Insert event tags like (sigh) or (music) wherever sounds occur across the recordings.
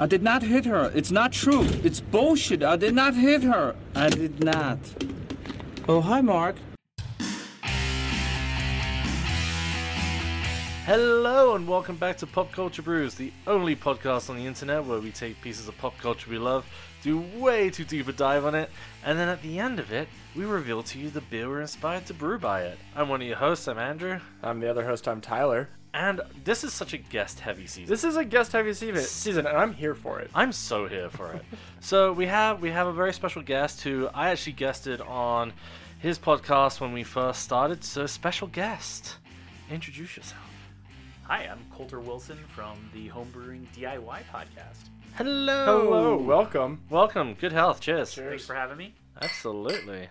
I did not hit her. It's not true. It's bullshit. I did not hit her. I did not. Oh, hi, (laughs) Mark. Hello and welcome back to Pop Culture Brews, the only podcast on the internet where we take pieces of pop culture we love, do way too deep a dive on it, and then at the end of it, we reveal to you the beer we're inspired to brew by it. I'm one of your hosts, I'm Andrew, I'm the other host. I'm Tyler. and this is such a guest-heavy season. This is a guest heavy season, and I'm here for it. I'm so here for it. so we have we have a very special guest who I actually guested on his podcast when we first started. So special guest, introduce yourself. Hi, I'm Coulter Wilson from the Homebrewing DIY podcast. Hello. Hello, welcome. Welcome. Good health. Cheers. Cheers. Thanks for having me. Absolutely.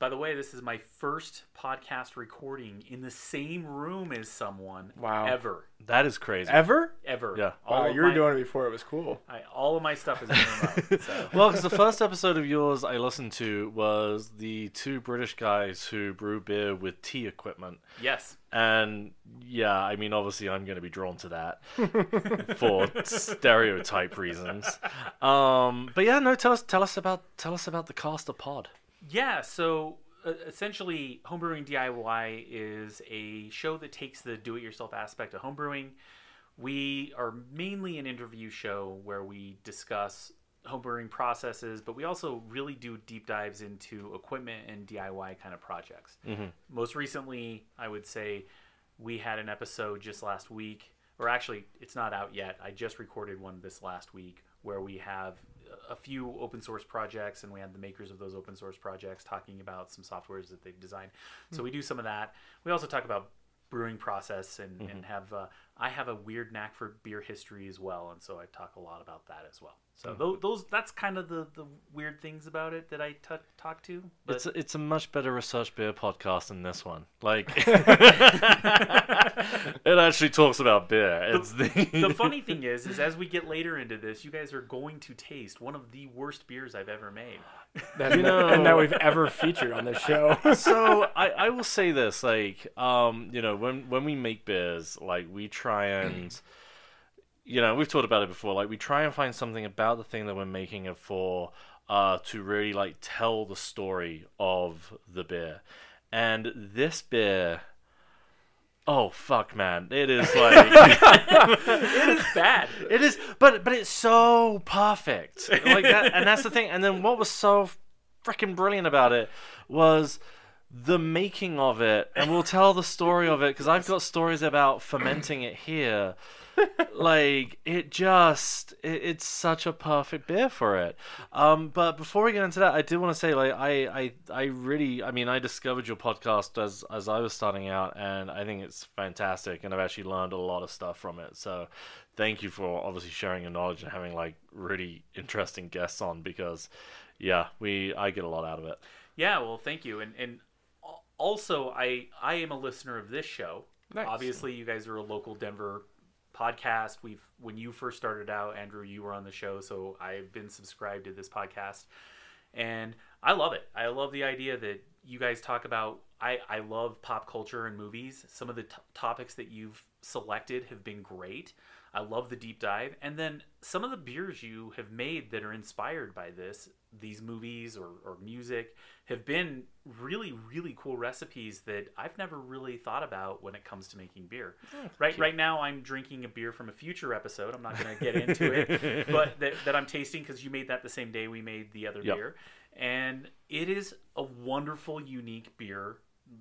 By the way, this is my first podcast recording in the same room as someone. Wow. Ever. That is crazy. Ever? Ever. Yeah. Wow, of you were Oh, my- doing it before it was cool. I, all of my stuff is in (laughs) remote. So. well, because the first episode of yours I listened to was the two British guys who brew beer with tea equipment. yes. And yeah, I mean, obviously, I'm going to be drawn to that for stereotype reasons. Um, but yeah, no, tell us, tell us about, tell us about the caster pod. Yeah, so uh, essentially, Homebrewing DIY is a show that takes the do it yourself aspect of homebrewing. We are mainly an interview show where we discuss homebrewing processes, but we also really do deep dives into equipment and DIY kind of projects. Most recently, I would say we had an episode just last week, or actually, it's not out yet. I just recorded one this last week where we have a few open source projects and we had the makers of those open source projects talking about some softwares that they've designed. So we do some of that. We also talk about brewing process and, and have uh, I have a weird knack for beer history as well, and so I talk a lot about that as well. So tho- those that's kind of the, the weird things about it that I t- talk to. But It's a, it's a much better research beer podcast than this one. Like, (laughs) it actually talks about beer. It's the, (laughs) the funny thing is, is as we get later into this, you guys are going to taste one of the worst beers I've ever made. That, know- and that we've ever featured on (laughs) this show. so I, I will say this like um you know when when we make beers like we try and you know we've talked about it before like we try and find something about the thing that we're making it for uh to really like tell the story of the beer and this beer oh fuck man it is like It's bad. it is but but it's so perfect like that and that's the thing and then what was so freaking brilliant about it was the making of it and we'll tell the story of it because i've got stories about fermenting it here like it just it, it's such a perfect beer for it um but before we get into that i did want to say like i i i really i mean i discovered your podcast as as i was starting out and i think it's fantastic and i've actually learned a lot of stuff from it so thank you for obviously sharing your knowledge and having like really interesting guests on because yeah we i get a lot out of it Yeah, well, thank you. And and al- also, I I am a listener of this show. Nice. Obviously, you guys are a local Denver podcast. We've when you first started out, Andrew, you were on the show, so I've been subscribed to this podcast, and I love it. I love the idea that you guys talk about. I I love pop culture and movies. Some of the t- topics that you've selected have been great. I love the deep dive, and then some of the beers you have made that are inspired by this, these movies or, or music, have been really, really cool recipes that I've never really thought about when it comes to making beer. right, right now I'm drinking a beer from a future episode. I'm not going to get into it, (laughs) but that, that I'm tasting because you made that the same day we made the other Yep. beer, and it is a wonderful, unique beer.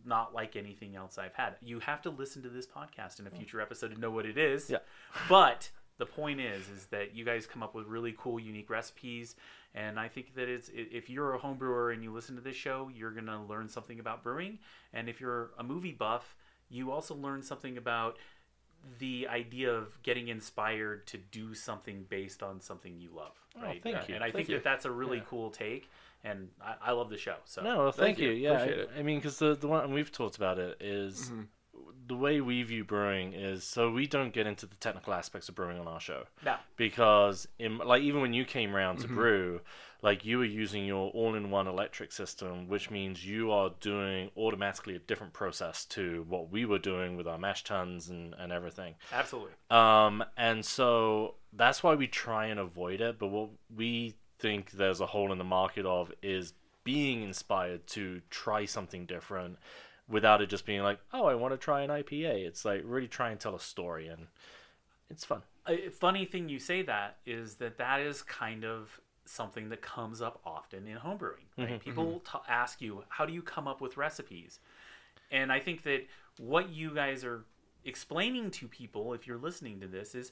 Not like anything else I've had. You have to listen to this podcast in a future episode to know what it is. Hmm. Yeah. But the point is, is that you guys come up with really cool, unique recipes, and I think that it's i- if you're a home brewer and you listen to this show, you're gonna learn something about brewing, and if you're a movie buff, you also learn something about the idea of getting inspired to do something based on something you love. Right? Oh, thank And- you. And I Thank think you. that that's a really cool take, and I, I love the show. So no well, thank, Thank you, you. yeah Appreciate I, I mean because the, the one and we've talked about it is the way we view brewing is so we don't get into the technical aspects of brewing on our show. No. Because in, like even when you came round to brew, like you were using your all-in-one electric system, which means you are doing automatically a different process to what we were doing with our mash tuns and, and everything. Absolutely. Um, and so that's why we try and avoid it. But what we think there's a hole in the market of is being inspired to try something different without it just being like, oh, I want to try an IPA. It's like really try and tell a story, and it's fun. A funny thing you say that is that that is kind of something that comes up often in homebrewing. Right? Mm-hmm, People t- ask you, how do you come up with recipes? And I think that what you guys are explaining to people, if you're listening to this, is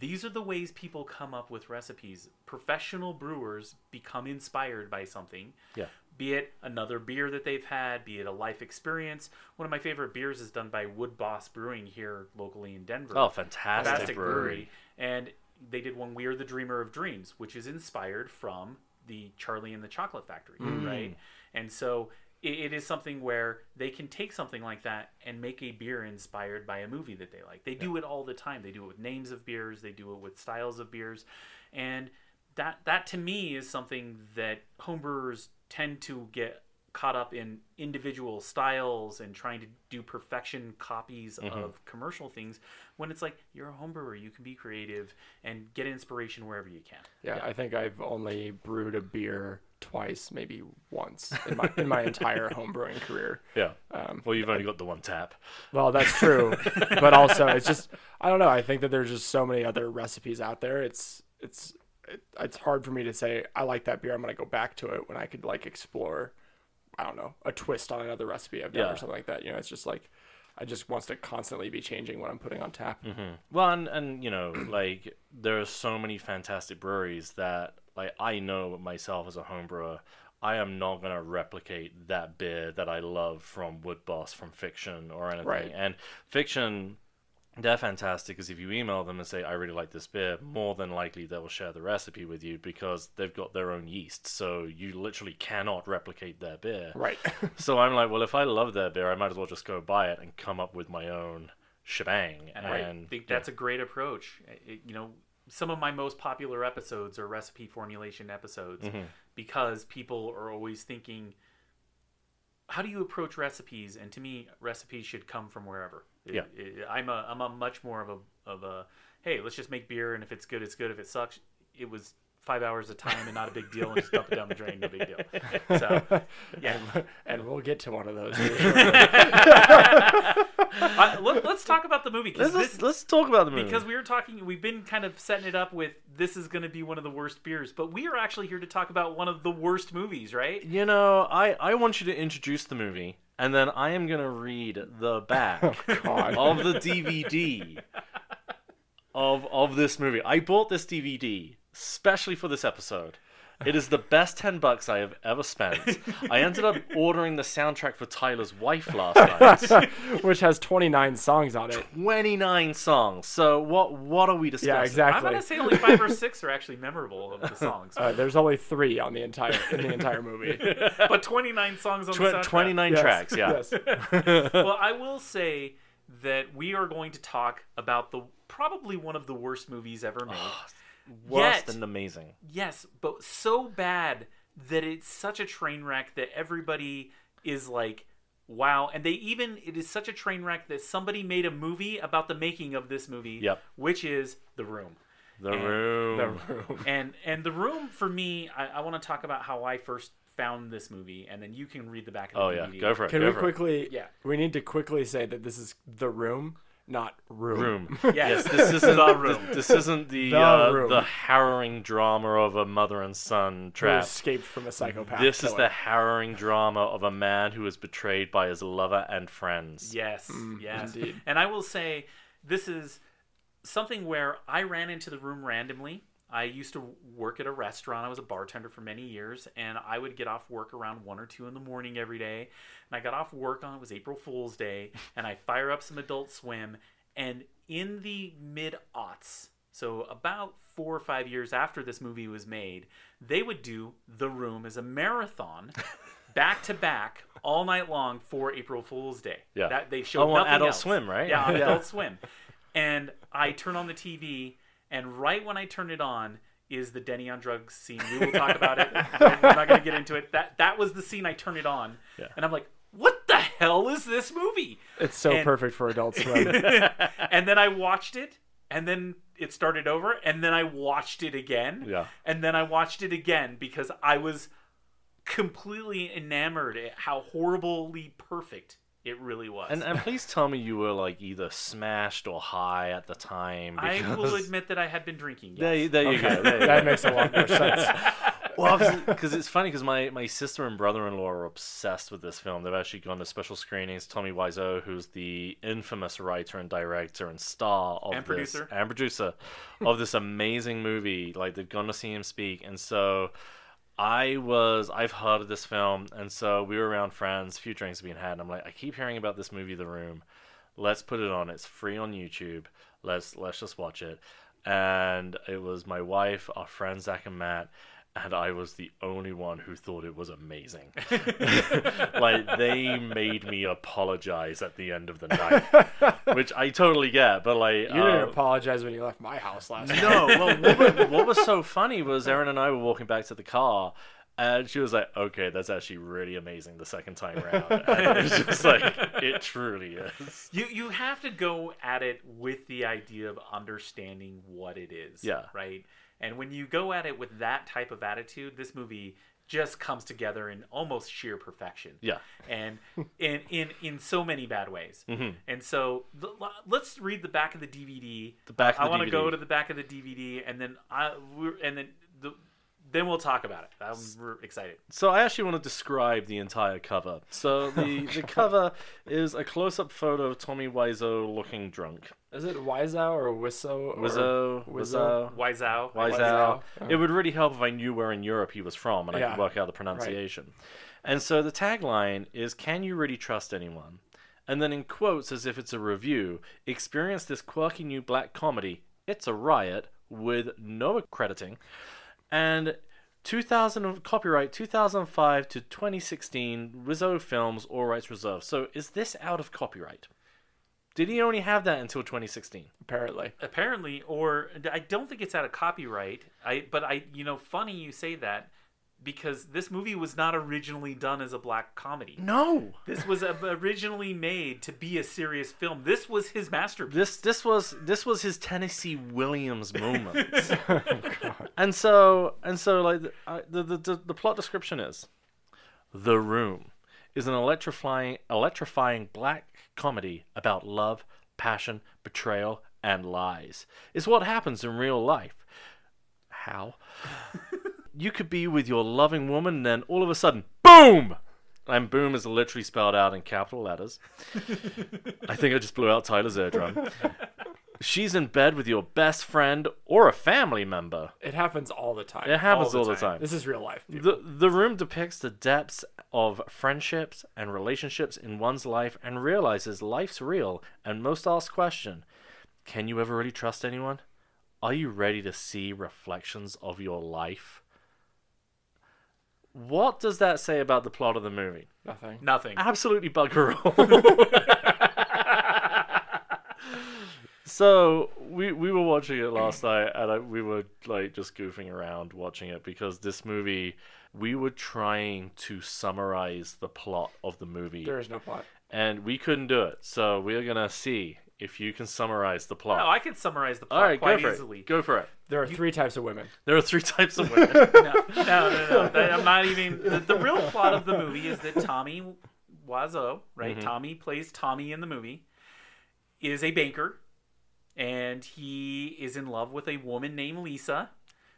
these are the ways people come up with recipes. Professional brewers become inspired by something Yeah. be it another beer that they've had, be it a life experience. One of my favorite beers is done by Wood Boss Brewing here locally in Denver. Oh, fantastic, brewery. And they did one We Are the Dreamer of Dreams, which is inspired from the Charlie and the Chocolate Factory, Hmm. right? And so it, it is something where they can take something like that and make a beer inspired by a movie that they like. They do it all the time. They do it with names of beers, they do it with styles of beers. And that that to me is something that homebrewers tend to get caught up in individual styles and trying to do perfection copies of commercial things when it's like you're a homebrewer you can be creative and get inspiration wherever you can Yeah, I think I've only brewed a beer twice, maybe once in my in my entire home brewing career. Yeah. well, you've only got the one tap. Well, (laughs) that's true, but also it's just I don't know. I think that there's just so many other recipes out there. It's it's it, it's hard for me to say I like that beer. I'm gonna go back to it when I could like explore. I don't know a twist on another recipe I've done Yeah. or something like that. You know, it's just like I just wants to constantly be changing what I'm putting on tap. Mm-hmm. Well, and, and you know, (clears throat) like there are so many fantastic breweries that like I know myself as a home brewer, I am not gonna replicate that beer that I love from Wood Boss, from Fiction, or anything. Right. And Fiction, they're fantastic because if you email them and say I really like this beer, more than likely they will share the recipe with you because they've got their own yeast, so you literally cannot replicate their beer. Right. (laughs) So I'm like, well, if I love their beer, I might as well just go buy it and come up with my own shebang. and i and think that's a great approach It- you know some of my most popular episodes are recipe formulation episodes Mm-hmm. because people are always thinking how do you approach recipes? And to me, recipes should come from wherever. It- Yeah. it- I'm a I'm a much more of a of a hey, let's just make beer, and if it's good, it's good. If it sucks, it was five hours of time and not a big deal, and just dump it down the drain, no big deal. (laughs) So, yeah. and we'll get to one of those. I, let, us talk about the movie 'cause Let's, let's, this- let's talk about the movie. because we were talking, we've been kind of setting it up with this is going to be one of the worst beers, but we are actually here to talk about one of the worst movies, right? you know, I, I want you to introduce the movie, and then I am going to read (laughs) the back God. of the DVD of, of this movie. I bought this DVD specially for this episode. It is the best 10 bucks I have ever spent. I ended (laughs) up ordering the soundtrack for Tyler's wife last night. (laughs) which has 29 songs on it. 29 songs. So what what are we discussing? Yeah, I'm exactly. going to say only five or six are actually memorable of the songs, Uh, there's only three on the entire in the entire movie. but 29 songs on the soundtrack. Tw- 29 Yes, tracks, yeah. yes. well, I will say that we are going to talk about the probably one of the worst movies ever made. Worse Yet- than amazing. yes, but so bad that it's such a train wreck that everybody is like, "Wow!" And they even it is such a train wreck that somebody made a movie about the making of this movie, Yep. which is The Room. The room. (laughs) and and the room for me, I, I want to talk about how I first found this movie, and then you can read the back of the Oh yeah, DVD. go for it. Can go we for it. quickly? Yeah. We need to quickly say that this is the room, not room. (laughs) room. Yes. Yes, this isn't The the room. This, this isn't the The uh, room. the harrowing drama of a mother and son Who trap. escaped from a psychopath. This is the killer. harrowing drama of a man who is betrayed by his lover and friends. Yes, yes. indeed. And I will say, this is something where I ran into the room randomly. I used to work at a restaurant. I was a bartender for many years, and I would get off work around one or two in the morning every day. And I got off work on it was April (laughs) Fool's Day, and I fire up some Adult Swim. And in the mid aughts, so about four (laughs) or five years after this movie was made, they would do The Room as a marathon back to back all night long for April Fool's Day. Yeah. That they Oh, showed on nothing Adult else. Swim, right? (laughs) Yeah, on Yeah. Adult Swim. And I turn on the TV, and right when I turn it on is the Denny on drugs scene. We will talk about it. I'm not going to get into it. That that was the scene I turn it on, and I'm like, what the hell is this movie? It's (laughs) so And- perfect for Adult Swim. and then I watched it, and then it started over, and then I watched it again. Yeah. And then I watched it again because I was completely enamored at how horribly perfect it really was. And, and please tell me you were like either smashed or high at the time. Because... I will admit that I had been drinking. Yes. There, you- there you go. There you that go. makes a lot more sense. Well, obviously, because it's funny because my, my sister and brother in law are obsessed with this film. They've actually gone to special screenings. Tommy Wiseau, who's the infamous writer and director and star of And this- producer. and producer of this amazing movie, like they've gone to see him speak, and so I was I've heard of this film, and so we were around friends. A few drinks being had, and I'm like, I keep hearing about this movie, The Room. Let's put it on. It's free on YouTube. Let's let's just watch it. And it was my wife, our friend Zach and Matt, and I was the only one who thought it was (laughs) amazing. (laughs) like they made me apologize at the end of the night, which I totally get. But like, You didn't uh, apologize when you left my house (laughs) last night. no, well, what, wa- what was so funny was Erin and I were walking back to the car, and she was like, "Okay, that's actually really amazing the second time round." And it's just like it truly is. You you have to go at it with the idea of understanding what it is. Yeah. Right. And when you go at it with that type of attitude, this movie just comes together in almost sheer perfection. Yeah. And in in in so many bad ways. Mm-hmm. And so the- let's read the back of the DVD. The back of I the want to go DVD. to the back of the DVD, and then I we're, and then the then we'll talk about it. I'm we're excited. So I actually want to describe the entire cover. So the the cover is a close up photo of Tommy Wiseau looking drunk. Is it Wiseau or Wisso? or- Wiseau, Wiseau, Wiseau. Wise out. Wise Wiseau. out. It would really help if I knew where in Europe he was from and I Yeah. could work out the pronunciation. And so the tagline is Can you really trust anyone? And then in quotes, as if it's a review, experience this quirky new black comedy, It's a Riot, with no accrediting. And 2000 of- copyright 2005 to 2016 Rizzo Films all rights reserved. So is this out of copyright? Did he only have that until 2016? Apparently. apparently or i don't think it's out of copyright i but i you know funny you say that because this movie was not originally done as a black comedy No. this was uh, originally made to be a serious film this was his masterpiece This this was this was his Tennessee Williams moment. and so and so like the, I- the, the the the plot description is The Room is an electrifying electrifying black comedy about love, passion, betrayal, and lies. It's what happens in real life. How? you could be with your loving woman and then all of a sudden, boom! And boom is literally spelled out in capital letters. I think I just blew out Tyler's eardrum. She's in bed with your best friend or a family member. It happens all the time. It happens all All the the time. This is real life. people. The, the room depicts the depths of friendships and relationships in one's life and realizes life's real and most ask question can you ever really trust anyone are you ready to see reflections of your life what does that say about the plot of the movie Nothing. nothing Ah. absolutely bugger all. (laughs) so we we were watching it last night, and I, we were like just goofing around watching it because this movie we were trying to summarize the plot of the movie, There is no plot. and we couldn't do it. So we're gonna see if you can summarize the plot. no i could summarize the plot all right, go quite for easily it. Go for it. There are three types of women. There are three types (laughs) of women. no no no, no. i'm not even the, the real plot of the movie is that tommy Wiseau, right tommy plays tommy in the movie is a banker and he is in love with a woman named Lisa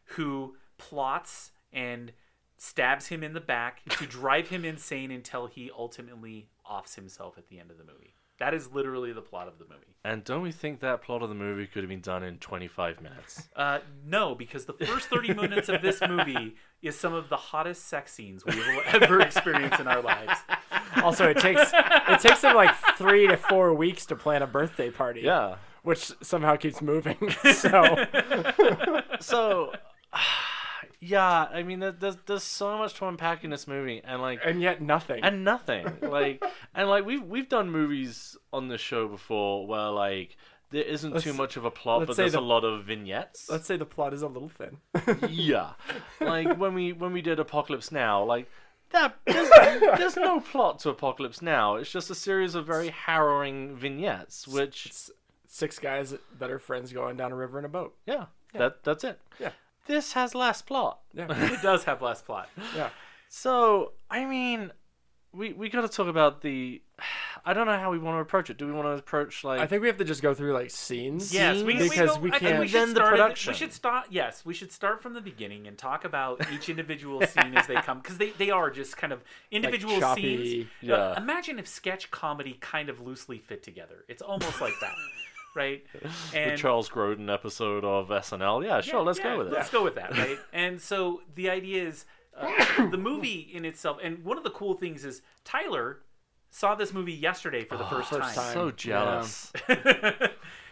who plots and stabs him in the back to drive him insane until he ultimately offs himself at the end of the movie. That is literally the plot of the movie. and don't we think that plot of the movie could have been done in 25 minutes? Uh, no, because the first 30 minutes of this movie is some of the hottest sex scenes we will ever experience in our lives. Also, it takes it takes them like three to four weeks to plan a birthday party. (laughs) Yeah. (laughs) Which somehow keeps moving. so so (sighs) yeah, I mean, there- there's there's so much to unpack in this movie, and like, and yet nothing. and nothing like, and like we've we've done movies on this show before where like there isn't too Let's- much of a plot, let's but say there's a the- lot of vignettes. Let's say the plot is a little thin. (laughs) (laughs) yeah, like when we when we did Apocalypse Now, like. That, (laughs) there's, there's no plot to Apocalypse Now. It's just a series of very harrowing vignettes, which It's six guys that are friends going down a river in a boat. Yeah, that that's it. Yeah. This has less plot. (laughs) Yeah, It does have less plot. yeah. So I mean, we we got to talk about the. (sighs) I don't know how we want to approach it. Do we want to approach like? I think we have to just go through like scenes. Yes, we, we because go- we I think can't- we should Then the start at production. we should start. Yes, we should start from the beginning and talk about each individual scene as they come because they, they are just kind of individual choppy, scenes. yeah. Uh, imagine if sketch comedy kind of loosely fit together. It's almost like that, (laughs) right? the And Charles Grodin episode of SNL. Yeah, sure. yeah, let's yeah, go with it. Let's go with (laughs) that, right? and so the idea is uh, the movie in itself, and one of the cool things is Tyler saw this movie yesterday for the first, Ah, first time, So Yeah. jealous. (laughs)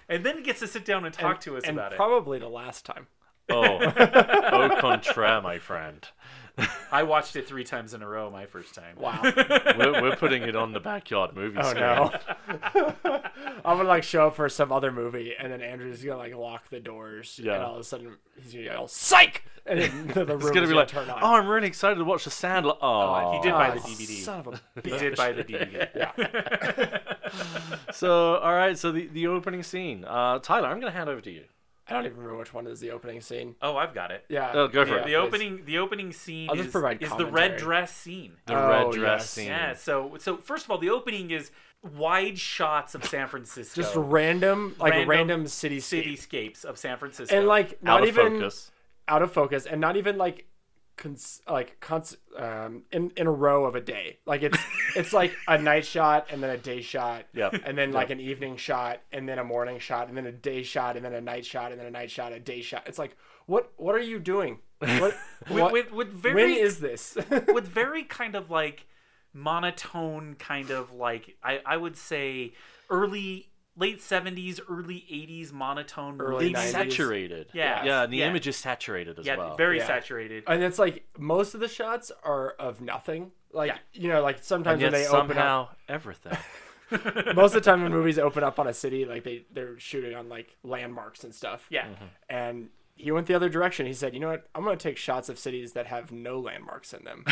and then gets to sit down and talk to us and about it. probably the last time. oh, au contraire, my friend. I watched it three times in a row my first time. (laughs) Wow. We're, we're putting it on the backyard movie. Oh screen. no! (laughs) I'm gonna like show up for some other movie, and then Andrew's gonna like lock the doors, Yeah. and all of a sudden he's gonna yell "Psych!" and then the, (laughs) the room It's gonna is be like, turn on. oh, I'm really excited to watch The Sandlot. Oh, he did buy Ah, the DVD. Son of a (laughs) He did buy (laughs) the DVD. So, all right. So the, the opening scene. Uh, Tyler, I'm gonna hand over to you. I don't even remember which one is the opening scene. Oh, I've got it. Yeah. Oh, go for yeah, it. the please. opening the opening scene I'll just is, provide is the red commentary. dress scene. The Oh, red dress yes. scene. Yeah, so so first of all, the opening is wide shots of San Francisco. Just random, like Random random, city city, cityscapes of San Francisco. and like Out not of even focus. out of focus, and not even like. Cons- like cons- um in in a row of a day like it's it's like a night shot and then a day shot Yep. and then like an evening shot and then a morning shot and then a day shot and then a night shot and then a night shot a day shot it's like what what are you doing what, what with with very when is this (laughs) with very kind of like monotone kind of like I, I would say early late 70s early 80s monotone Early movie. 90s. saturated. Yeah. Yeah, and the Yeah. image is saturated as yeah well. very Yeah. saturated and it's like most of the shots are of nothing like Yeah. you know like and sometimes yet when they somehow everything. open up most of the time when movies open up on a city like they they're shooting on like landmarks and stuff Mm-hmm. yeah and he went the other direction. He said, "You know what? I'm going to take shots of cities that have no landmarks (laughs) in them."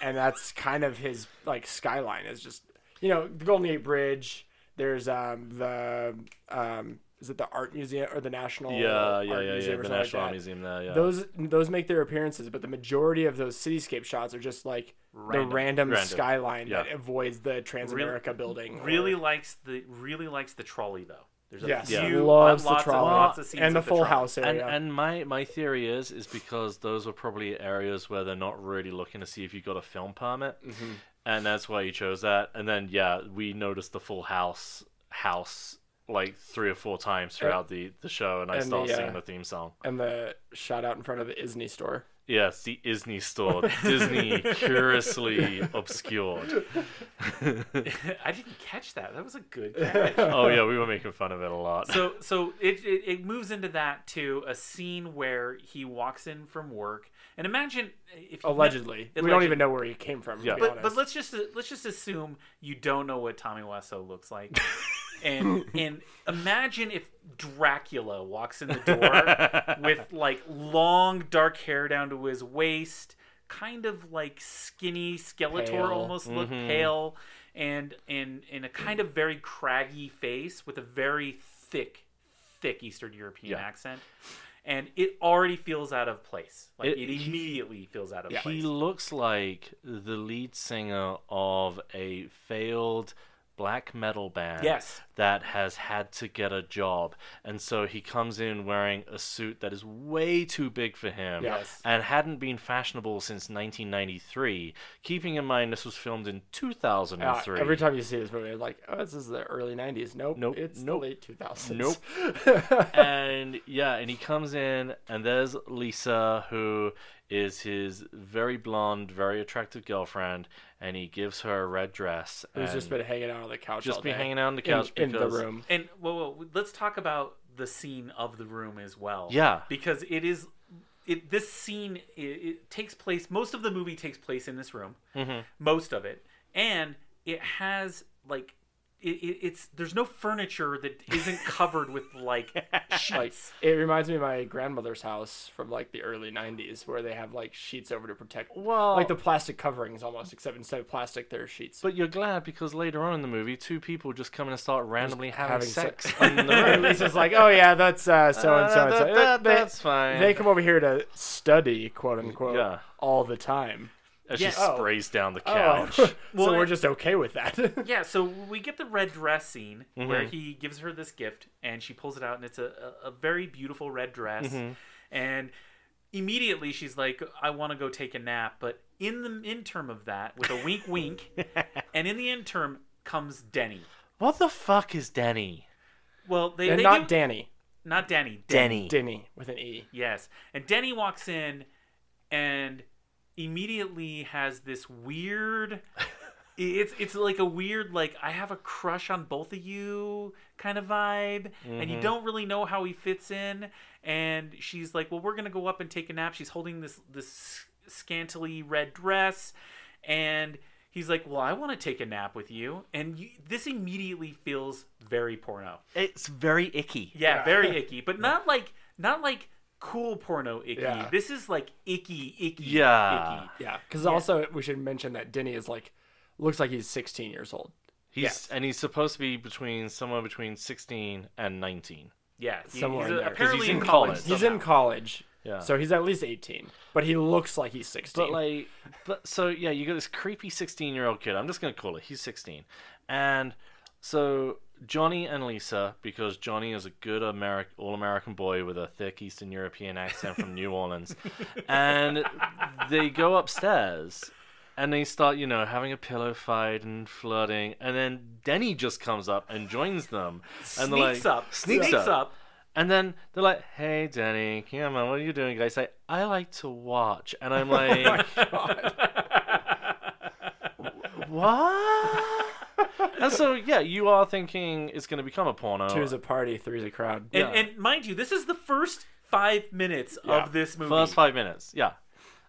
and that's kind of his like skyline is just, you know, the Golden Gate Bridge, there's um the um is it the art museum or the (laughs) National yeah, yeah, Art yeah, yeah. Museum The or something like National that. Museum there. Yeah. Those those make their appearances, but the majority of those cityscape shots are just like Random. the random, Random. skyline Yeah. that avoids the Transamerica building. or- really likes the really likes the trolley though there's a yes, few Yeah. loves the lots, trolley Of, lots of scenes and the with Full trolley. House and area. and my, my theory is is because those were probably areas where they're not really looking to see if you got a film permit, Mm-hmm. and that's why you chose that. And then yeah, we noticed the full house house like three or four times throughout the, the show, and I and the, start uh, singing the theme song. and the shot out in front of the Isney store. Yes, the Disney (laughs) store, Disney curiously obscured. (laughs) i didn't catch that that was a (laughs) good catch Oh yeah, we were making fun of it a lot. so so it, it it moves into that to a scene where he walks in from work and imagine if you Allegedly, we don't Allegedly. even know where he came from. Yeah. to be but but honest. let's just let's just assume you don't know what Tommy Wiseau looks like, and and imagine if Dracula walks in the door with like long dark hair down to his waist, kind of like skinny Skeletor Pale. almost look pale, and and and a kind of very craggy face with a very thick thick Eastern European Yeah. accent. And it already feels out of place. Like It- it, immediately feels out of place. He looks like the lead singer of a failed black metal band Yes. that has had to get a job. And so he comes in wearing a suit that is way too big for him Yes. and hadn't been fashionable since 1993. Keeping in mind this was filmed in Uh, 2003. every time you see this movie, I'm like, oh, this is the early '90s. Nope, Nope, it's nope, the late 2000s. nope. (laughs) and yeah, and he comes in, and there's Lisa, who is his very blonde, very attractive girlfriend, and he gives her a red dress. Who's and just been hanging out on the couch. just all been day. hanging out on the In- couch in, because- the room. And well, well, let's talk about the scene of the room as well. Yeah. because it is it, this scene it, it takes place. Most of the movie takes place in this room, most of it, and it has like it, it, it's there's no furniture that isn't covered with like Like sheets. it reminds me of my grandmother's house from like the early '90s, where they have like sheets over to protect, Well- like the plastic coverings almost, except instead of plastic, there are sheets. But you're glad because later on in the movie, two people just come in and start randomly having, having sex sex. in the room. it's just like, oh yeah, that's uh, so and (laughs) so. Uh, and that- so. that- They- that's fine. They come over here to study, quote unquote, Yeah. all the time. As she Yeah. Oh. sprays down the Oh, (laughs) couch. so Well, we're it- just okay with that. (laughs) Yeah, so we get the red dress scene where he gives her this gift and she pulls it out and it's a, a, a very beautiful red dress. And immediately she's like, I want to go take a nap. But in the interim of that, with a wink, wink, and in the interim comes Denny. What the fuck is Danny? Well, they, and they not give- Danny, not Danny, Denny. Denny with an E. Yes. And Denny walks in and immediately has this weird it's it's like a weird like I have a crush on both of you kind of vibe and you don't really know how he fits in and she's like, "Well, we're going to go up and take a nap." She's holding this this scantily red dress and he's like, "Well, I want to take a nap with you." And you, this immediately feels very porno. It's very icky. Yeah, very icky, but not like not like cool porno icky. Yeah. This is like icky, icky, Yeah. icky. Yeah, because also we should mention that Denny is like, looks like he's 16 years old. He's and he's supposed to be between somewhere between sixteen and nineteen. Yeah, he- Somewhere he's in there. 'Cause apparently he's in in college. college. He's somehow. in college, Yeah. so he's at least 18, but he looks like he's 16. But like, but so yeah, you got this creepy sixteen-year-old kid. I'm just gonna call it. He's sixteen, and so Johnny and Lisa, because Johnny is a good American, all-American boy with a thick Eastern European accent from New Orleans, (laughs) and they go upstairs. And they start, you know, having a pillow fight and flirting, and then Denny just comes up and joins them, and they're sneaks like, up, sneaks up, up. and then they're like, "Hey, Denny, come on, what are you doing?" And I say, "I like to watch," and (laughs) Oh I'm like, "What?" and so, yeah, you are thinking it's going to become a porno. Two's a party, three's a crowd. And, and mind you, this is the first five minutes of this movie. First five minutes, yeah.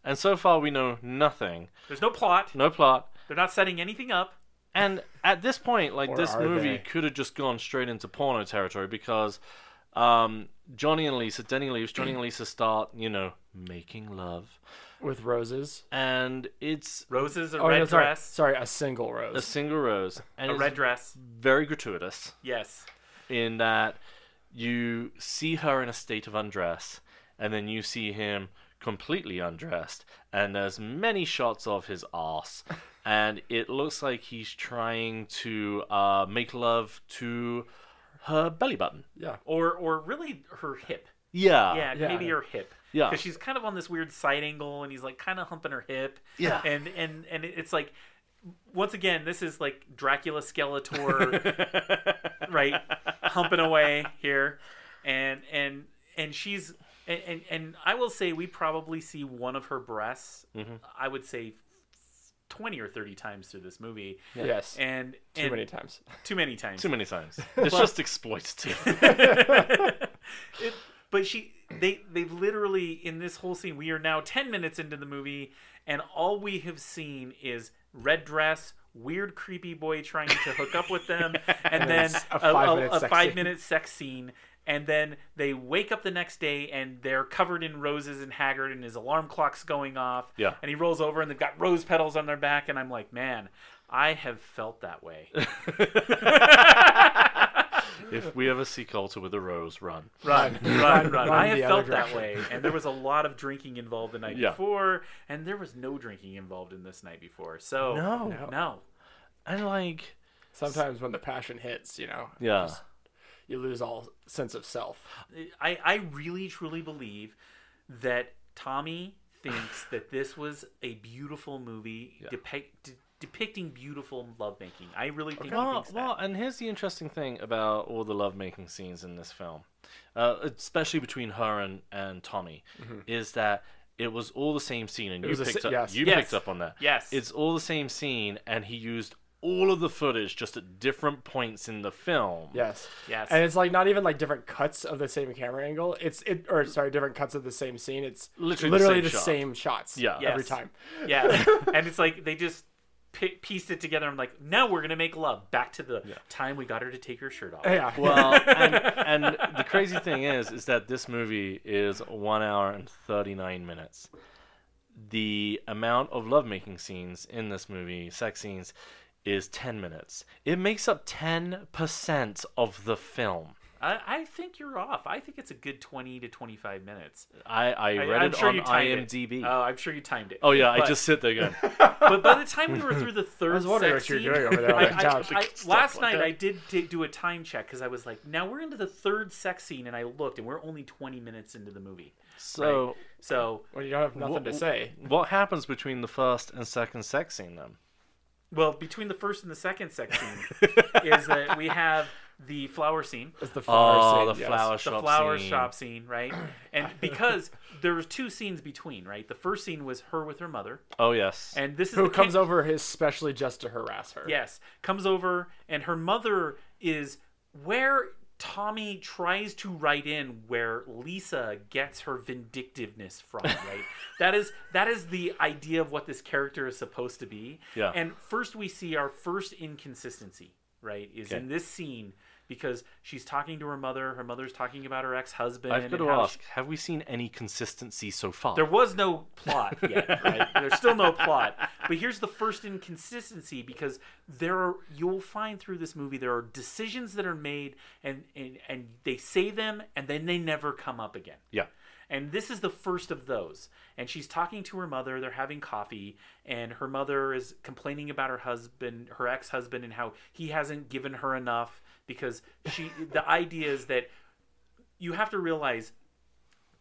And so far, we know nothing, There's no plot. no plot, They're not setting anything up. and at this point, like Or this are movie they? could have just gone straight into porno territory because um, Johnny and Lisa, Denny leaves, Johnny and Lisa start, you know, making love, with roses. and it's Roses, a Oh, red no, sorry, dress, sorry, a single a rose. single rose and a it's red dress. very gratuitous Yes. in that you see her in a state of undress and then you see him completely undressed and there's many shots of his ass and it looks like he's trying to uh, make love to her belly button yeah, Or or really her hip. yeah Yeah, yeah. maybe her hip. Yeah. because she's kind of on this weird side angle, and he's like kind of humping her hip. Yeah. and and and it's like, once again, this is like Dracula Skeletor, right, humping away here, and and and she's and and, and I will say we probably see one of her breasts. I would say. 20 or 30 times through this movie yes, and too many times. too many times too many times it's just exploitative it, but she they they literally in this whole scene we are now 10 minutes into the movie and all we have seen is red dress weird creepy boy trying to hook up with them and then Yes, a a five, five-minute a, a sex five scene. minute sex scene and then they wake up the next day and they're covered in roses and haggard and his alarm clock's going off Yeah. and he rolls over and they've got rose petals on their back and i'm like man i have felt that way if we ever see Coulter with a rose run Run, run, run. run I have the felt other that way. And there was a lot of drinking involved the night Yeah. before, and there was no drinking involved in this night before. So, No. no. and like Sometimes when the passion hits, you know, yeah you lose all sense of self. I, I really, truly believe that Tommy thinks that this was a beautiful movie depict, de- depicting beautiful lovemaking. I really think he Well, thinks that. well, and here's the interesting thing about all the lovemaking scenes in this film, uh, especially between her and, and Tommy, is that it was all the same scene, and you was a picked si- up yes. you Yes. picked up on that. Yes. it's all the same scene, and he used all of the footage just at different points in the film. Yes. Yes. And it's like not even like different cuts of the same camera angle. It's it or sorry, different cuts of the same scene. It's Literally literally, the same the, shot. same, shots. Yeah. Every Yes. time. (laughs) Yeah, and it's like they just pi pieced it together. I'm like, now we're gonna make love. Back to the time we got her to take her shirt off. Yeah. (laughs) Well, (laughs) and, and the crazy thing is, is that this movie is one hour and thirty nine minutes. The amount of lovemaking scenes in this movie, sex scenes, is ten minutes. It makes up ten percent of the film. I, I think you're off. I think it's a good 20 to 25 minutes. I, I I, read I'm it sure on you timed IMDb. It. Oh, I'm sure you timed it. oh yeah, But- I just sit there going. (laughs) But by the time we (laughs) were through the third, was wondering sex what you scene, were doing over there all I- that I- time. I- Stuff like last night that. I did, did do a time check because I was like, now we're into the third sex scene, and I looked, and we're only 20 minutes into the movie. So So, When you don't have nothing to say. what happens between the first and second sex scene then? (laughs) well, between the first and the second sex (laughs) scene is that we have the flower scene. It's the flower Oh, scene, the yes. flower the shop. flower scene. shop scene, right? (laughs) And because there was two scenes between, right? The first scene was her with her mother, Oh yes. and this (laughs) is Who the comes ca- over especially just to harass her. Yes, comes over, and her mother is where Tommy tries to write in where Lisa gets her (laughs) vindictiveness from, right? that is that is the idea of what this character is supposed to be. Yeah. And first we see our first inconsistency, right? Is in this scene because she's talking to her mother, her mother's talking about her ex-husband. I've got and to how ask: Have we seen any consistency so far? There was no plot yet, right? There's still no plot. But here's the first inconsistency because there are you'll find through this movie there are decisions that are made and and, and they say them and then they never come up again. yeah. And this is the first of those. And she's talking to her mother. They're having coffee. And her mother is complaining about her husband, her ex husband, and how he hasn't given her enough because (laughs) she, the idea is that you have to realize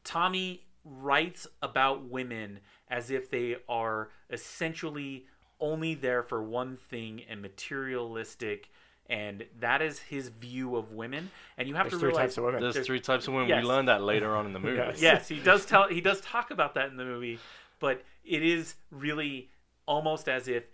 Tommy writes about women as if they are essentially only there for one thing and materialistic. And that is his view of women. And you have There's to three realize types of women. There's, three types of women. Yes. We learned that later on in (laughs) the movie. Yes. yes he (laughs) does tell he does talk about that in the movie but it is really almost as if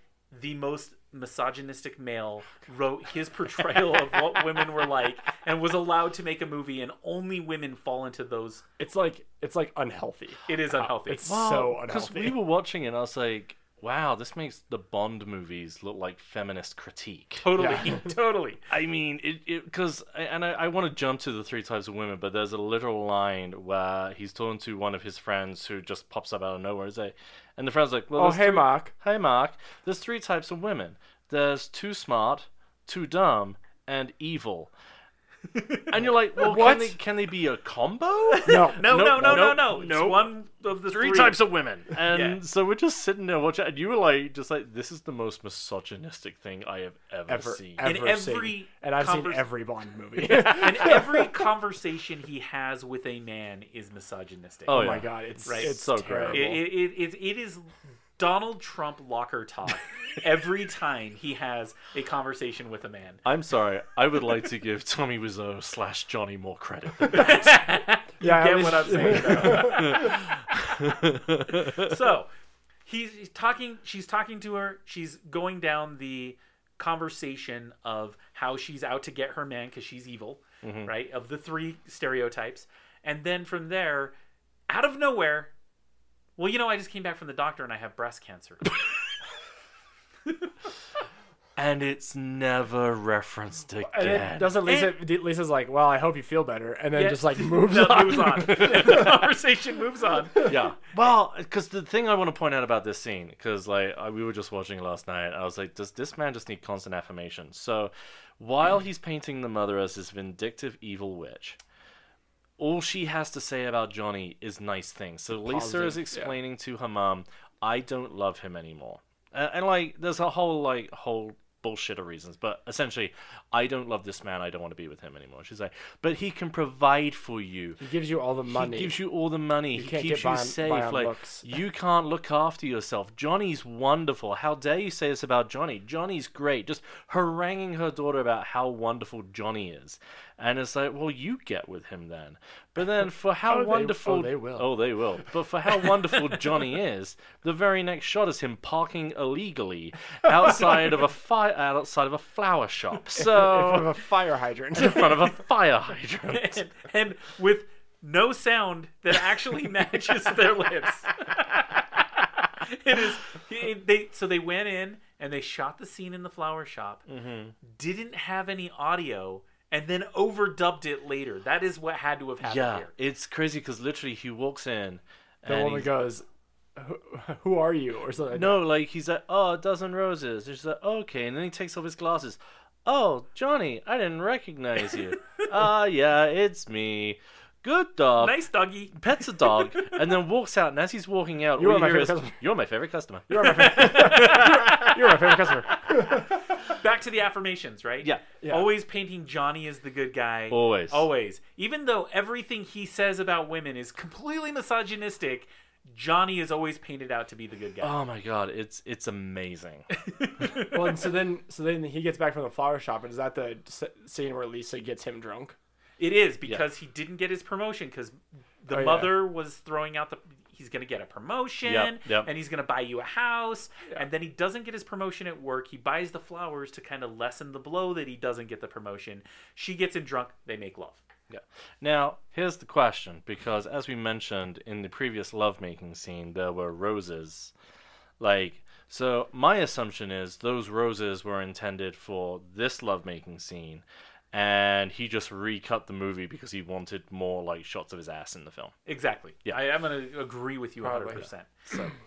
the most misogynistic male wrote his portrayal of what women were like and was allowed to make a movie and only women fall into those It's like it's like unhealthy. it is unhealthy It's so Because unhealthy. we were watching it, and I was like, "Wow, this makes the Bond movies look like feminist critique." totally Yeah. (laughs) totally I mean, it because and I, I want to jump to the three types of women, but there's a literal line where he's talking to one of his friends who just pops up out of nowhere. Is like, and the friend's like, "Well, oh there's hey three- Mark. hey Mark, there's three types of women. There's too smart, too dumb, and evil." (laughs) And you're like, "Well, can What? they can they be a (laughs) combo?" No. no no Nope, no no nope, no it's nope. one of the three three, types of women. And Yeah. so we're just sitting there watching, and you were like, just like, this is the most misogynistic thing I have ever, Ever, seen. ever In seen. every and I've convers- seen every Bond movie. and every conversation he has with a man is misogynistic oh, Oh my yeah. god, it's Right. it's So so great. terrible. It, it, it, it, it is Donald Trump locker talk every time he has a conversation with a man. I'm sorry. I would like to give Tommy Wiseau slash Johnny more (laughs) credit. yeah, Get at what I'm least- saying? though? so he's, he's talking, she's talking to her, she's going down the conversation of how she's out to get her man because she's evil, right? Of the three stereotypes. And then from there, out of nowhere, well, you know, I just came back from the doctor and I have breast cancer. and it's never referenced again. (laughs) And it doesn't Lisa Lisa's like, Well, I hope you feel better and then Yeah. just like moves (laughs) No, on. moves on. (laughs) the conversation moves on. yeah. (laughs) Well, because the thing I want to point out about this scene, because like I, we were just watching it last night, I was like, does this man just need constant affirmation? So, while he's painting the mother as this vindictive evil witch, all she has to say about Johnny is nice things. So Lisa Positive, is yeah. explaining to her mom, "I don't love him anymore," and, and like there's a whole like whole bullshit of reasons, but essentially, I don't love this man. I don't want to be with him anymore. She's like, "But he can provide for you." He gives you all the money. He gives you all the money. he can't keeps get you by on- safe. by on like looks. you can't look after yourself. Johnny's wonderful. How dare you say this about Johnny? Johnny's great. Just haranguing her daughter about how wonderful Johnny is, And it's like, well, you get with him then. But (laughs) then for how Oh, they- wonderful oh, they will. Oh, they will. But for how (laughs) wonderful Johnny is, the very next shot is him parking (laughs) illegally outside of a fire outside of a flower (laughs) shop. In front So of a fire (laughs) hydrant. in front of a fire hydrant. and, and with no sound that actually matches their lips. (laughs) it is it- they so they went in and they shot the scene in the flower shop. Didn't have any audio and then overdubbed it later. That is what had to have happened Yeah, here. it's crazy because literally he walks in. the and woman he's- goes, who, "Who are you?" or something. like No, like he's like, oh, a dozen roses. And she's like, okay. And then he takes off his glasses. Oh, Johnny, I didn't recognize you. (laughs) Ah, yeah, it's me. Good dog. Nice doggy. Pets a (laughs) dog and then walks out. And as he's walking out, You all are my hear favorite is, customer. You're my favorite customer. You're my favorite, you're my favorite customer. Back to the affirmations, right? Yeah. Yeah. Always painting Johnny as the good guy. Always. Always. Even though everything he says about women is completely misogynistic, Johnny is always painted out to be the good guy. (laughs) Oh my god, it's it's amazing. Well, and so then, so then he gets back from the flower shop, and is that the s- scene where Lisa gets him drunk? It is because he didn't get his promotion because the Oh, yeah. mother was throwing out the. He's gonna get a promotion, Yep, yep. and he's gonna buy you a house, and then he doesn't get his promotion at work. He buys the flowers to kind of lessen the blow that he doesn't get the promotion. She gets him drunk. They make love. Yeah. Now, here's the question because as we mentioned in the previous lovemaking scene, there were roses. Like, so my assumption is those roses were intended for this lovemaking scene, and he just recut the movie because he wanted more, like, shots of his ass in the film. Exactly. Yeah. I, I'm going to agree with you 100. Probably. percent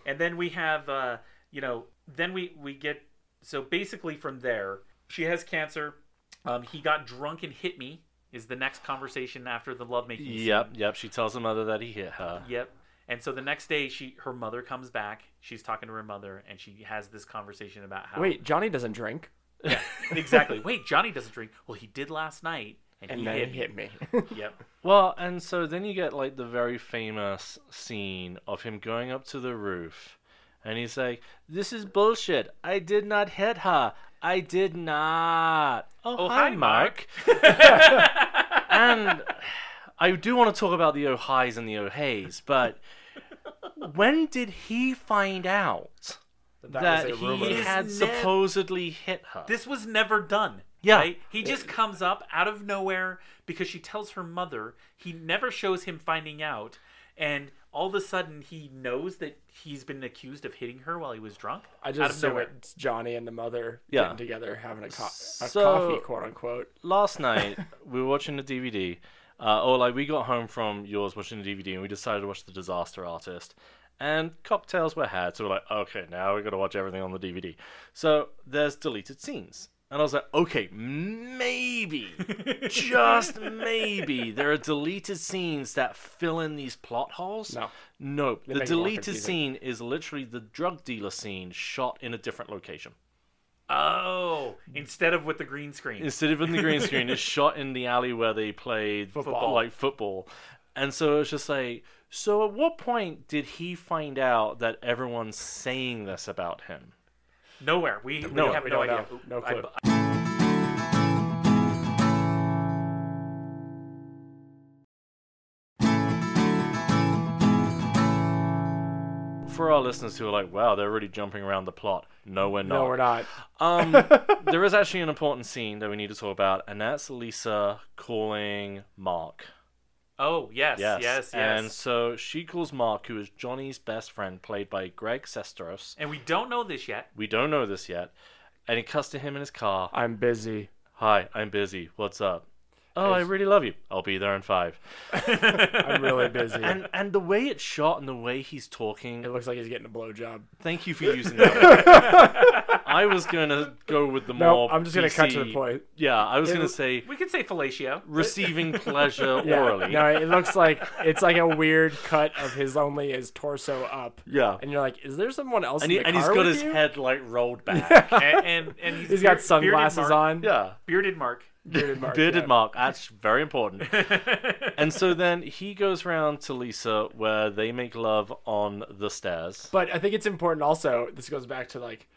And then we have, uh, you know, then we we get so basically from there, she has cancer. Um, he got drunk and hit me. Is the next conversation after the lovemaking? scene. Yep, yep. She tells her mother that he hit her. Yep. And so the next day, she her mother comes back. She's talking to her mother, and she has this conversation about how Wait, Johnny doesn't drink, yeah, exactly. Wait, Johnny doesn't drink. Well, he did last night, and, and he then hit. he hit me. me. Yep. Well, and so then you get like the very famous scene of him going up to the roof and he's like, This is bullshit. I did not hit her. I did not. Oh, hi, hi, Mark. and I do want to talk about the Ohis and the Ohays, but when did he find out That, that, was a rumor. he It is had nev- supposedly hit her? This was never done. Yeah. Right? He just comes up out of nowhere because she tells her mother. He never shows him finding out, and all of a sudden he knows that he's been accused of hitting her while he was drunk. I out just of assume nowhere. it's Johnny and the mother Yeah. getting together, having a, co- a So- coffee, quote unquote. last night (laughs) we were watching the DVD, uh, or like we got home from yours watching the DVD, and we decided to watch The Disaster Artist. And cocktails were had, so we're like, okay, now we got to watch everything on the DVD. So there's deleted scenes, and I was like, okay, (laughs) maybe, just maybe, there are deleted scenes that fill in these plot holes. No. nope. The make it more deleted confusing. scene is literally the drug dealer scene shot in a different location. Oh, instead of with the green screen. instead of in the green screen, it's shot in the alley where they played football, like football. And so it's just like, so at what point did he find out that everyone's saying this about him? Nowhere. We, we No, have we no don't idea. know. No I- clue. For our listeners who are like, wow, they're really jumping around the plot. No, we're not. No, we're not. Um, there is actually an important scene that we need to talk about, and that's Lisa calling Mark. oh, yes, yes, yes. And so she calls Mark, who is Johnny's best friend, played by Greg Sesteros. And we don't know this yet. We don't know this yet. And it cuts to him in his car. I'm busy. Hi, I'm busy. What's up? Oh, I really love you. I'll be there in five. I'm really (laughs) busy. And and the way it's shot and the way he's it talking. looks like he's getting a blowjob. Thank you for using that. (laughs) I was gonna go with the No, more. I'm just gonna cut to the PC point. Yeah, I was It- gonna say We could say fellatio. (laughs) receiving pleasure Yeah, orally. no, it looks like it's like a weird cut of his only his torso up. Yeah. and you're like, is there someone else? and in he, the and car he's got with his you? head like rolled (laughs) back. and, and, and He's got he's, beard- bearded sunglasses Mark- on. yeah. Bearded Mark. bearded mark. Bearded yeah. Mark. That's very important. (laughs) and so then he goes round to Lisa where they make love on the stairs. But I think it's important also. This goes back to like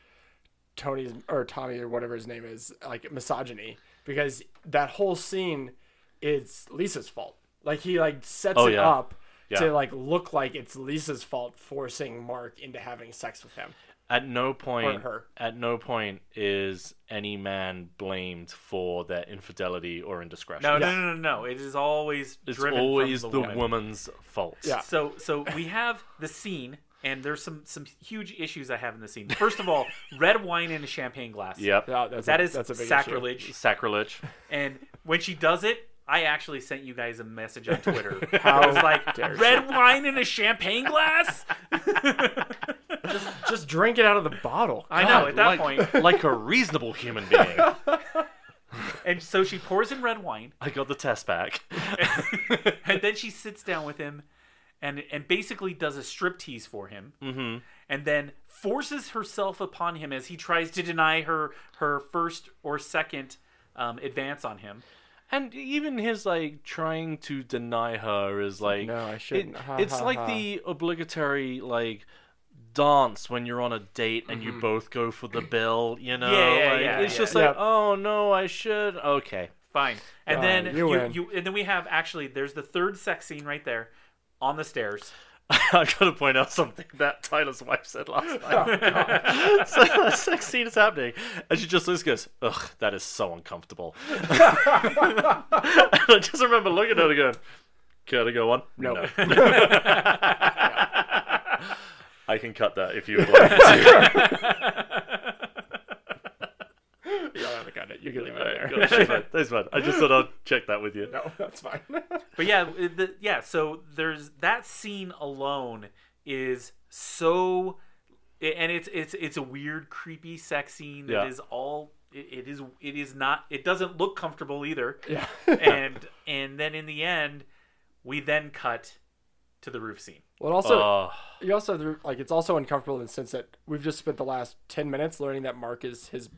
Tony's or Tommy or whatever his name is, like misogyny, because that whole scene it's Lisa's fault. Like he like sets Oh, it yeah. up Yeah. to like look like it's Lisa's fault forcing Mark into having sex with him. At no point, her. at no point is any man blamed for their infidelity or indiscretion. No, no, no, no, no. It is always it's driven always from the, the, woman. woman's fault. Yeah. So, so we have the scene, and there's some some huge issues I have in the scene. First of all, red wine in a champagne glass. Yep. Yeah, that's that a, is that's a big issue. (laughs) sacrilege. Sacrilege. And when she does it, I actually sent you guys a message on (laughs) Twitter. How I was like, dare she. red wine in a champagne glass? Just drink it out of the bottle. I know, God, at that like- point. like a reasonable human being. And so she pours in red wine, I got the test (laughs) back. (laughs) and then she sits down with him and, and basically does a striptease for him. Mm-hmm. And then forces herself upon him as he tries to deny her her first or second um, advance on him. And even his like trying to deny her is like No, I shouldn't. Ha, it's ha, like ha. the obligatory like dance when you're on a date and Mm-hmm. you both go for the bill, you know? yeah, like, yeah, it's yeah. just like, Yep. oh no, I should okay. Fine. And Uh, then you you, win. you and then we have actually there's the third sex scene right there on the stairs. (laughs) I gotta point out something that Tyler's wife said last night. (laughs) so the sex scene is happening, and she just looks and goes, "Ugh, that is so uncomfortable." (laughs) and I just remember looking at her and going, "Care to go on?" No. (laughs) I can cut that if you would like. me to. You don't have to cut it. You can leave it Alright, in good. there. Thanks, man. Thanks, man. I just thought I'd check that with you. (laughs) No, that's fine. (laughs) But yeah, it- the, yeah. So there's that scene alone is so, and it's it's it's a weird, creepy sex scene that Yeah. is all. It, it is it is not. It doesn't look comfortable either. yeah. And and then in the end, we then cut to the roof scene. Well, also, Oh, you also like it's also uncomfortable in the sense that we've just spent the last ten minutes learning that Mark is his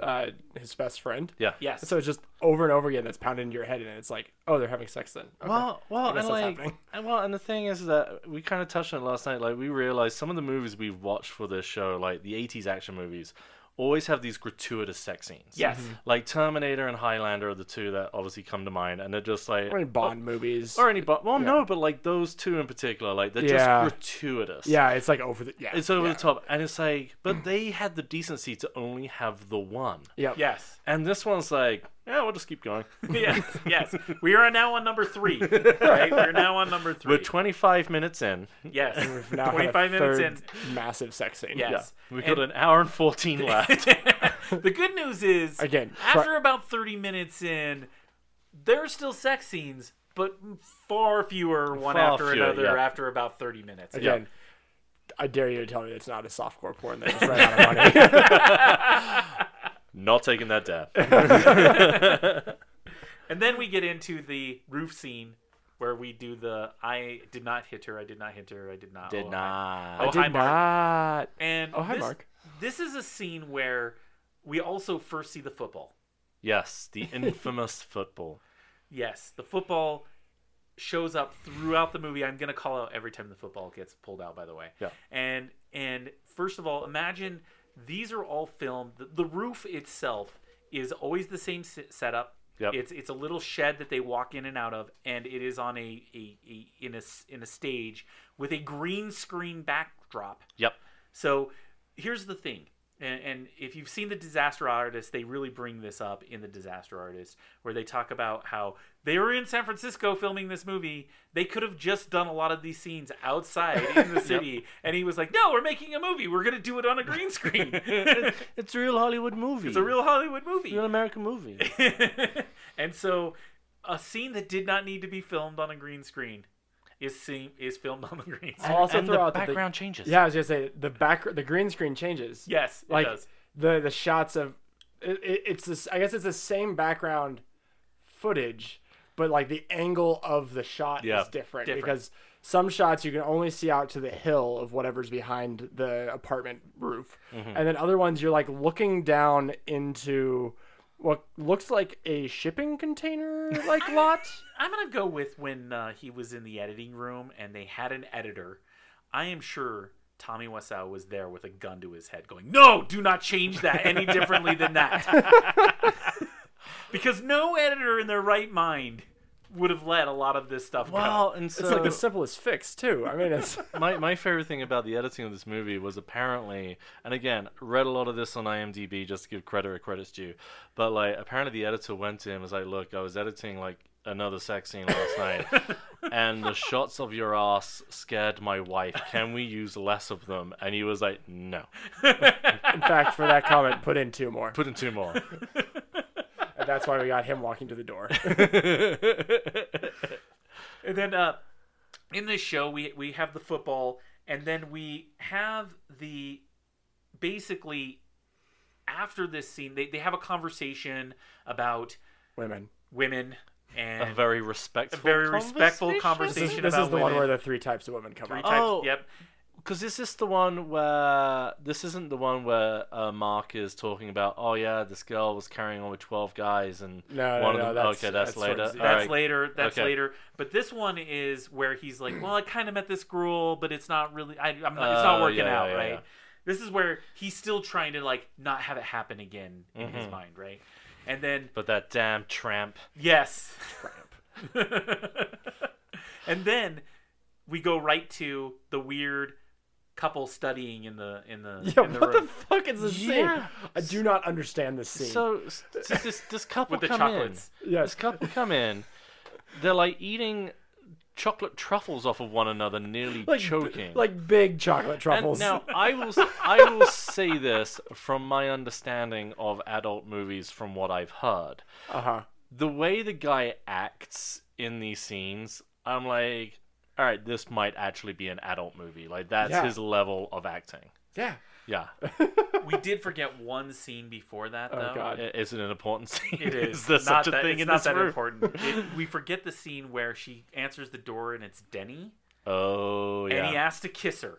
uh, his best friend. yeah. Yes. So it's just over and over again that's pounded into your head, and it's like, oh, they're having sex then. Okay. (laughs) Well, well, guess and that's like, happening. and well, and the thing is that we kind of touched on it last night. Like, we realized some of the movies we've watched for this show, like the '80s action movies, always have these gratuitous sex scenes. Yes. Mm-hmm. Mhm. Like Terminator and Highlander are the two that obviously come to mind, and they're just like, or in Bond movies. or any, but well, no, but like those two in particular, like they're Yeah. just gratuitous. yeah, Mm. it's like over the yeah. It's over yeah. the top, and it's like, but they had the decency to only have the one. Yep. Yes. And this one's like, yeah, we'll just keep (laughs) going. Yes. yes. We are now on number three. Right. We're now on number 3 We're 25 minutes in. yes. We've now had a 25 minutes in. third Massive sex scene. Yes. We've And- got an hour and (laughs) 14 left. (laughs) the good news is Again, try- after about 30 minutes in there are still sex scenes but far fewer one Far after fewer, another yeah. after about 30 minutes Yeah. Again, I dare you to tell me it's not a softcore porn. They just ran out of (laughs) money. Not taking that (laughs) dab. and then we get into the roof scene where we do the i did not hit her i did not hit her i did not oh, I-" not. Oh, I did hi, Mark. not. and Oh, hi, this, Mark. this is a scene where we also first see the football Yes, (laughs) the infamous football. yes the football shows up throughout the movie i'm gonna call out every time the football gets pulled out by the way Yeah. and and first of all imagine these are all filmed the, the roof itself is always the same se- setup Yep. it's it's a little shed that they walk in and out of and it is on a, a, a in a s- in a stage with a green screen backdrop Yep. so here's the thing. And, and if you've seen the disaster artist, they really bring this up in the disaster artist, where they talk about how they were in San Francisco filming this movie. They could have just done a lot of these scenes outside in the city. And he was like, No, we're making a movie. We're going to do it on a green screen. it's It's a real Hollywood movie. It's a real Hollywood movie. American (laughs) movie. (laughs) and so a scene that did not need to be filmed on a green screen is, seen, is filmed on the green screen. Also and throw the out that they- background changes. Yeah, I was gonna say the back, the green screen changes. Yes, it like does. the the shots of it, it, it's this. I guess it's the same background footage, but like the angle of the shot Yeah. is different, Different. because some shots you can only see out to the hill of whatever's behind the apartment roof, Mm-hmm. and then other ones you're like looking down into what looks like a shipping container (laughs) like lot. I'm gonna go with when uh, he was in the editing room and they had an editor. I am sure Tommy Wiseau was there with a gun to his head, going, "No, do not change that any (laughs) differently than that," because no editor in their right mind would have let a lot of this stuff Well, go. and so It's (laughs) like the simplest fix too. I mean, it's my, my favorite thing about the editing of this movie was apparently, and again, read a lot of this on IMDb just to give credit where credit's due, but like apparently the editor went to him and was like, "Look, I was editing like another sex scene last (laughs) night, and the shots of your ass scared my wife. Can we use less of them?" And he was like, "No, in fact for that comment, put in two (laughs) more. put in two more." And that's why we got him walking to the door. (laughs) And then uh, in this show, we we have the football, and then we have the basically after this scene, they, they have a conversation about Women. women (laughs) A and very respectful, very respectful This is, conversation this about is the women. one where the three types of women come Three out. (laughs) types. Oh. Yep. Because is this the one where this isn't the one where uh, Mark is talking about? Oh yeah, this girl was carrying on with twelve guys, and No, no, one no, of them. that's- okay, that's, that's later. towards the- All That's right. later. That's Okay. later. But this one is where he's like, "Well, I kind of met this girl, but it's not really. I, I'm not. it's not Oh, working yeah, out, yeah, right?" yeah. This is where he's still trying to like not have it happen again in Mm-hmm. his mind, right? And then But that damn tramp. yes, (laughs) and then we go right to the weird couple studying in the in the Yeah, in the what room the fuck is this Yeah. scene? I do not understand this scene. So s- s- this (laughs) this couple with the come chocolates. in. This couple come in. They're like eating chocolate truffles off of one another, nearly like, choking. Like big chocolate And truffles. (laughs) now I will (laughs) s- I will say this from my understanding of adult movies, from what I've heard. Uh huh. the way the guy acts in these scenes, I'm like, all right, this might actually be an adult movie. Like that's Yeah. his level of acting. Yeah. Yeah, We did forget one scene before that, Oh, though. I- God. is it an important scene? (laughs) It is. there not such a that, thing it's in not this that room? important. It- we forget the scene where she answers the door and it's Denny, Oh yeah. and he asks to kiss her,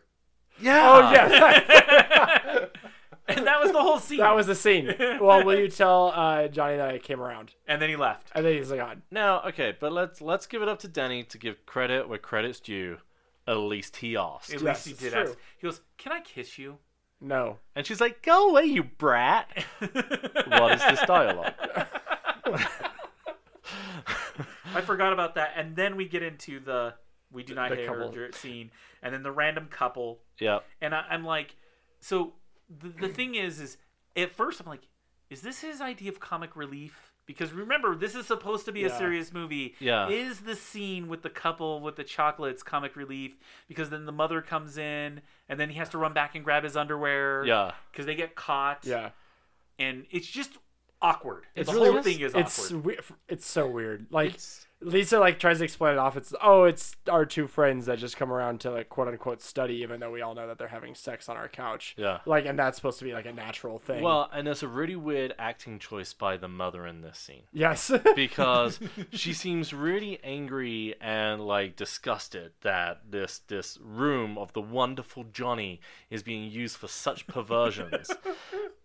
yeah. Oh, yeah. (laughs) and that was the whole scene. that was the (laughs) scene. Well, will you tell uh, Johnny that I came around? and then he left. And then he's like, on. Now, okay, but let's let's give it up to Denny to give credit where credit's due. At least he asked. At Yes, least he it's did true. ask. He goes, "Can I kiss you?" (laughs) No. And she's like, "Go away, you brat." what is this dialogue? I forgot about that. And then we get into the we do not the hate couple. her scene, and then the random couple Yep. and I, I'm like, so the, the thing is, is at first I'm like, is this his idea of comic relief? Because remember, this is supposed to be a Yeah. serious movie. Yeah. Is the scene with the couple with the chocolates comic relief? Because then the mother comes in, and then he has to run back and grab his underwear. Yeah. Because they get caught. Yeah. And it's just awkward. It's the really- whole thing is It's awkward. we- it's so weird. Like It's- Lisa like tries to explain it off. It's oh, it's our two friends that just come around to like quote unquote study, even though we all know that they're having sex on our couch. Yeah. Like, and that's supposed to be like a natural thing. Well, and there's a really weird acting choice by the mother in this scene. yes. because she seems really angry and like disgusted that this this room of the wonderful Johnny is being used for such perversions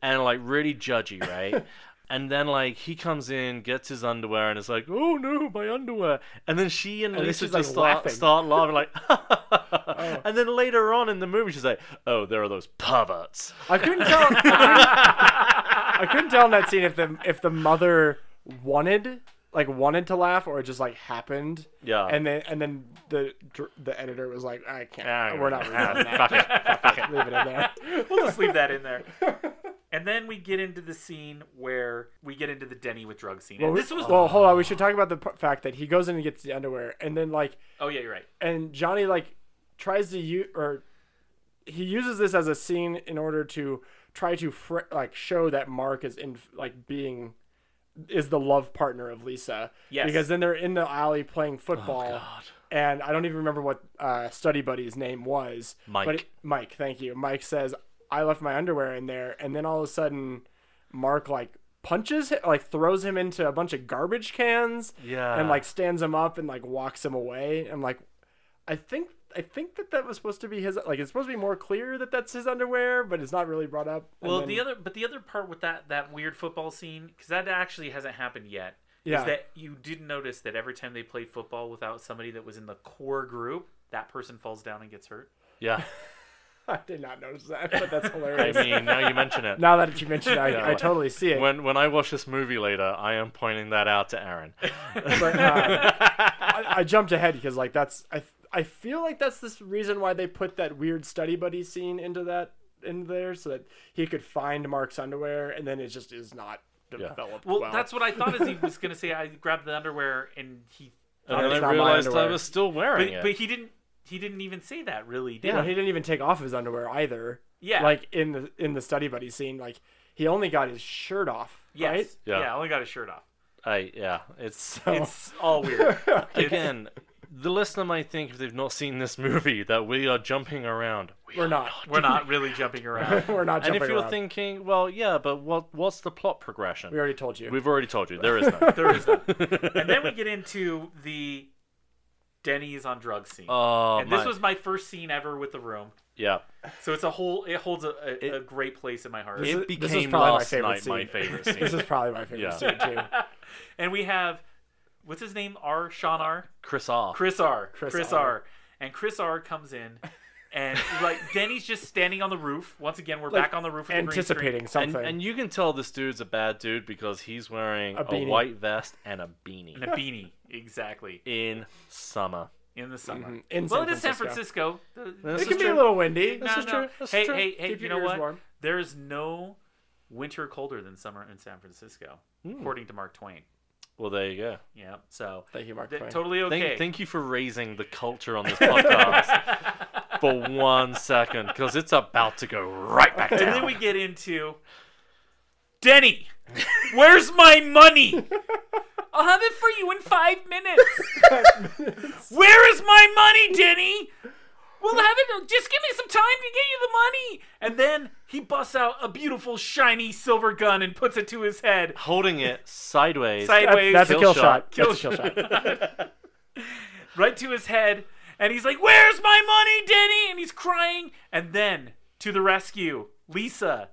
and like really judgy, right? And then like he comes in, gets his underwear, and is like, "Oh no, my underwear!" And then she and, then Lisa she's, just like, start laughing. Oh. start laughing, (laughs) like. (laughs) And then later on in the movie, she's like, "Oh, there are those perverts." I couldn't tell. I couldn't, I couldn't tell in that scene if the if the mother wanted like wanted to laugh or it just like happened. Yeah. And then and then the dr- the editor was like, I can't. we're not Ah, reading fuck it. (laughs) that. Leave it in there. we'll just leave that in there. And then we get into the scene where we get into the Denny with drug scene. And Well, this was well, hold on. We should talk about the p- fact that he goes in and gets the underwear, and then like, oh yeah, you're right. and Johnny like tries to use or he uses this as a scene in order to try to fr- like show that Mark is in like being is the love partner of Lisa. Yes. Because then they're in the alley playing football. Oh, And I don't even remember what uh, study buddy's name was. Mike. But it- Mike, thank you. Mike says, "I left my underwear in there," and then all of a sudden, Mark like punches, hi- like throws him into a bunch of garbage cans. Yeah. And like stands him up and like walks him away. I'm like, I think I think that that was supposed to be his. Like it's supposed to be more clear that that's his underwear, but it's not really brought up. And Well, then- the other, but the other part with that that weird football scene, because that actually hasn't happened yet, Yeah. is that you did notice that every time they played football without somebody that was in the core group, that person falls down and gets hurt. Yeah. (laughs) I did not notice that, but (laughs) that's I hilarious. mean, now you mention (laughs) it. now that you mentioned it, I, Yeah, I like- totally see it. When when I watch this movie later, I am pointing that out to (laughs) Aaron. but (laughs) uh, I, I jumped ahead because like that's I I feel like that's this reason why they put that weird study buddy scene into that in there so that he could find Mark's underwear and then it just is not developed. Well, that's what I thought as he was gonna say. I grabbed the underwear and he, And it's then I not my realized I underwear. was still wearing but, it. but he didn't. He didn't even say that, really. Did yeah. he? he didn't even take off his underwear either. Yeah. Like in the in the study buddy scene, like he only got his shirt off. Yes. Right? Oh. Yeah. Yeah. I only got his shirt off. I, yeah, it's (laughs) It's (laughs) all weird. again. The listener might think if they've not seen this movie that we are jumping around. We We're are (laughs) not. We're not really jumping around. We're not And jumping if you're around. thinking, well, yeah, but what what's the plot progression? we already told you. We've already told you (laughs) there is none. There is none. (laughs) And then we get into the Denny's on drugs scene. Oh, and this my- was my first scene ever with the room. yeah. So it's a whole. It holds a, a, a great place in my heart. It is- this is became probably my last favorite night my scene. favorite (laughs) this scene. is probably my favorite Yeah. scene (laughs) too. and we have what's his name? R. Sean R. Chris R. Chris R. Chris Chris, R. R. And Chris R. comes in, and like Denny's just standing on the roof. Once again, we're Like, back on the roof. With Anticipating and, something. and you can tell this dude's a bad dude because he's wearing A a, beanie. white vest and a beanie the green screen. and a beanie, exactly in summer. in the summer. Mhm. In well, San it is San Francisco. Francisco. This it is can be a true. little windy. No, no. hey, hey, hey, Keep your you know ears what? warm. There is no winter colder than summer in San Francisco, according to Mark Twain. Well, there you go. Yeah, so Hmm. Thank you, Mark th- Twain. totally okay. Thank, thank you for raising the culture (laughs) on this podcast for one second because it's about to go right back And then down. we get into Denny. Where's (laughs) my money? I'll have it for you in five minutes. Where is my money, Denny? We'll have it. Just give me some time to get you the money. And then he busts out a beautiful, shiny silver gun and puts it to his head. Holding it sideways. That- Sideways. that's a Kill kill shot. shot. Kill That's a kill shot. (laughs) right to his head, and he's like, "Where's my money, Denny?" And he's crying. And then to the rescue, Lisa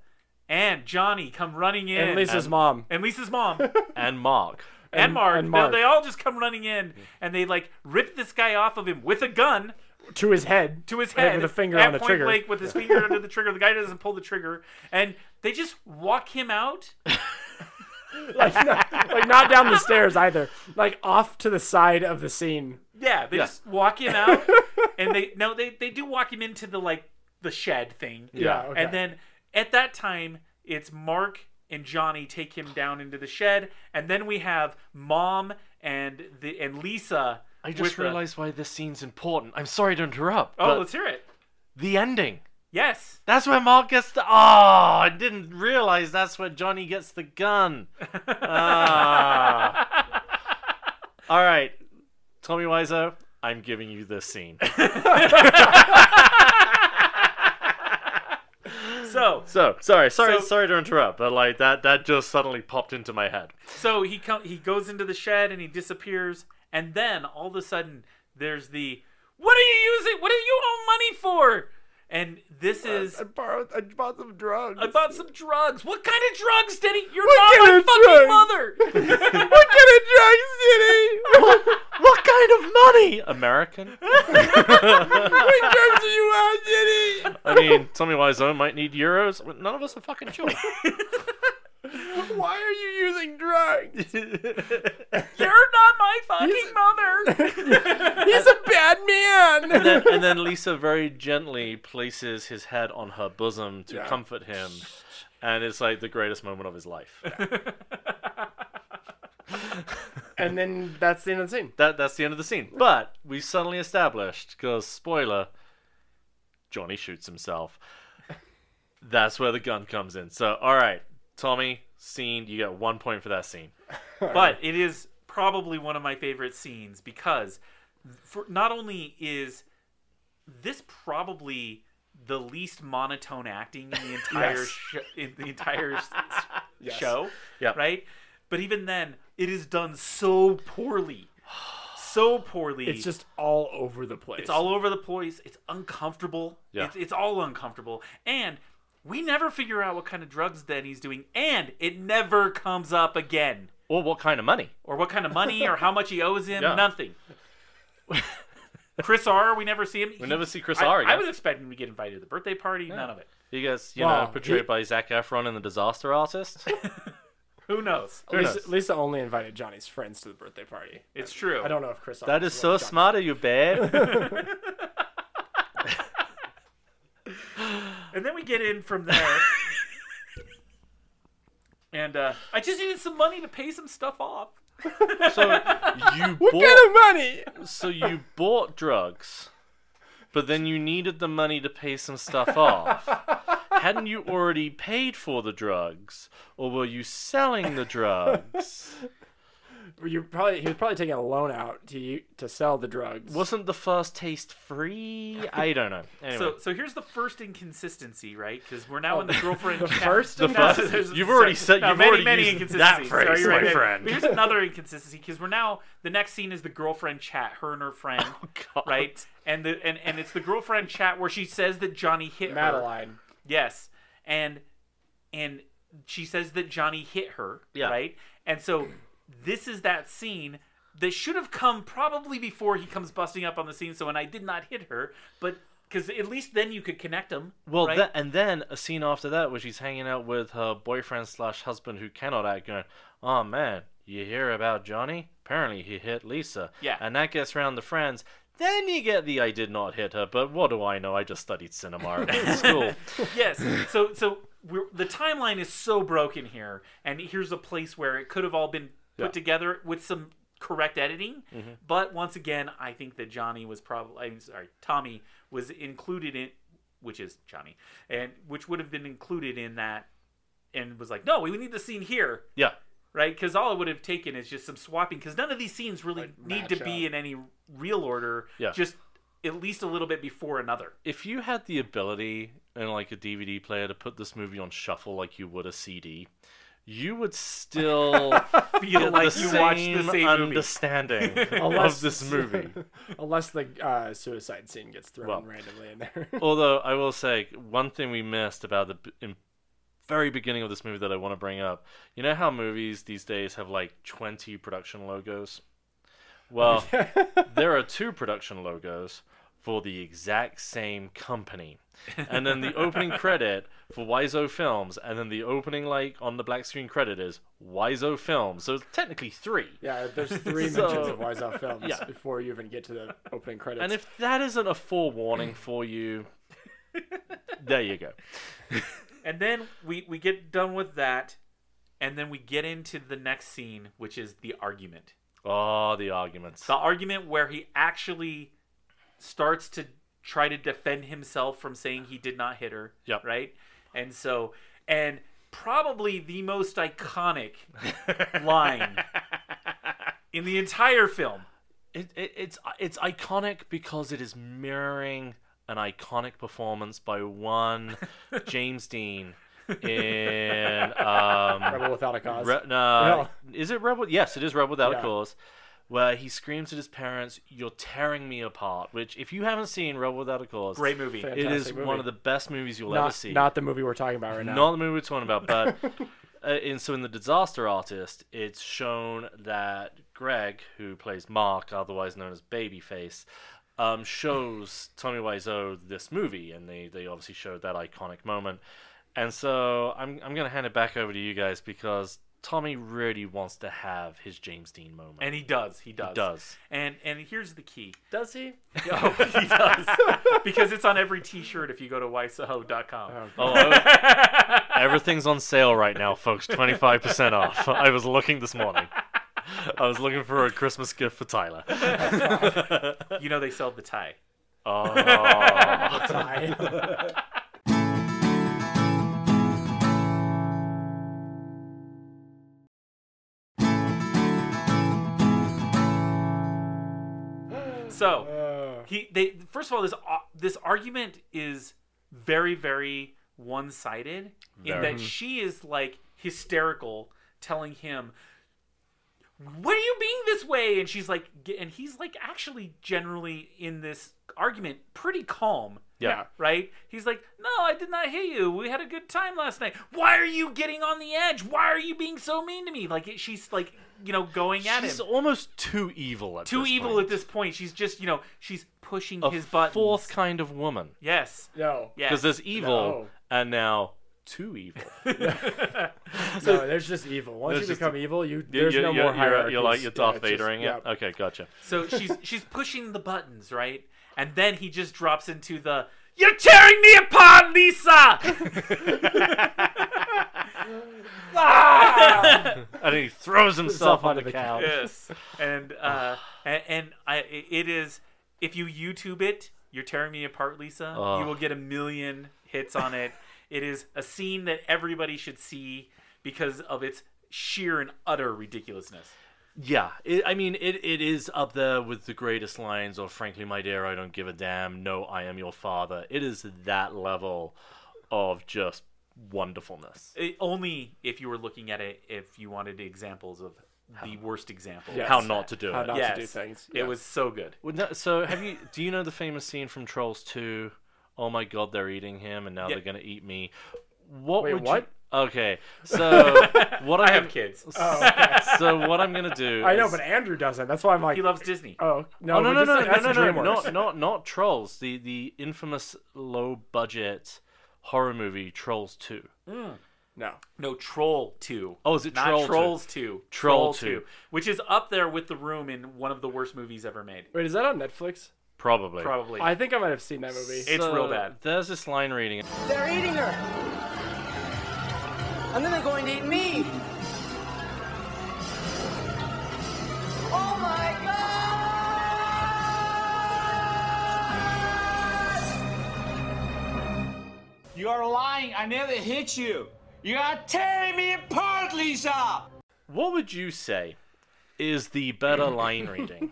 and Johnny come running in, And (laughs) Lisa's mom. and Lisa's (laughs) mom and, and Mark. Mark. and They- Mark. They, all just come running in, and they like rip this guy off of him with a gun To his head. to his Right, head With a finger at on the point trigger. blank with his finger under the trigger. The guy doesn't pull the trigger, and they just walk him out. like, not, like, not (laughs) down the stairs either. Like off to the side of the scene. Yeah, they Yeah. just walk (laughs) him out, and they no, they they do walk him into the like the shed thing. Yeah. okay. And then at that time, it's Mark and Johnny take him down into the shed, and then we have Mom and the and Lisa. I with just the- realized why this scene's important. I'm sorry to interrupt. oh, but let's hear it. the ending. Yes, That's where Mark gets the. Oh, I didn't realize that's where Johnny gets the gun. Ah. All right, Tommy Wiseau, I'm giving you this scene. so So sorry, sorry, So- sorry to interrupt, but like that, that just suddenly popped into my head. so he come he goes into the shed and he disappears, and then all of a sudden there's the what are you using? What are you owe money for? And this is I borrowed. I bought some drugs. I bought some drugs. What kind of drugs, Denny? You're kind not of my (laughs) fucking mother. what kind of drugs, Jenny? What kind of money, American? what drugs are you on, Jenny? I mean, Tommy Wiseau might need euros. but None of us are fucking (laughs) sure. Why are you using drugs? You're not my (laughs) fucking mother. He's a bad (laughs) man. and, then, and then Lisa very gently places his head on her bosom to Yeah. comfort him, and it's like the greatest moment of his life. and then that's the end of the scene. That that's the end of the scene. But we suddenly established because spoiler, Johnny shoots himself. That's where the gun comes in. So all right, Tommy, scene. You get one point for that scene. but it is probably one of my favorite scenes because for, not only is this probably the least monotone acting in the entire Yes. sh- in the entire s- Yes. show, Yep. right? But even then, it is done so (sighs) poorly, so poorly. It's just all over the place. It's all over the place. It's uncomfortable. Yeah. It's, it's all uncomfortable. And we never figure out what kind of drugs Denny's doing, and it never comes up again. Or what kind of money? (laughs) Or what kind of money, or how much he owes him. Yeah. Nothing. (laughs) Chris R, we never see him. We never see Chris I- R I again. was expecting to get invited to the birthday party. None of it. He gets, you Well, know, portrayed he- by Zach Efron in The Disaster (laughs) Artist. Who knows? Who Lisa, knows? Lisa only invited Johnny's friends to the birthday party. It's true. I don't know if Chris. that is so smart of you, (laughs) babe. And then we get in (laughs) from there. and uh, I just needed some money to pay some stuff off. so you bought, money. (laughs) so you bought drugs, but then you needed the money to pay some stuff off. Hadn't you already paid for the drugs, or were you selling the drugs? You probably he was probably taking a loan out to you, to sell the drugs. Wasn't the first taste free? I don't know. Anyway. Oh. So, so here's the first inconsistency, right? Because we're now in the girlfriend. The (laughs) first The No, first, you've already said you've many, already many used that inconsistencies. phrase, Sorry, right, my right. friend. But here's another inconsistency because we're now the next scene is the girlfriend chat, her and (laughs) her friend, Oh, God. right? And the and, and it's the girlfriend chat where she says that Johnny hit her. Madeline. Yes, and and she says that Johnny hit her, Yeah. right? And so this is that scene that should have come probably before he comes busting up on the scene. So when I did not hit her, but because at least then you could connect them. Well, right? tha- and then a scene after that where she's hanging out with her boyfriend slash husband who cannot act, going, "Oh man, you hear about Johnny? Apparently he hit Lisa." Yeah. and that gets round the friends. Then you get the "I did not hit her," but what do I know? I just studied cinema in (laughs) school. yes. So so we're, the timeline is so broken here, and here's a place where it could have all been put Yeah. Mm-hmm. together with some correct editing. But once again, I think that Johnny was probably I'm sorry, Tommy was included in, which is Johnny, and which would have been included in that, and was like, no, we need the scene here. Yeah, Right, because all it would have taken is just some swapping. Because none of these scenes really Like, need match to be up. in any real order. Yeah. just at least a little bit before (laughs) another. if you had the ability in like a DVD player to put this movie on shuffle like you would a CD, you (laughs) would still Feel get like the you same watched the same movie. (laughs) understanding (laughs) Unless- of this movie. (laughs) Unless the uh, suicide scene gets thrown Well. randomly in there. (laughs) Although I will say one thing we missed about the b- in very beginning of this movie that I want to bring up. You know how movies these days have like 20 production logos? Well, there are two production logos for the exact same company. And then the opening credit for Wiseau Films and then the opening like on the black screen credit is Wiseau Films. So it's technically 3. yeah, (laughs) there's three So- mentions of Wiseau films Yeah. before you even get to the opening credits. And if that isn't a forewarning for you, there you go. And then we we get done with that, and then we get into the next scene, which is the argument. Oh, the arguments. The argument where he actually starts to try to defend himself from saying he did not hit her. Yep. Right. And so and probably the (laughs) most iconic line in the entire film. it, it, it's it's iconic because it is mirroring an iconic performance by (laughs) one James Dean in um, Rebel Without a Cause. Re- no, No. is it Rebel? Yes, it is Rebel Without a Yeah. Cause, where he screams at his parents, "You're tearing me apart." Which, if you haven't seen Rebel Without a Cause, Great movie. Fair. it is Fantastic movie. one of the best movies you'll ever not, see. not the movie we're talking about right now. Not the movie we're talking about, (laughs) but uh, in so in the Disaster Artist, it's shown that Greg, who plays Mark, otherwise known as Babyface, um, shows Tommy Wiseau this movie, and they they obviously showed that iconic moment. And so I'm I'm gonna hand it back over to you guys because Tommy really wants to have his James Dean moment. And he (laughs) does. He does. he does. And and here's the key. Does (laughs) he? Oh, (laughs) he does. because it's on every t-shirt if you go to ysoho.com. Oh, I- everything's on sale right now, folks. Twenty five percent off. I was looking this morning. I was looking for a Christmas gift for (laughs) Tyler. You know they sell the tie. Oh, Tie. So, Oh. he they first of all this ar- this argument is very very one-sided in Very. that she is like hysterical telling him what are you being this way and she's like g- and he's like actually generally in this argument pretty calm Yeah. right? He's like, No, I did not hit you. We had a good time last night. Why are you getting on the edge? Why are you being so mean to me? Like, it, she's like, you know, going at She's him. almost too evil at Too this evil point. at this point. She's just, you know, she's pushing A his buttons. fourth kind of woman. Yes. (laughs) No. Yes. Because there's evil No. and now too (laughs) evil. No, there's just evil. Once There's you just- become evil, you there's you're, no you're, more you're, hierarchy. you're like you're Darth Vadering it. Okay, gotcha. So she's she's pushing the buttons, right? And then he just drops into the "You're tearing me (laughs) apart, Lisa." Ah! And he throws himself on the couch. yes. And uh, Ah. and, and I it is if you YouTube it, "You're tearing me apart, Lisa," Oh. you will get a million hits on it. it is a scene that everybody should see because of its sheer and utter ridiculousness. Yeah, it, I mean, it, it is up there with the greatest lines, or frankly, my dear, I don't give a damn. No, I am your father. It is that level of just wonderfulness. It, only if you were looking at it, if you wanted examples of the worst examples. Yeah. How not to do How it. not Yes. to do things. It Yeah. was so good. Well, no, so, have you? Do you know the famous scene from Trolls Two? Oh my God, they're eating him, and now Yeah. they're gonna eat me. What Wait, would what? you? (laughs) Okay, so what I I'm- have kids. Oh, (laughs) okay. So what I'm gonna do? I know, is- but Andrew doesn't. That's why I'm like. He loves Disney. oh no, Oh no we no just no said no that's no in no DreamWorks. not not not Trolls the the infamous low budget horror movie Trolls Two. no. No, Troll 2. Oh, is it Not Troll 2? Trolls 2. Troll 2. Which is up there with The Room in one of the worst movies ever made. Wait, is that on Netflix? Probably. Probably. I think I might have seen that movie. It's So real bad. There's this line reading. They're eating her. And then they're going to eat me. Oh my You are lying. I never hit you. You are tearing me apart, Lisa. What would you say is the better line (sighs) reading?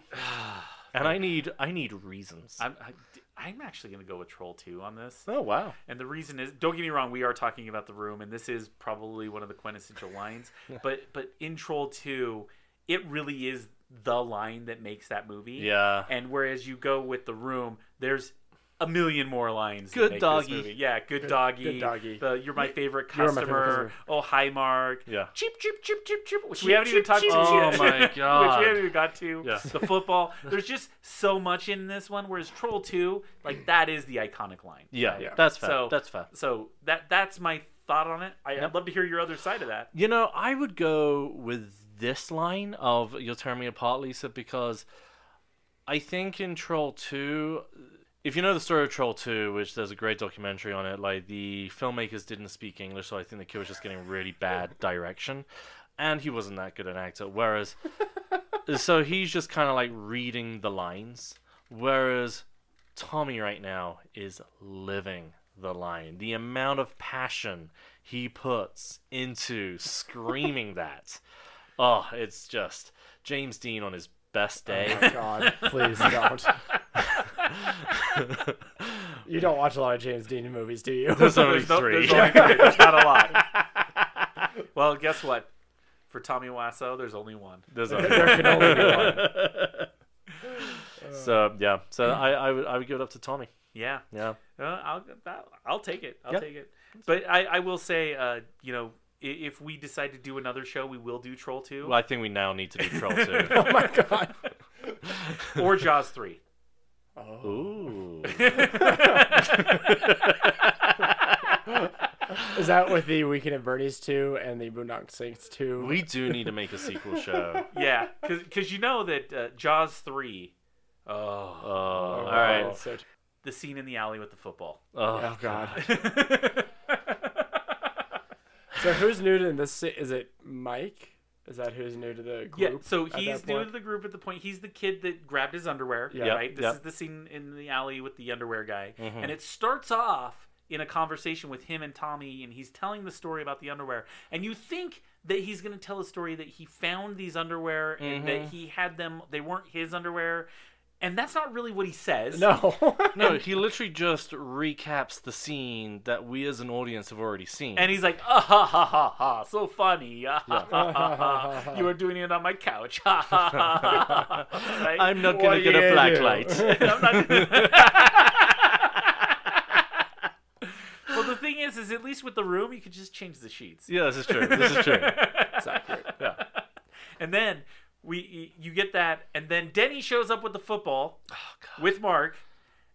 And I need I need reasons. I'm, I, am i am actually going to go with Troll 2 on this. oh wow. And the reason is, don't get me wrong, we are talking about The Room, and this is probably one of the quintessential (laughs) lines. But but in Troll 2, it really is the line that makes that movie. Yeah. And whereas you go with The Room, there's a million more lines. that Good make this doggy. movie. Yeah, good, doggy. good doggy. The, you're my favorite You're my customer. favorite customer. Oh, hi, Mark. Yeah. Cheep, cheep, cheep, cheep, cheep. Which we haven't even talked (laughs) cheep, about cheep. yet. Oh my God. which we haven't even got to. Yeah. The football. There's just so much in this one. Whereas Troll 2, like, that is the iconic line. Yeah, Yeah. that's fair. So- that's fair. So that that's my thought on it. I, I'd love to hear your other side of that. You know, I would go with this line of "You'll tear me apart, Lisa," because I think in Troll Two, if you know the story of Troll Two, which there's a great documentary on it, like the filmmakers didn't speak English, so I think the kid was just getting really bad direction, and he wasn't that good an actor. Whereas, so he's just kind of like reading the lines, whereas Tommy right now is living the line. The amount of passion he puts into screaming that. Oh, it's just James Dean on his best (laughs) day. Oh my (laughs) God, please don't. you don't watch a lot of James Dean movies, do you? (laughs) There's only no- three. there's (laughs) only three. There's not a lot. well, guess what? For Tommy Wiseau, there's only one. There's (laughs) there only- can only be one. (laughs) so yeah, so I, I would I would give it up to Tommy. Yeah, Yeah, Uh, I'll that, I'll take it. I'll Yeah. take it. But I, I will say, uh, you know, i- if we decide to do another show, we will do Troll Two well, I think we now need to do Troll (laughs) Oh my God. or Jaws Three. Two. Oh. Ooh, Is that with the Weekend at Bernie's 2 and the Boondock Saints 2? we do need to make a sequel show. Yeah, because you know that uh, Jaws Three, (laughs) Oh, all oh, right. So, the scene in the alley with (laughs) the football. Oh, oh God. so who's new to this? si- Is it Mike? Is that who's new to the group? Yeah, so at he's that new point? to the group at the point. He's the kid that grabbed his underwear, Yeah. Mm-hmm. Yep, right? This yep. is the scene in the alley with the underwear guy. And it starts off in a conversation with him and Tommy, and he's telling the story about the underwear. And you think that he's going to tell a story that he found these underwear and Mm-hmm. that he had them, they weren't his underwear. And that's not really what he says. (laughs) No. (laughs) No, he literally just recaps the scene that we as an audience have already seen. And he's like, ah, ha, ha, ha, ha, so funny. Ah, ha, ha, ha, ha. You were doing it on (laughs) my couch. (laughs) Ha, ha, ha, ha, ha. Right? I'm not What gonna are (laughs) (laughs) get you a gonna black do? light. I'm not- thing is, is at least with the room, you could just change the sheets. Yeah, this is true. This is true. It's accurate. Yeah. And then we you get that, and then Denny shows up with the football Oh, with Mark,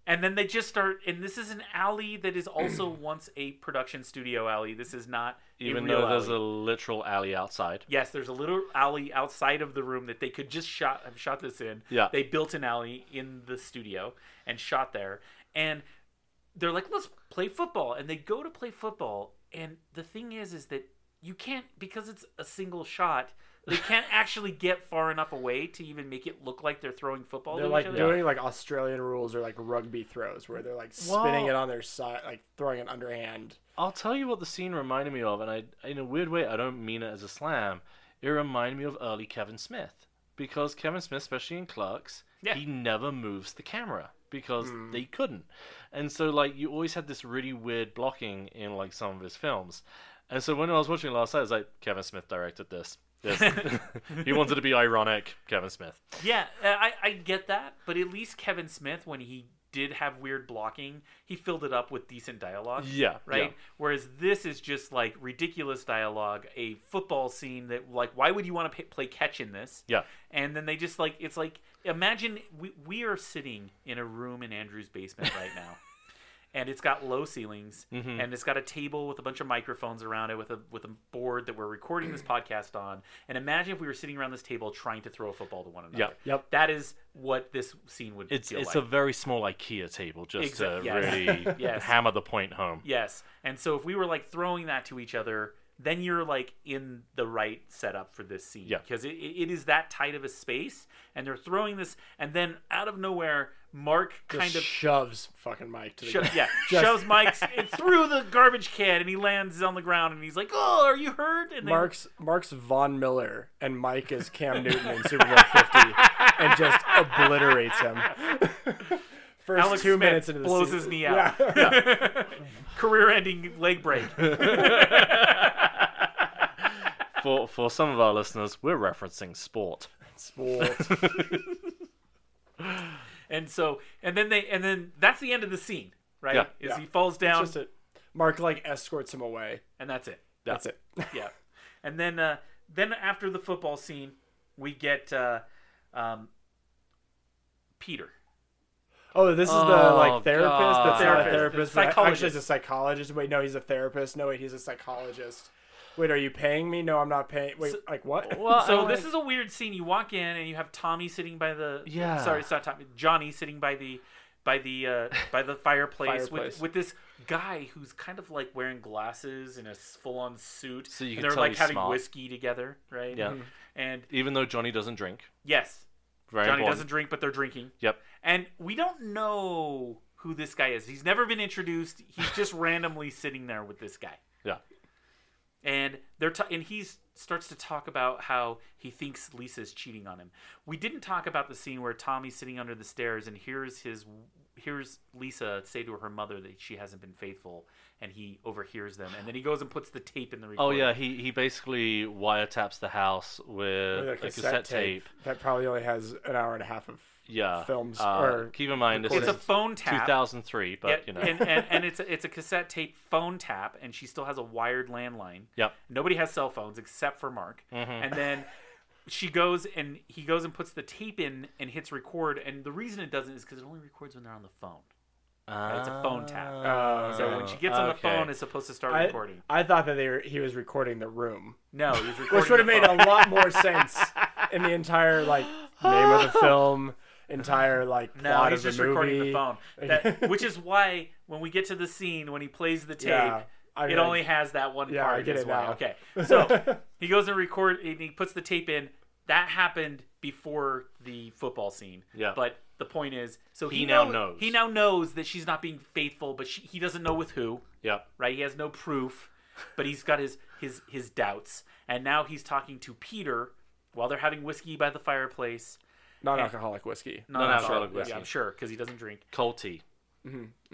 and then they just start. And this is an alley that (clears throat) is also once a production studio alley. This is not (laughs) a Even real though there's alley. a literal alley outside. Yes, there's a little alley outside of the room that they could just shot have shot this in. Yeah. They built an alley in the studio and shot there. And they're like, let's play football. And they go to play football. And the thing is, is that you can't because it's a single shot, they (laughs) can't actually get far enough away to even make it look like they're throwing football They're to like each other. doing like Australian rules or like rugby throws where they're like spinning Well- it on their side, like throwing it underhand. I'll tell you what the scene reminded me of, and I, in a weird way, I don't mean it as a slam. It reminded me of early Kevin Smith because Kevin Smith, especially in Clerks, Yeah. he never moves the camera because they couldn't, and so like you always had this really weird blocking in like some of his films, and so when I was watching it last night, I was like, Kevin Smith directed this. (laughs) This. he wanted to be ironic, Kevin Smith. Yeah, uh, I, I get that, but at least Kevin Smith, when he did have weird blocking, he filled it up with decent dialogue. Yeah, Right? yeah. Whereas this is just like ridiculous dialogue, a football scene that, like, why would you want to p- play catch in this? Yeah. And then they just like, it's like, imagine we, we are sitting in a room in Andrew's basement right now. And it's got low ceilings, Mm-hmm. and it's got a table with a bunch of microphones around it, with a with a board that we're recording this podcast on. And imagine if we were sitting around this table trying to throw a football to one another. Yep. Yep. That is what this scene would It's feel it's a like. very small IKEA table just Exa- to yes. (laughs) really Yes. hammer the point home. yes. And so if we were like throwing that to each other, then you're like in the right setup for this scene Yeah. because it, it is that tight of a space, and they're throwing this, and then out of nowhere, Mark Just kind of shoves fucking Mike to the (laughs) sho- ground. yeah Just- shoves Mike's it through the garbage can, and he lands on the ground, and he's like, "Oh, are you hurt?" And then- Mark's Mark's Von Miller and Mike is Cam Newton in Super Bowl Fifty, and just (laughs) obliterates him. First Alex two Smith minutes into the blows season. his knee out. (laughs) Yeah. career-ending (laughs) leg break. For for some of our listeners, we're referencing sport. Sport. And so, and then they, and then that's the end of the scene, right? Yeah. Is Yeah. he falls down, Just a, Mark like escorts him away. and that's it. That's it. Yeah. And then, uh, then after the football scene, we get uh, um, Peter. Oh, this is the Oh, like therapist. That's not a God. therapist. The but Actually, psychologist. he's a psychologist. Wait, no, he's a therapist. No, wait, he's a psychologist. Wait, are you paying me? No, I'm not paying. Wait, like what? (laughs) (laughs) So Oh this is a weird scene. You walk in and you have Tommy sitting by the. Yeah. Sorry, it's not Tommy. Johnny sitting by the, by the, uh, by the (laughs) fireplace, Fireplace. With, with this guy who's kind of like wearing glasses and a full-on suit. So you and can they're tell like he's having smart. whiskey together, right? Yeah. And even though Johnny doesn't drink. yes, Very Johnny important. doesn't drink, but they're drinking. Yep. And we don't know who this guy is. He's never been introduced. He's just (laughs) randomly sitting there with this guy. Yeah. And they're ta- and he starts to talk about how he thinks Lisa's cheating on him. We didn't talk about the scene where Tommy's sitting under the stairs and hears his hears Lisa say to her mother that she hasn't been faithful and he overhears them and then he goes and puts the tape in the Oh recorder. yeah, he he basically wiretaps the house with, With a cassette tape. that probably only has an hour and a half of Yeah. films Uh, or keep in mind this It's is a phone tap. 2003, but Yeah, you know. and, and, and it's a, it's a cassette tape phone tap, and she still has a wired landline. Yep. Nobody has cell phones except for Mark. Mm-hmm. And then she goes and he goes and puts the tape in and hits record. And the reason it doesn't is because it only records when they're on the phone. it's a phone tap. Ah, So when she gets on the okay. phone, it's supposed to start uh, I, recording. I thought that they were, he was recording the room, No, it was recording. (laughs) which would have the made phone. a lot more sense in the entire like name of (laughs) the film, entire like No, plot he's of just the movie. recording the phone. That, which is why when we get to the scene when he plays the (laughs) tape, Yeah, I it mean, only has that one yeah, part. I get is it why. now. (laughs) Okay, so he goes and record and he puts the tape in. That happened before the football scene. Yeah. but the point is, so he, He now know- knows. He now knows that she's not being faithful, but she, he doesn't know with who Yep. right? He has no proof, but he's got his his his doubts, and now he's talking to Peter while they're having whiskey by the fireplace. non-alcoholic whiskey. Not Non-alcoholic alcoholic, yeah, whiskey. I'm sure because he doesn't drink Colty.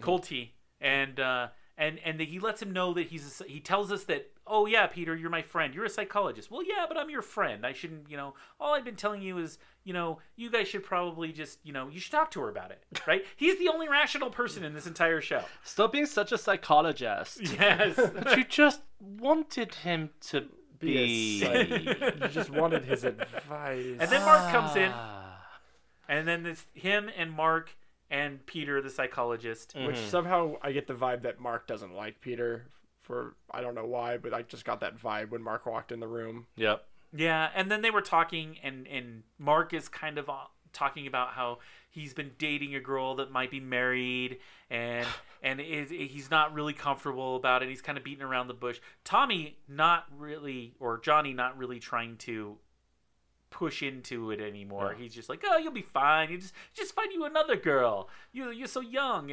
cold tea, and uh, and and he lets him know that he's a, psy- he tells us that oh yeah Peter you're my friend you're a psychologist well yeah but I'm your friend I shouldn't you know all I've been telling you is you know you guys should probably just you know you should talk to her about it right he's the only rational person in this entire show Stop being such a psychologist. yes But (laughs) you just wanted him to Be be. a you just wanted his advice. and then Mark comes in Ah. and then it's him and Mark and Peter the psychologist which somehow I get the vibe that Mark doesn't like Peter for I don't know why, but I just got that vibe when Mark walked in the room. yep. Yeah, and then they were talking, and and Mark is kind of uh, talking about how he's been dating a girl that might be married, (sighs) and and is he's not really comfortable about it. He's kind of beating around the bush. Tommy not really, or Johnny not really trying to push into it anymore. He's just like, oh, you'll be fine. You just just find you another girl. You you're so young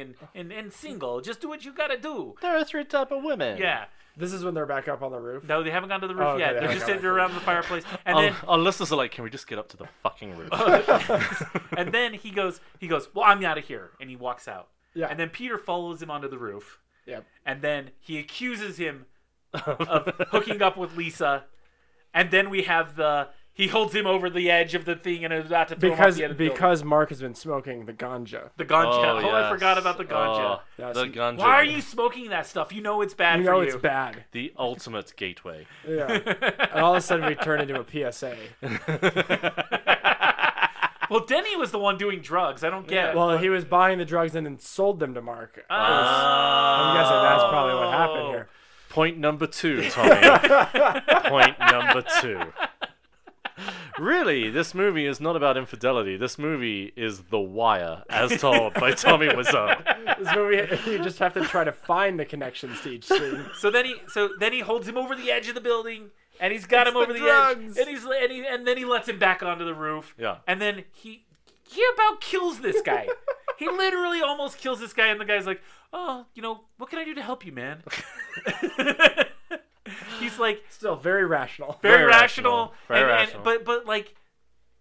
(sighs) and and and single. Just do what you gotta do. There are three type of women. Yeah. This is when they're back up on the roof. No, they haven't gone to the roof Oh, okay, yet. they They're haven't just gone sitting around the fireplace, Um, and Our, then Oh. (laughs) our listeners are like, can we just get up to the fucking (laughs) roof? Oh, and then he goes, he goes, well, I'm out of here, and he walks out. Yeah. And then Peter follows him onto the roof, Yep. and then he (laughs) accuses him of hooking up with Lisa, and then we have the he holds him over the edge of the thing and is about to throw him off Because the end of the building. because Mark has been smoking the ganja. the ganja. Oh, Oh, I yes. forgot about the ganja. Oh, Yes. The ganja. Why are you smoking that stuff? You know it's bad You for know you. it's bad. the ultimate gateway? Yeah. (laughs) and all of a sudden we turn into a PSA. Well, Denny was the one doing drugs. I don't get. it. Well, he was buying the drugs and then sold them to Mark. Oh. Ah. I'm guessing that's probably what happened here. Point number (laughs) two, Tommy. Point number two. Really, this movie is not about infidelity. This movie is The Wire, as told by (laughs) Tommy Wiseau. This movie, (laughs) you just have to try to find the connections to each scene. So then he so then he holds him over the edge of the building and he's got him the over the, drugs. edge and he's and, he, and then he lets him back onto the roof. Yeah. And then he he about kills this (laughs) guy. he literally almost kills this guy and the guy's like, "Oh, you know, what can I do to help you, (laughs) man?" (laughs) he's like Still very rational. very, Very rational, rational. Very and, rational. and but but like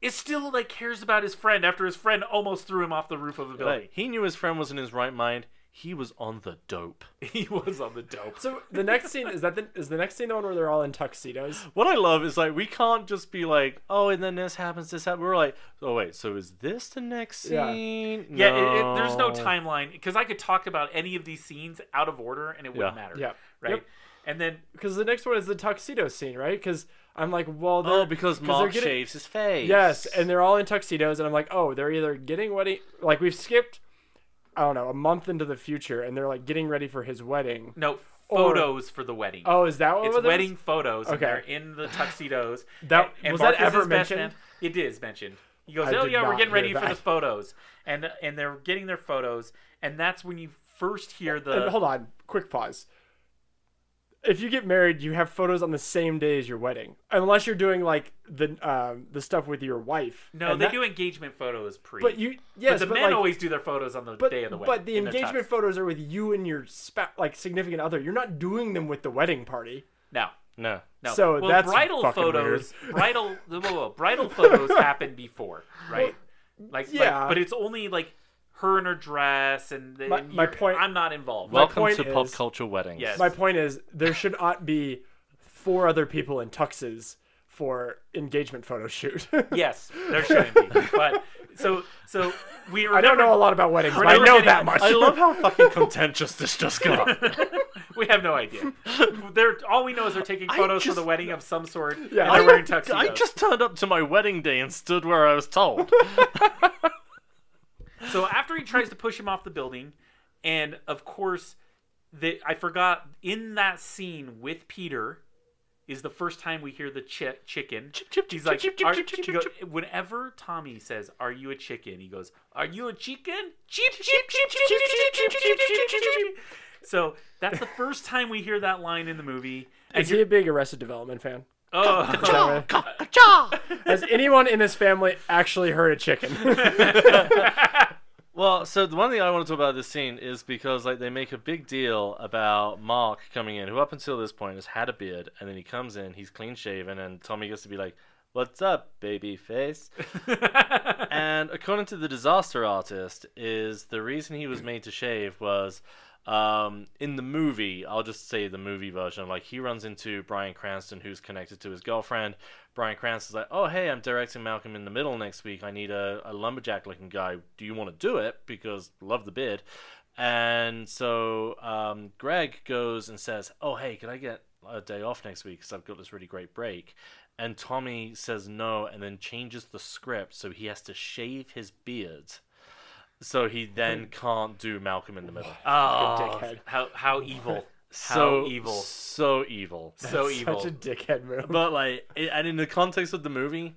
is still like cares about his friend after his friend almost threw him off the roof of a building. Like, he knew his friend was in his right mind. He was on the dope. (laughs) He was on the dope. So the next scene is that the, is the next scene the one where they're all in tuxedos? What I love is like we can't just be like, oh, and then this happens, this happens. We're like, oh wait, so is this the next Yeah. scene? Yeah, it, it, there's no timeline because I could talk about any of these scenes out of order and it wouldn't Yeah. matter. Yeah. Right. Yep. And then Because the next one is the tuxedo scene, right? Because I'm like, well, they're, Oh, because they're Mark getting- shaves his face. Yes, and they're all in tuxedos, and I'm like, oh, they're either getting ready. Like we've skipped, I don't know, a month into the future, and they're like getting ready for his wedding. no photos for the wedding. Oh, is that what it's was it? wedding photos. And Okay. they're in the tuxedos. (laughs) That- and, and was Mark that is ever his best mentioned? man. It is mentioned. He goes, I "Oh did yeah, not we're hear getting ready for the that. photos," and and they're getting their photos, and that's when you first hear the. And hold on, quick pause. If you get married, you have photos on the same day as your wedding, unless you're doing like the um, the stuff with your wife. No, And they that- do engagement photos pre. But you, yes, the but men like, always do their photos on the but, day of the wedding. but the in their engagement tux. photos are with you and your spa- like significant other. You're not doing them with the wedding party. No. no. No. So well, that's bridal fucking photos. Bridal, whoa, whoa, whoa, bridal (laughs) photos happen before, right? Like, like- yeah. but it's only like her in her dress, and, the, My- and my you're- point- I'm not involved. Well- Welcome point to pop is- culture weddings. (laughs) Yes. My point is, there should not be four other people in tuxes for engagement photo shoot. (laughs) yes, there shouldn't be. But so, so we. (laughs) Remember, I don't know a lot about weddings, but I never know getting- that much. I (laughs) love how fucking contentious this just got. (laughs) We have no idea. They're all we know is they're taking photos just- for the wedding of some sort, and I they're wearing I- tuxedos. I just turned up to my wedding day and stood where I was told. So after he tries to push him off the building, and of course, the, I forgot in that scene with Peter is the first time we hear the chi- chicken. Chip, chip, He's chip, like, chip, chip, "Are- chip, chip, he goes- chip." whenever Tommy says, "Are you a chicken?" he goes, "Are you a chicken?" Chip, chip, chip, chip, chip, chip, chip, chip, chip, chip, chip. So that's the first time we hear that line in the (laughs) movie. And Is he a big Arrested Development fan? oh, Has anyone in this family actually heard of chicken? Well, so the one thing I want to talk about this scene is because like they make a big deal about Mark coming in, who up until this point has had a beard, and then he comes in, he's clean shaven, and Tommy gets to be like, "What's up, baby face?" and according to the disaster artist, is the reason he was made to shave was Um, in the movie, I'll just say the movie version. Like he runs into Brian Cranston, who's connected to his girlfriend. Brian Cranston's like, "Oh, hey, I'm directing Malcolm in the Middle next week. I need a, a lumberjack-looking guy. Do you want to do it? Because love the beard." And so um, Greg goes and says, "Oh, hey, can I get a day off next week? Because I've got this really great break." And Tommy says no, and then changes the script so he has to shave his beard. So he then can't do Malcolm in the Middle. Oh, dickhead. how how evil. How so evil. so evil. So evil. (laughs) Such a dickhead move. But like, i and in the context of the movie,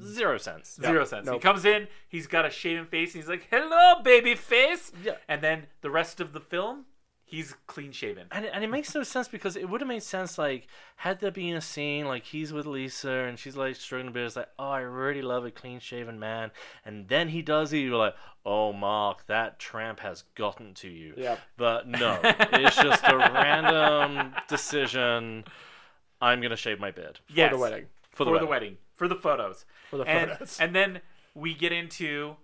zero sense. Zero sense. He nope. comes in, he's got a shaven face, and he's like, "Hello, baby face." Yeah. And then the rest of the film, he's clean shaven. And it, and it makes no sense because it would have made sense like had there been a scene like he's with Lisa and she's like struggling a bit. It's like, oh, I really love a clean shaven man, and then he does it. You're like, oh, Mark, that tramp has gotten to you. Yep. But no, it's just (laughs) a random decision. I'm gonna shave my beard Yes. For the wedding. For, the the wedding. For the photos. For the and, photos. And then we get into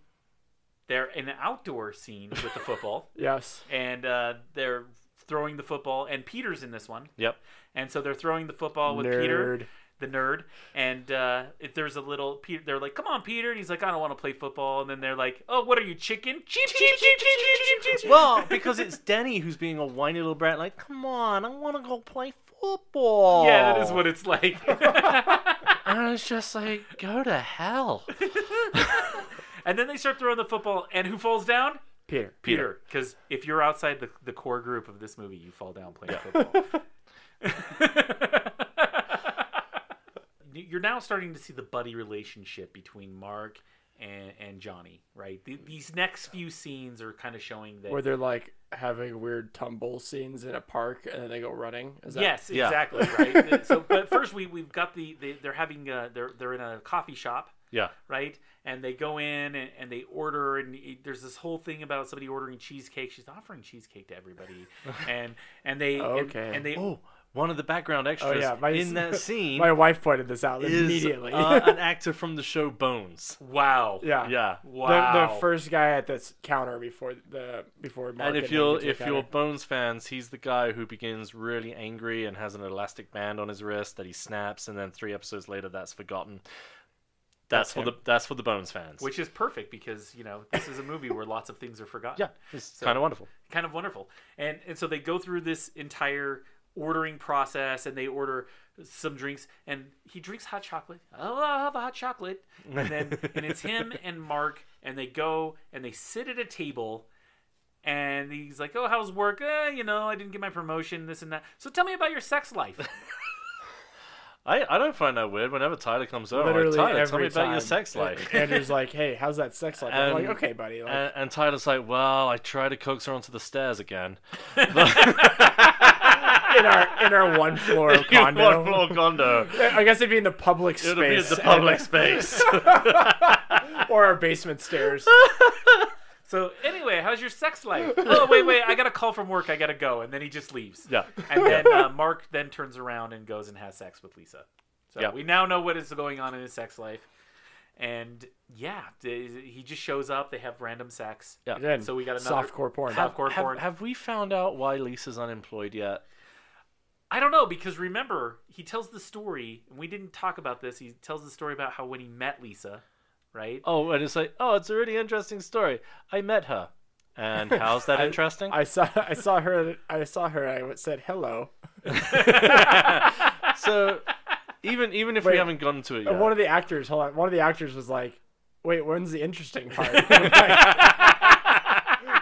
they're in an outdoor scene with the football, (laughs) Yes. and uh, they're throwing the football, and Peter's in this one. Yep. And so they're throwing the football with Peter, Nerd. the nerd, and uh, if there's a little Peter, they're like, "Come on, Peter," and he's like, "I don't want to play football." And then they're like, "Oh, what are you, chicken?" Cheep, cheep, cheep, cheep, cheep, cheep, cheep, cheep. Well, because it's Denny who's being a whiny little brat, like, come on, I want to go play football. yeah, that is what it's like. (laughs) And it's just like, go to (laughs) hell. and then they start throwing the football, and who falls down? Peter. Peter, because if you're outside the, the core group of this movie, you fall down playing football. you're now starting to see the buddy relationship between Mark and, and Johnny, right? The, these next few scenes are kind of showing that. Where they're like having weird tumble scenes in a park and then they go running. Is that yes, Yeah. exactly, right. so, but first we we've got the, the they're having uh they're they're in a coffee shop. Yeah. right? And they go in and, and they order, and it- there's this whole thing about somebody ordering cheesecake. She's offering cheesecake to everybody, and and they and- Okay. and, they Oh, one of the background extras Oh, yeah, my- in (laughs) that scene My wife pointed this out is immediately. uh, (laughs) an actor from the show Bones. wow (laughs) yeah. Yeah. wow The, the first guy at this counter before the before Mark And if then you're get to the if you're counter. Bones fans, he's the guy who begins really angry and has an elastic band on his wrist that he snaps, and then three episodes later, that's forgotten. That's, for the that's for the Bones fans. which is perfect because you know this is a movie where lots of things are forgotten. yeah, it's kind of wonderful. kind of wonderful. And and so they go through this entire ordering process and they order some drinks and he drinks hot chocolate. Oh, I'll have a hot chocolate. And then and it's him and Mark and they go and they sit at a table and he's like, "Oh, how's work? Eh, you know, I didn't get my promotion, this and that. So tell me about your sex life." I, I don't find that weird. Whenever Tyler comes over, I'm like, literally Tyler, every Oh, tell me about your time. sex life. Andrew's like, "Hey, how's that sex life?" I'm And- like, "Okay, buddy." Like, (laughs) and, and Tyler's like, well, I tried to coax her onto the stairs again. in our in our (laughs) one floor (laughs) condo. One floor (laughs) condo. I guess it'd be in the public space. It'll be in the (laughs) and, (laughs) public space. like, or our basement stairs. So anyway, how's your (laughs) sex life? oh wait, wait, I got a call from work. I gotta go, and then he just leaves. Yeah. And then uh, Mark then turns around and goes and has sex with Lisa. So Yeah. we now know what is going on in his sex life, and yeah, th- he just shows up. They have random sex. Yeah. Again, So we got another softcore porn. Softcore have, porn. have we found out why Lisa's unemployed yet? I don't know because remember he tells the story, and we didn't talk about this. He tells the story about how when he met Lisa, right? Oh, and it's like, oh, it's a really interesting story. I met her. And how's that interesting? (laughs) I saw I saw her I saw her I said hello. so (laughs) even even if we Wait. haven't gotten to it yet. And one of the actors, hold on, one of the actors was like, "Wait, when's the interesting part?" (laughs)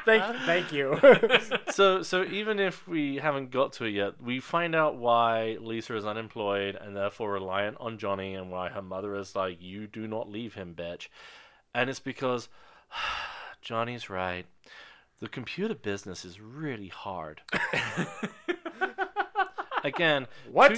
thank thank you. so so even if we haven't got to it yet, we find out why Lisa is unemployed and therefore reliant on Johnny and why her mother is like, You do not leave him, bitch. And it's because (sighs) Johnny's right. The computer business is really (laughs) hard. Again, (laughs) what?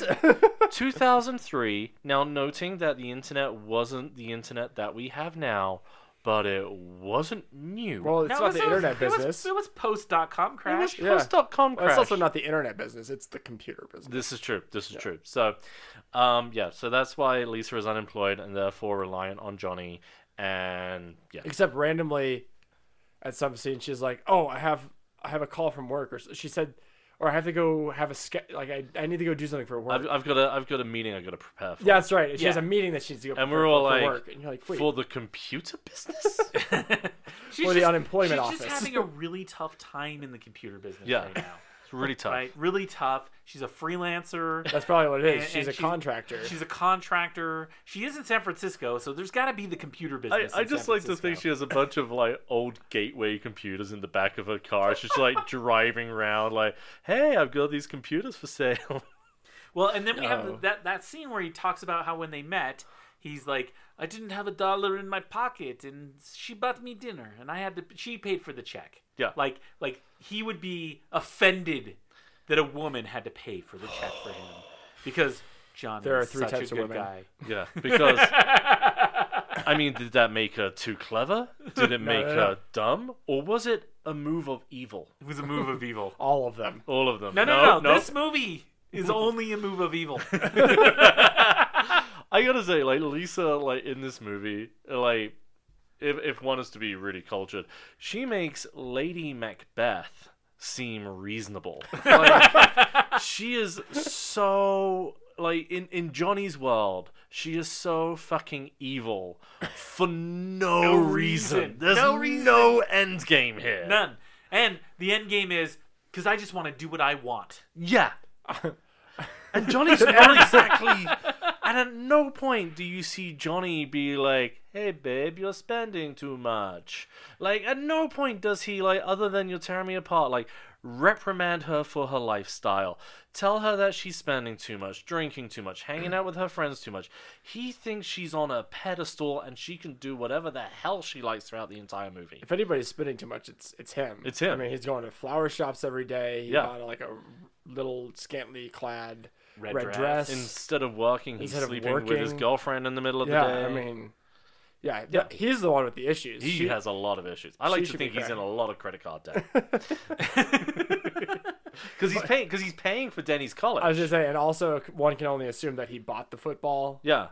two- 2003. Now, noting that the internet wasn't the internet that we have now, but it wasn't new. (laughs) well, it's No, not it the was- internet it was- business. It was, post.com it was crash. yeah. post.com Well, crash. it's also not the internet business. It's the computer business. This is true. This is true. So, um, yeah. So that's why Lisa is unemployed and therefore reliant on Johnny. And yeah, Except randomly, at some scene, she's like, "Oh, I have I have a call from work, or s- she said, or I have to go have a ske- like I, I need to go do something for work. I've, I've got a I've got a meeting I got to prepare for. yeah, that's right. She has Yeah. a meeting that she needs to go. and for- we're all for like, work. and you're like, wait, for the computer (laughs) business. she's Or the unemployment she's office. just having a really tough time in the computer business Yeah. right now. it's really tough. Right, really tough. She's a freelancer. that's probably what it is. and- she's and a contractor. She's a contractor. She is in San Francisco, so there's got to be the computer I, business. I in San just like to think she Francisco. has a bunch of like old gateway computers in the back of her car. She's (laughs) like driving around like, hey, I've got these computers for sale. Well, and then we have Oh. that that scene where he talks about how when they met, he's like, "I didn't have a dollar in my pocket, and she bought me dinner, and I had to. She paid for the check." Yeah. like like he would be offended that a woman had to pay for the check for him because John There is are three such types a of good women. guy. yeah, because I mean, did that make her too clever? Did (laughs) it make no, no. her dumb? Or was it a move of evil? It was a move (laughs) of evil. all of them. All of them. No, no, no. This movie is only a move (laughs) of evil. I gotta say, like Lisa, like in this movie, like if if one is to be really cultured, she makes Lady Macbeth seem reasonable. Like, she is so like in in Johnny's world, she is so fucking evil for no, reason. reason. There's No no, reason. end game here. None. And the end game is because I just want to do what I want. (laughs) Yeah. And Johnny's not exactly. And at no point do you see Johnny be like, "Hey, babe, you're spending too much." Like, at no point does he like, other than you're tearing me apart, like reprimand her for her lifestyle, tell her that she's spending too much, drinking too much, hanging out with her friends too much. He thinks she's on a pedestal and she can do whatever the hell she likes throughout the entire movie. If anybody's spending too much, it's it's him. It's him. I mean, he's going to flower shops every day. He Yeah. bought like a little scantily clad Red red, dress. dress. Instead of working, he's Instead of sleeping with his working. girlfriend in the middle of yeah, the day. I mean, yeah, th- he's the one with the issues. He She- has a lot of issues. I like she to should be think he's in crying. a lot of credit card (laughs) debt. Because he's paying. Because he's paying for Denny's college. I was just saying, and also one can only assume that he bought the football. yeah.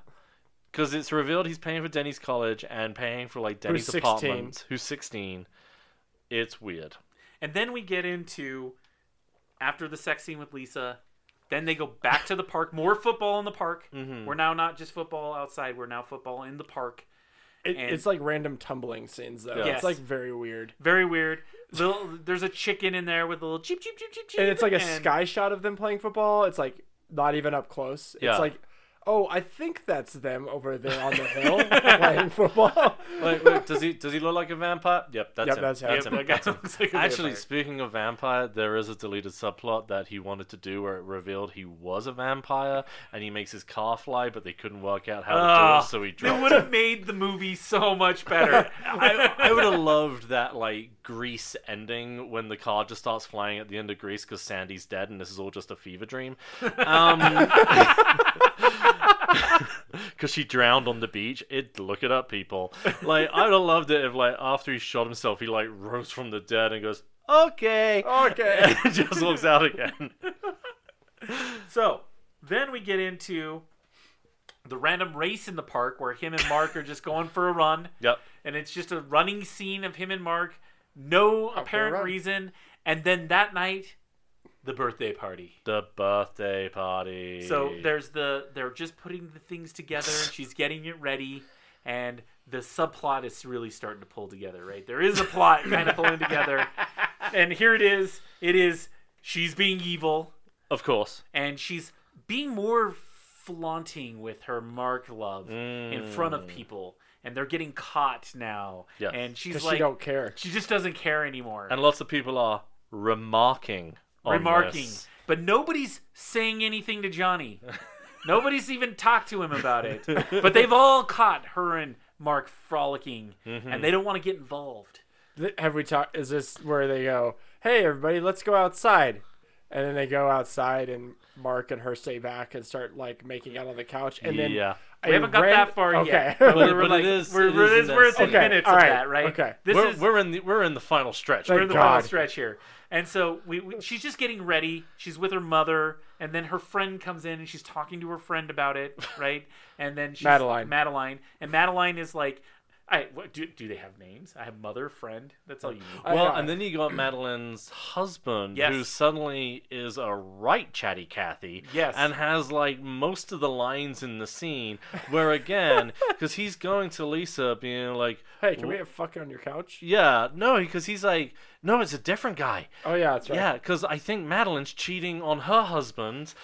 Because it's revealed he's paying for Denny's college and paying for like Denny's 16. apartment. Who's sixteen? It's weird. And then we get into after the sex scene with Lisa. Then they go back to the park. More football in the park. Mm-hmm. We're now not just football outside. We're now football in the park. It, And- it's like random tumbling scenes though. Yes. It's like very weird. Very weird. Little, there's a chicken in there with a little cheep cheep cheep cheep cheep. And it's like a and- sky shot of them playing football. It's like not even up close. Yeah. It's like, oh, I think that's them over there on (laughs) the hill playing football. (laughs) (laughs) Wait, wait, does he does he look like a vampire? Yep, that's Yep, him. that's him. Yep, (laughs) that guy looks like a (laughs) Actually, vampire. speaking of vampire, there is a deleted subplot that he wanted to do where it revealed he was a vampire and he makes his car fly, but they couldn't work out how Ah, to do it, so he they dropped would have made the movie so (laughs) much better. I, I would have loved that like Grease ending when the car just starts flying at the end of Grease because Sandy's dead and this is all just a fever dream. Um, (laughs) because she drowned on the beach. It look it up, people. Like I would have loved it if like after he shot himself, he like rose from the dead and goes, "Okay," (laughs) okay. and just walks out again. So then we get into the random race in the park where him and Mark are just going for a run. Yep. And it's just a running scene of him and Mark, no apparent run. reason. And then that night, the birthday party. The birthday party. So there's the they're just putting the things together and she's getting it ready and the subplot is really starting to pull together, right? There is a plot kind of pulling together. And here it is. It is she's being evil of course. and she's being more flaunting with her mark love in front of people and they're getting caught now Mm. Yes. and she's Because like she don't care. she just doesn't care anymore And lots of people are remarking. on remarking this. but nobody's saying anything (laughs) to johnny nobody's even talked to him about it but they've all caught her and mark frolicking Mm-hmm. and they don't want to get involved Th- Have we talked? Is this where they go? Hey, everybody, let's go outside. And then they go outside, and Mark and her stay back and start like making out on the couch. And then Yeah. a we haven't got ran- that far okay. (laughs) yet but But- we're but like it is- we're, it we're, is in this- we're this. at the Okay, minutes all of right, that right okay. this we're, is we're in the we're in the final stretch. We're in the God. final stretch here. And so we, we she's just getting ready. She's with her mother, and then her friend comes in and she's (laughs) talking to her friend about it, right? And then she's, Madeline. Madeline, and Madeline is like, I what, do. Do they have names? I have mother, friend. That's all you need. Well, got and then (clears throat) you got Madeline's husband, who Yes. suddenly is a right chatty Cathy. Yes. And has like most of the lines in the scene where, (laughs) again, because he's going to Lisa being like, Hey, can we "Wh- have fuck on your couch? Yeah, no, because he's like, No, it's a different guy. Oh yeah, that's right. Yeah, because I think Madeline's cheating on her (laughs) husband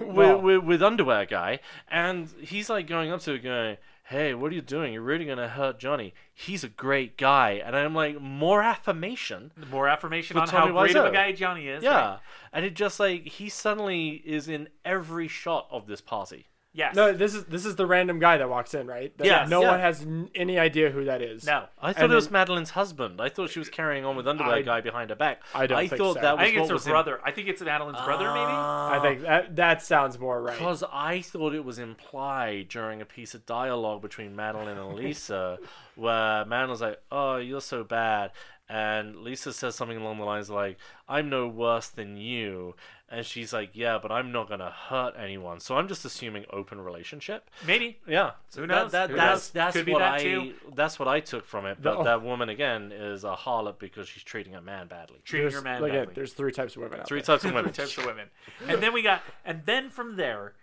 Well- with, with, with underwear guy, and he's like going up to her going, "Hey, what are you doing? You're really gonna hurt Johnny. He's a great guy." And I'm like, more affirmation. More affirmation For on how Tommy great of a Wiseau. guy Johnny is. yeah, right? and it just like he suddenly is in every shot of this party. Yes. No, this is this is the random guy that walks in, right? That Yes, No yeah. one has n- any idea who that is. no. I thought And it was then- Madeline's husband. I thought she was carrying on with underwear I- guy behind her back. I don't think thought so. that was I think what it's was Uh. her in- brother. I think it's Madeline's brother, maybe. I think that that sounds more right. Because I thought it was implied during a piece of dialogue between Madeline and Lisa, where Madeline's like, "Oh, you're so bad," and Lisa says something along the lines like, "I'm no worse than you," and she's like, "Yeah, but I'm not gonna hurt anyone." So I'm just assuming open relationship. Maybe. Yeah, Who That- knows? That, Who that's knows? that's Could be what that I too. that's what I took from it. But The- that woman again is a harlot because she's treating a man badly. Treating your man Look at- badly. there's three types of women. Out Three there. types of women. (laughs) types of women. And then we got, and then from there,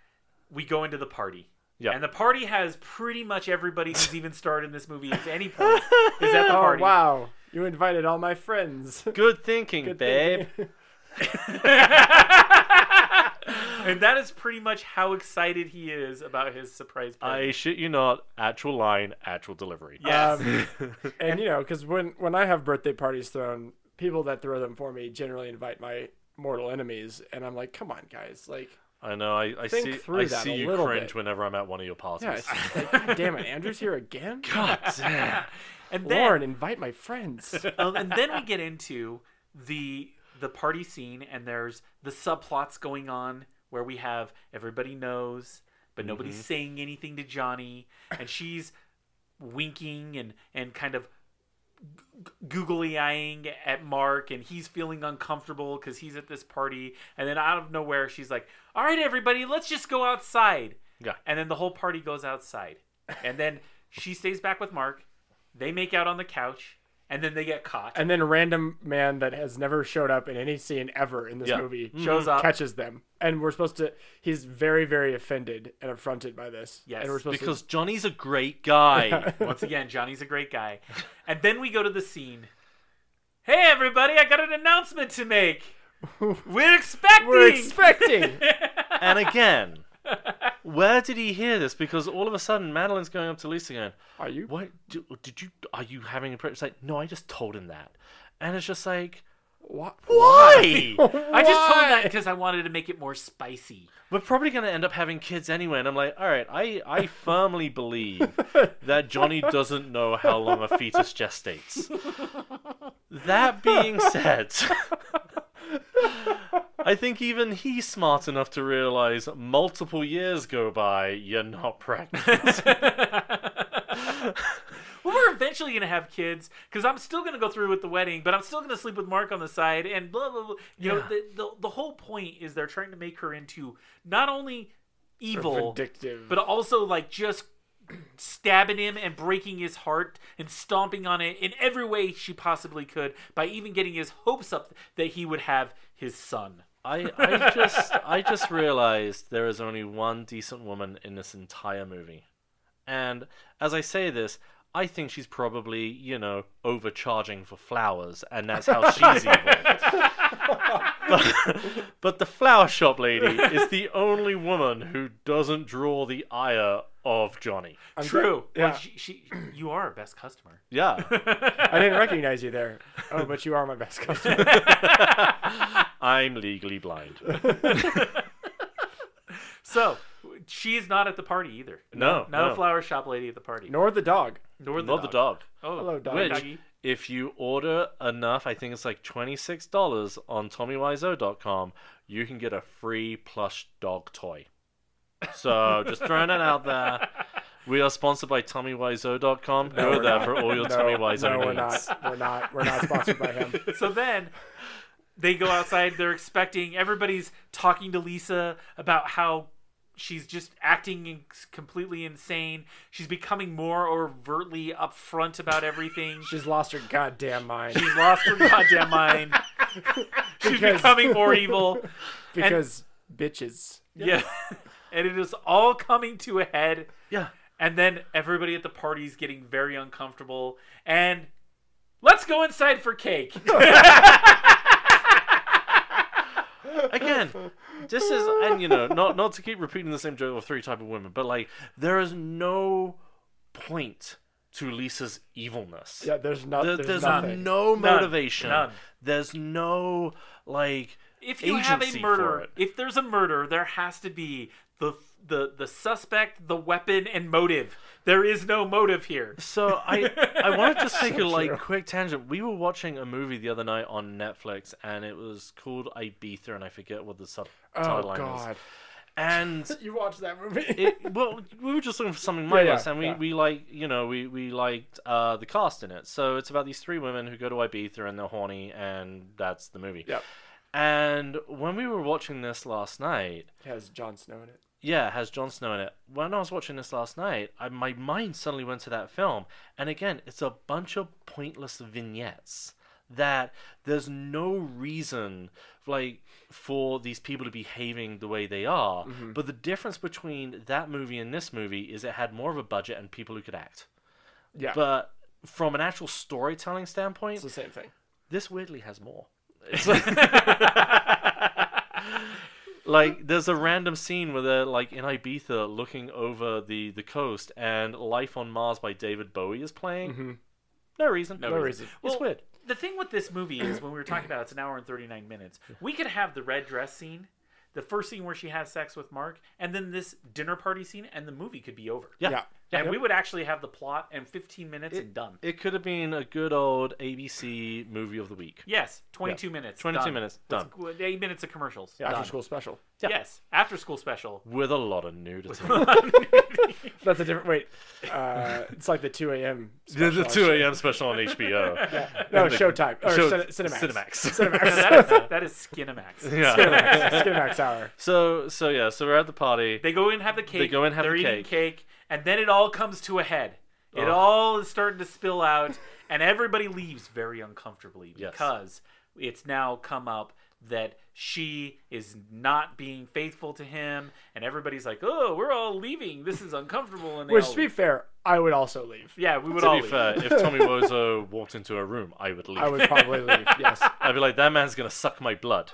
we go into the party. Yeah. And the party has pretty much everybody who's even starred in this movie at any point is at (laughs) the Oh party. wow, you invited all my friends. (laughs) Good thinking, babe. (laughs) And that is pretty much how excited he is about his surprise party. I shit you not. Actual line, actual delivery. yes. (laughs) Um, and you know, because when when I have birthday parties thrown, people that throw them for me generally invite my mortal enemies, and I'm like, come on, guys, like, I know. I, I Think see. through I that see a you little cringe bit. whenever I'm at one of your parties. yeah, it's just like, God damn it, Andrew's here again. (laughs) (laughs) God damn. And then, Lauren, invite (laughs) my friends. um, and then we get into the the party scene and there's the subplots going on where we have everybody knows but nobody's saying anything to johnny and she's winking and and kind of g- googly eyeing at mark and he's feeling uncomfortable because he's at this party and then out of nowhere she's like all right everybody let's just go outside Yeah. and then the whole party goes outside and then she stays back with mark they make out on the couch and then they get caught And then a random man that has never showed up in any scene ever in this Yeah. Mm-hmm. movie shows up catches them, and we're supposed to. He's very, very offended and affronted by this. Yes, and we're supposed Because Johnny's a great guy. (laughs) once again johnny's a great guy and then we go to the scene hey everybody i got an announcement (laughs) to make we're expecting to, (laughs) we're expecting. and (laughs) again, where did he hear this? Because all of a sudden, Madeline's going up to Lisa going, Are you? "What do, did you? Are you having a?" Pre-? It's like, no, I just told him that. And it's just like, What? why? (laughs) i just told him that because i wanted to make it more spicy We're probably going to end up having kids anyway. And I'm like, all right, I, I firmly believe that Johnny doesn't know how long a fetus gestates. That being said, (laughs) I think even he's smart enough to realize multiple years go by, you're not pregnant. (laughs) well we're eventually going to have kids because i'm still going to go through with the wedding but i'm still going to sleep with mark on the side and blah blah blah you know Yeah. the, the, the whole point is they're trying to make her into not only evil Vindictive. but also like just stabbing him and breaking his heart and stomping on it in every way she possibly could by even getting his hopes up that he would have his son. I, I just I just realized there is only one decent woman in this entire movie. And as I say this, I think she's probably, you know, overcharging for flowers and that's how she's evil. but, but the flower shop lady is the only woman who doesn't draw the ire of Johnny. True. yeah. Well, she, she, you are our best customer. Yeah. I didn't recognize you there. Oh, but you are (laughs) my best customer. I'm legally blind. So she is not at the party either. No. Not no. a flower shop lady at the party. Nor the dog. Nor Not the dog. Oh, Hello, dog. Which, Doggy. if you order enough, I think it's like $26 on TommyWiseau.com, you can get a free plush dog toy. (laughs) So just throwing it out there. We are sponsored by TommyWiseau.com. Go we're there not. for all your No, Tommy Wiseau no, we're needs. not. We're not. We're not sponsored (laughs) by him. So then they go outside. They're expecting. Everybody's talking to Lisa about how she's just acting in- completely insane. She's becoming more overtly upfront about everything. She's lost her goddamn mind She's lost her goddamn mind. She's Because- becoming more evil. because bitches. Yeah. (laughs) and it is all coming to a head. Yeah. And then everybody at the party's getting very uncomfortable. And let's go inside for cake. Again, this is and you know, not not to keep repeating the same joke of three type of women, but like there is no point to Lisa's evilness. Yeah, there's not. There- there's, there's nothing. no motivation. None. There's no like if you have a agency for murder, it. if there's a murder, there has to be the the the suspect, the weapon, and motive. There is no motive here. So I I want (laughs) to just take a like quick tangent. We were watching a movie the other night on Netflix, and it was called Ibiza, and I forget what the Oh subtitle god. is. And You watched that movie? it, well, we were just looking for something yeah, mindless, and we, yeah. we like you know we we liked uh, the cast in it. So it's about these three women who go to Ibiza and they're horny, and that's the movie. (laughs) (laughs) Yep. And when we were watching this last night, has Jon Snow in it. yeah, it has Jon Snow in it. When I was watching this last night, I, my mind suddenly went to that film, and again, it's a bunch of pointless vignettes that there's no reason like for these people to be behaving the way they are. But the difference between that movie and this movie is it had more of a budget and people who could act. Yeah. But from an actual storytelling standpoint, it's the same thing. this weirdly has more. (laughs) It's like, like there's a random scene where they're like in Ibiza looking over the the coast, and "Life on Mars" by David Bowie is playing. No reason. No, reason. It's Well, weird. The thing with this movie is when we were talking about it, it's an hour and 39 minutes. We could have the red dress scene, the first scene where she has sex with Mark, and then this dinner party scene, and the movie could be over. Yeah. Yeah. And we would actually have the plot and 15 minutes and done. It could have been a good old ABC movie of the week. Yes, 22 minutes. 22 done. minutes, That's done. good. Eight minutes of commercials. After done. school special. Yes, after school special. With a lot of nudity. That's a different. Wait. Uh, it's like the 2 a.m. (laughs) (laughs) the, special on 2 a.m. special on HBO. No, Showtime. Or Show- Cin- Cinemax. Cinemax. No, that is, that is Skinamax. (laughs) yeah. Cinemax (laughs) hour. So, so yeah, so we're at the party. They go in, have the cake. go in, have they're the eating cake, and then it all comes to a head. It Oh. all is starting to spill out, and everybody leaves very uncomfortably Yes. because it's now come up that she is not being faithful to him, and everybody's like, "Oh, we're all leaving. This is uncomfortable." And they Which, all to be fair, I would also leave. yeah, we would to all be leave. fair, if Tommy Wiseau walked into a room, I would leave. I would (laughs) probably leave. Yes. I'd be like, that man's gonna suck my blood.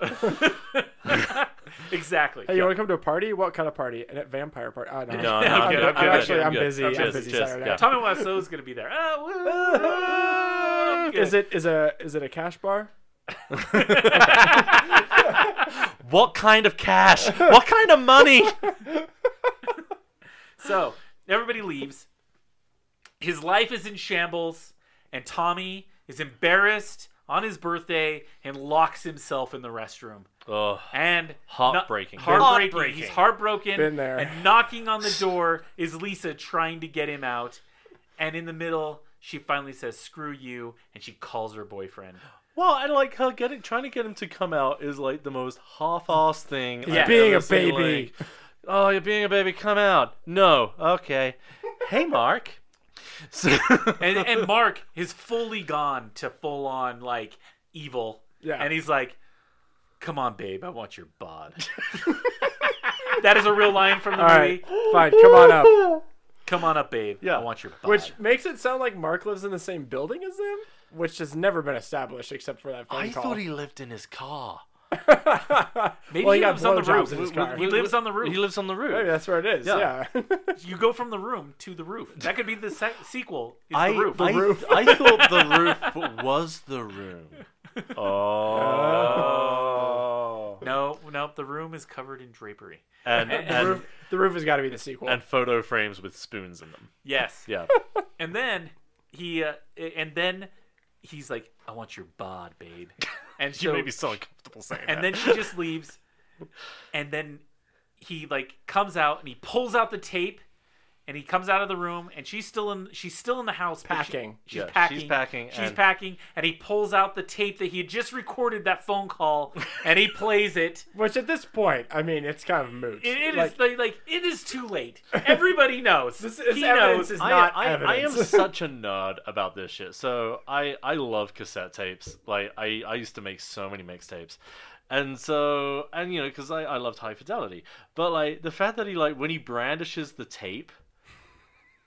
(laughs) exactly. Hey, you want to come to a party? What kind of party? An vampire party? Oh, no. No, no, (laughs) I'm, I'm good, I'm I'm good, actually, I'm I'm good. busy. Cheers, I'm busy cheers, Saturday. yeah. Tommy Wiseau is gonna be there. Uh, Ah, woo, Uh, Is it is a is it a cash bar? what kind of cash? What kind of money? So everybody leaves. His life is in shambles, and Tommy is embarrassed on his birthday and locks himself in the restroom. oh, And Heartbreaking. no- heartbreaking. Heartbreaking. He's heartbroken. Been there. And knocking on the door is Lisa trying to get him out. And in the middle, she finally says, "Screw you," and she calls her boyfriend. well, and like her getting trying to get him to come out is like the most half-assed thing. I've Yeah. Being ever a seen, baby. like, oh, you're being a baby. Come out. No. Okay. Hey, Mark. (laughs) So, And, and Mark is fully gone to full on like evil. Yeah. And he's like, "Come on, babe, I want your bod." that is a real line from the All movie. right, fine. Come on up. Come on up, babe. Yeah. I want your bod. Which makes it sound like Mark lives in the same building as them, which has never been established except for that phone I call. thought he lived in his car. maybe (laughs) well, he he got lives on the blowjobs roof. in his car. He lives on the roof. Oh, He lives on the roof. Maybe (laughs) that's where it is. Yeah. Yeah. you go from the room to the roof. That could be the se- sequel. Is I, the roof. I, I thought (laughs) the roof was the room. Oh. No, no, the room is covered in drapery. (laughs) And, the, and, roof, the roof has got to be the sequel. and photo frames with spoons in them. Yes. Yeah. And then he, uh, and then he's like, "I want your bod, babe." And You so, may be so uncomfortable saying and that. then she just leaves. And then he like comes out and he pulls out the tape, and he comes out of the room, and she's still in. She's still in the house but she- Packing. she's Yeah, she's packing. packing She's and- packing, and he pulls out the tape that he had just recorded that phone call, and he (laughs) plays it. Which at this point, I mean, it's kind of moot. It, it is Like, like, like it is too late. Everybody knows. This is he evidence knows. is- I, not I, I am evidence. such a nerd about this shit. So I, I love cassette tapes. Like I, I used to make so many mixtapes, and so and you know because I, I loved high fidelity. But like the fact that he like when he brandishes the tape,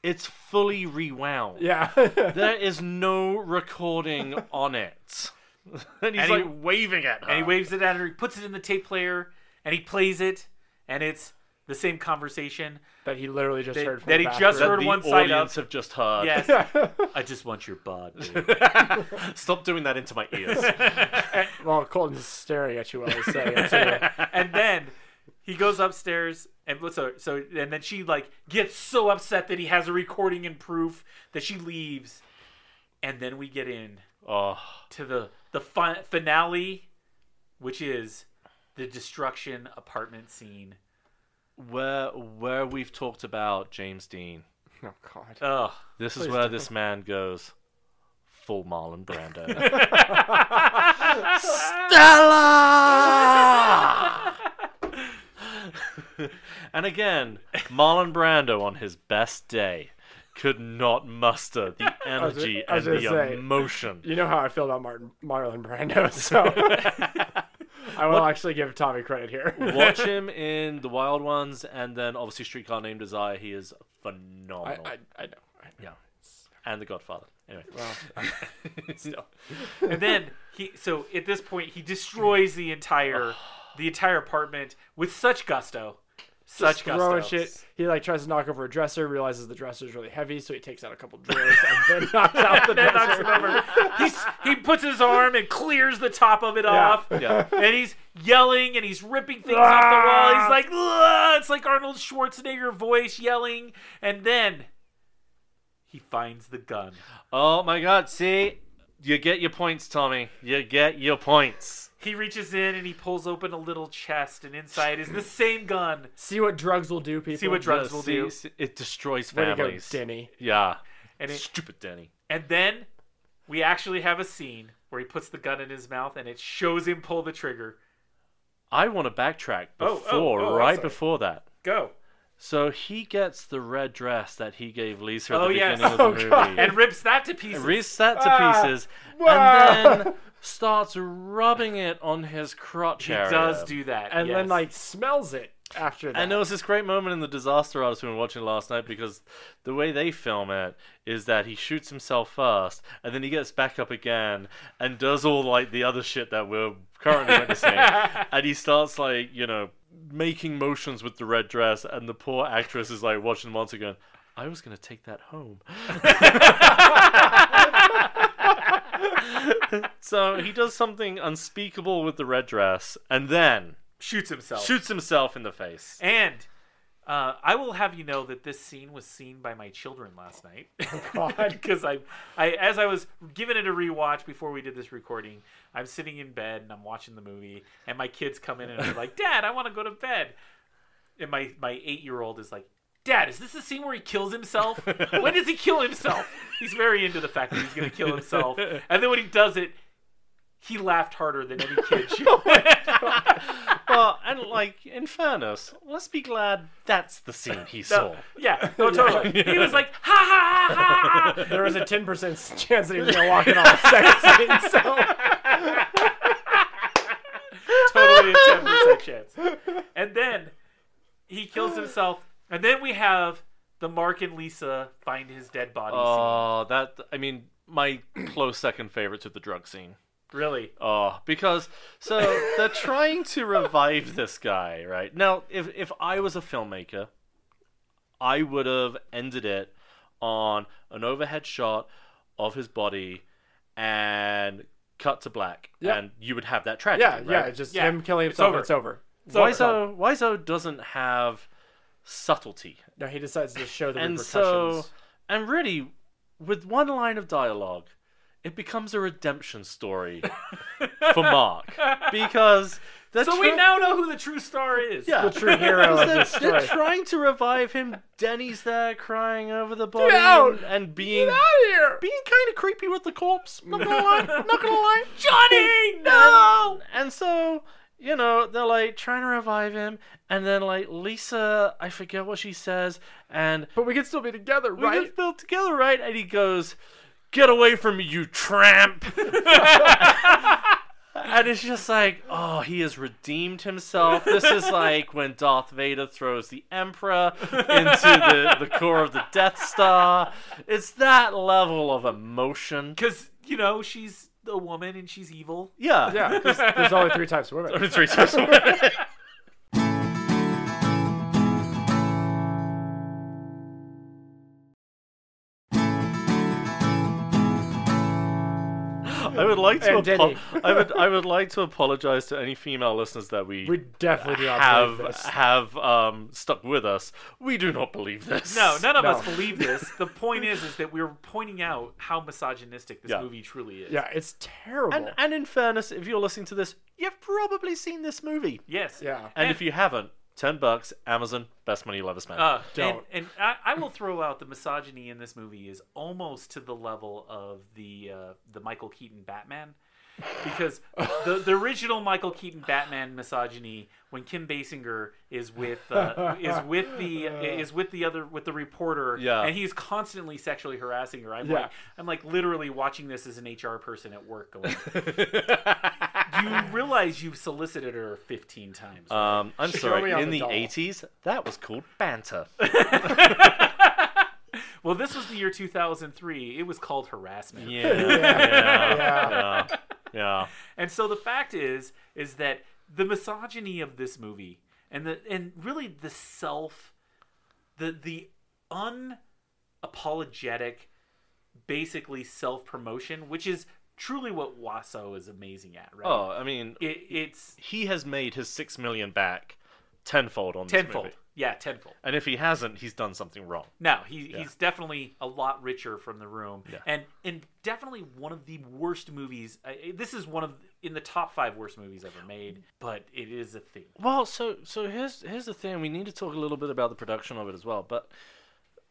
it's fully rewound. yeah. (laughs) There is no recording on it. (laughs) and he's And he- like waving at her. and he waves it at her. He puts it in the tape player, and he plays it, and it's the same conversation. that he literally just That- heard from that the he just that bathroom. heard the one side up. audience have just heard. (laughs) Yes, Yeah. I just want your bod. dude. Stop doing that into my (laughs) ears. well, Colton's staring at you while he's saying it too. and then he goes upstairs and what's so so and then she like gets so upset that he has a recording and proof that she leaves and then we get in oh. to the the fi- finale which is the destruction apartment scene where where we've talked about James Dean. Oh God. ugh This is where this man goes full Marlon (laughs) Brando. Stella. and again, Marlon Brando on his best day could not muster the was energy gonna- (laughs) I and was the gonna say. emotion. (laughs) You know how I feel about Martin Marlon Brando, (laughs) (laughs) so I will actually give Tommy credit here. (laughs) Watch him in The Wild Ones and then obviously Streetcar Named Desire. He is I, phenomenal. I, I know. I- Yeah. And The Godfather. Anyway. and then he so at this point he destroys the entire the entire apartment with such gusto Just such throwing gusto shit. He like tries to knock over a dresser, realizes the dresser is really heavy, so he takes out a couple drawers and (laughs) then knocks out the and dresser. knocks it over. He's, he puts his arm and clears the top of it off. Yeah. And he's yelling and he's ripping things off the wall. Ah. He's like, "Ugh," it's like Arnold Schwarzenegger voice yelling. And then he finds the gun. Oh my god, see? You get your points, Tommy. You get your points. He reaches in and he pulls open a little chest, and inside is the same gun. (laughs) See what drugs will do, people. See what drugs will See, do. see, It destroys Way to go, families. Denny. Yeah. And it- Stupid Denny. And then we actually have a scene where he puts the gun in his mouth and it shows him pull the trigger. I want to backtrack Oh, oh, before, oh, I'm right sorry. before that. Go. So he gets the red dress that he gave Lisa at Oh, the yes. beginning of the Oh, movie. God. And rips that to pieces. Rips that to Ah. pieces Wow. and then starts rubbing it on his crotch he area. does do that. And then yes. like smells it after that. And there was this great moment in the Disaster Artist we were watching last night because the way they film it is that he shoots himself first, and then he gets back up again and does all like the other shit that we're currently witnessing, and he starts like you know making motions with the red dress, and the poor actress is like watching the monster going. I was gonna take that home. (laughs) so he does something unspeakable with the red dress, and then shoots himself. shoots himself in the face. And uh, I will have you know that this scene was seen by my children last night. (laughs) God. Because I, I, as I was giving it a rewatch before we did this recording, I'm sitting in bed and I'm watching the movie, and my kids come in and are like, "Dad, I want to go to bed," and my my eight year old is like. Dad, is this the scene where he kills himself? When does he kill himself? He's very into the fact that he's going to kill himself. And then when he does it, he laughed harder than any kid should. Well, and like in fairness, let's be glad that's the scene he saw. (laughs) yeah, no, totally. (laughs) He was like, ha ha ha ha. there was a ten percent chance that he was gonna walk in on the (laughs) sex scene. So totally a ten percent chance. And then he kills himself, and then we have the Mark and Lisa find his dead body. Oh, that I mean, my close second favorite to the drug scene. scene. Really? Oh, because so they're trying to revive this guy, right? Now, if if I was a filmmaker, I would have ended it on an overhead shot of his body and cut to black, Yeah. and you would have that tragedy. yeah, right? yeah, it's just Yeah. him killing It's himself. over. and It's over. Wiseau Wiseau doesn't have subtlety, No, he decides to show the and so repercussions. and really, with one line of dialogue, (laughs) it becomes a redemption story for Mark because That's So we now know who the true star is. yeah. the true hero of They're, this they're story. trying to revive him. Denny's there crying over the body out! and, and being here! being kind of creepy with the corpse. Not gonna (laughs) lie. Not gonna lie. Johnny, no. And so, you know, they're like trying to revive him, and then like Lisa, I forget what she says, and But we can still be together, we right? get built together, right? And he goes, "Get away from me, you (laughs) tramp!" (laughs) and it's just like, oh, he has redeemed himself. This is like when Darth Vader throws the Emperor into the, the core of the Death Star. It's that level of (laughs) emotion. Because you know she's a woman and she's evil. Yeah. Yeah, 'cause there's only three types of (laughs) women. Three times I would like to. And Denny. Apo- I would. I would like to apologize to any female listeners that we, We definitely do not have believe this. have um, stuck with us. We do not believe this. No, none of No. us believe this. The point is, is that we're pointing out how misogynistic this Yeah. movie truly is. Yeah, it's terrible. And, and in fairness, if you're listening to this, you've probably seen this movie. Yes. yeah. And, if you haven't, ten bucks, Amazon, best money you'll ever spend. Uh, Don't. And, and I, I will throw out the misogyny in this movie is almost to the level of the uh, the Michael Keaton Batman, (laughs) because the, the original Michael Keaton Batman misogyny when Kim Basinger is with uh, is (laughs) with the is with the other with the reporter, Yeah. and he's constantly sexually harassing her. I'm Yeah. like I'm like literally watching this as an HR person at work. Going, (laughs) you realize you've solicited her 15 times. Uh. Um, I'm Show sorry. me on In the the doll. 80s, that was called banter. (laughs) Well, this was the year 2003. It was called harassment. yeah, yeah, yeah. And so the fact is, is that the misogyny of this movie and the and really the self, the the unapologetic, basically self promotion, which is truly what Wasso is amazing at, right? Oh, I mean, It, it's he has made his six million back tenfold on this tenfold. movie. Yeah, tenfold. And if he hasn't, he's done something wrong. No, he, he's definitely a lot richer from the room, and and definitely one of the worst movies. I, I- this is one of in the top five worst movies ever made, but it is a thing. Well, so so here's here's the thing. We need to talk a little bit about the production of it as well. But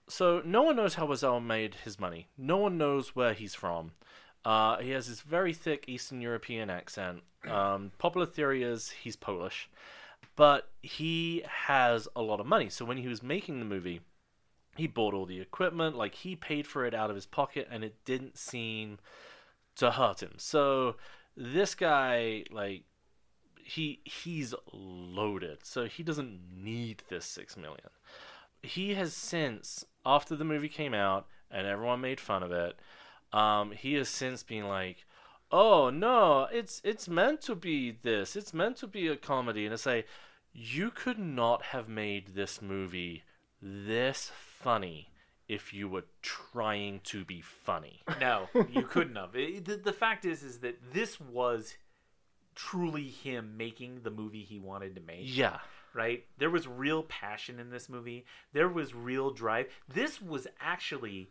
so no one knows how Wazell made his money. No one knows where he's from. Uh, he has this very thick Eastern European accent. Um, popular theory is he's Polish, but he has a lot of money. So when he was making the movie, he bought all the equipment. Like he paid for it out of his pocket, and it didn't seem to hurt him. So this guy like he he's loaded, so he doesn't need this six million. He has since, after the movie came out and everyone made fun of it, um, he has since been like, "Oh no, it's it's meant to be this. It's meant to be a comedy." And it's like, you could not have made this movie this funny if you were trying to be funny. No, you couldn't have. It- the, the fact is, is that this was truly him making the movie he wanted to make. yeah. right? There was real passion in this movie. There was real drive. This was actually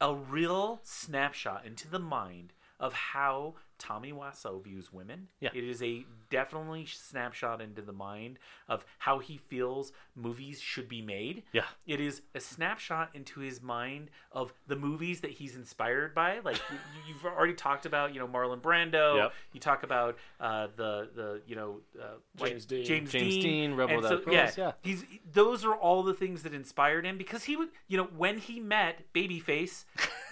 a real snapshot into the mind of how Tommy Wiseau views women. Yeah. It is a definitely snapshot into the mind of how he feels movies should be made. Yeah. It is a snapshot into his mind of the movies that he's inspired by. Like (laughs) you, you've already talked about, you know, Marlon Brando. Yep. You talk about uh, the the you know uh, like James Dean. James, James Dean, Rebel and Without a yeah, Cause, yeah. He's those are all the things that inspired him because he would, you know, when he met (laughs) Babyface,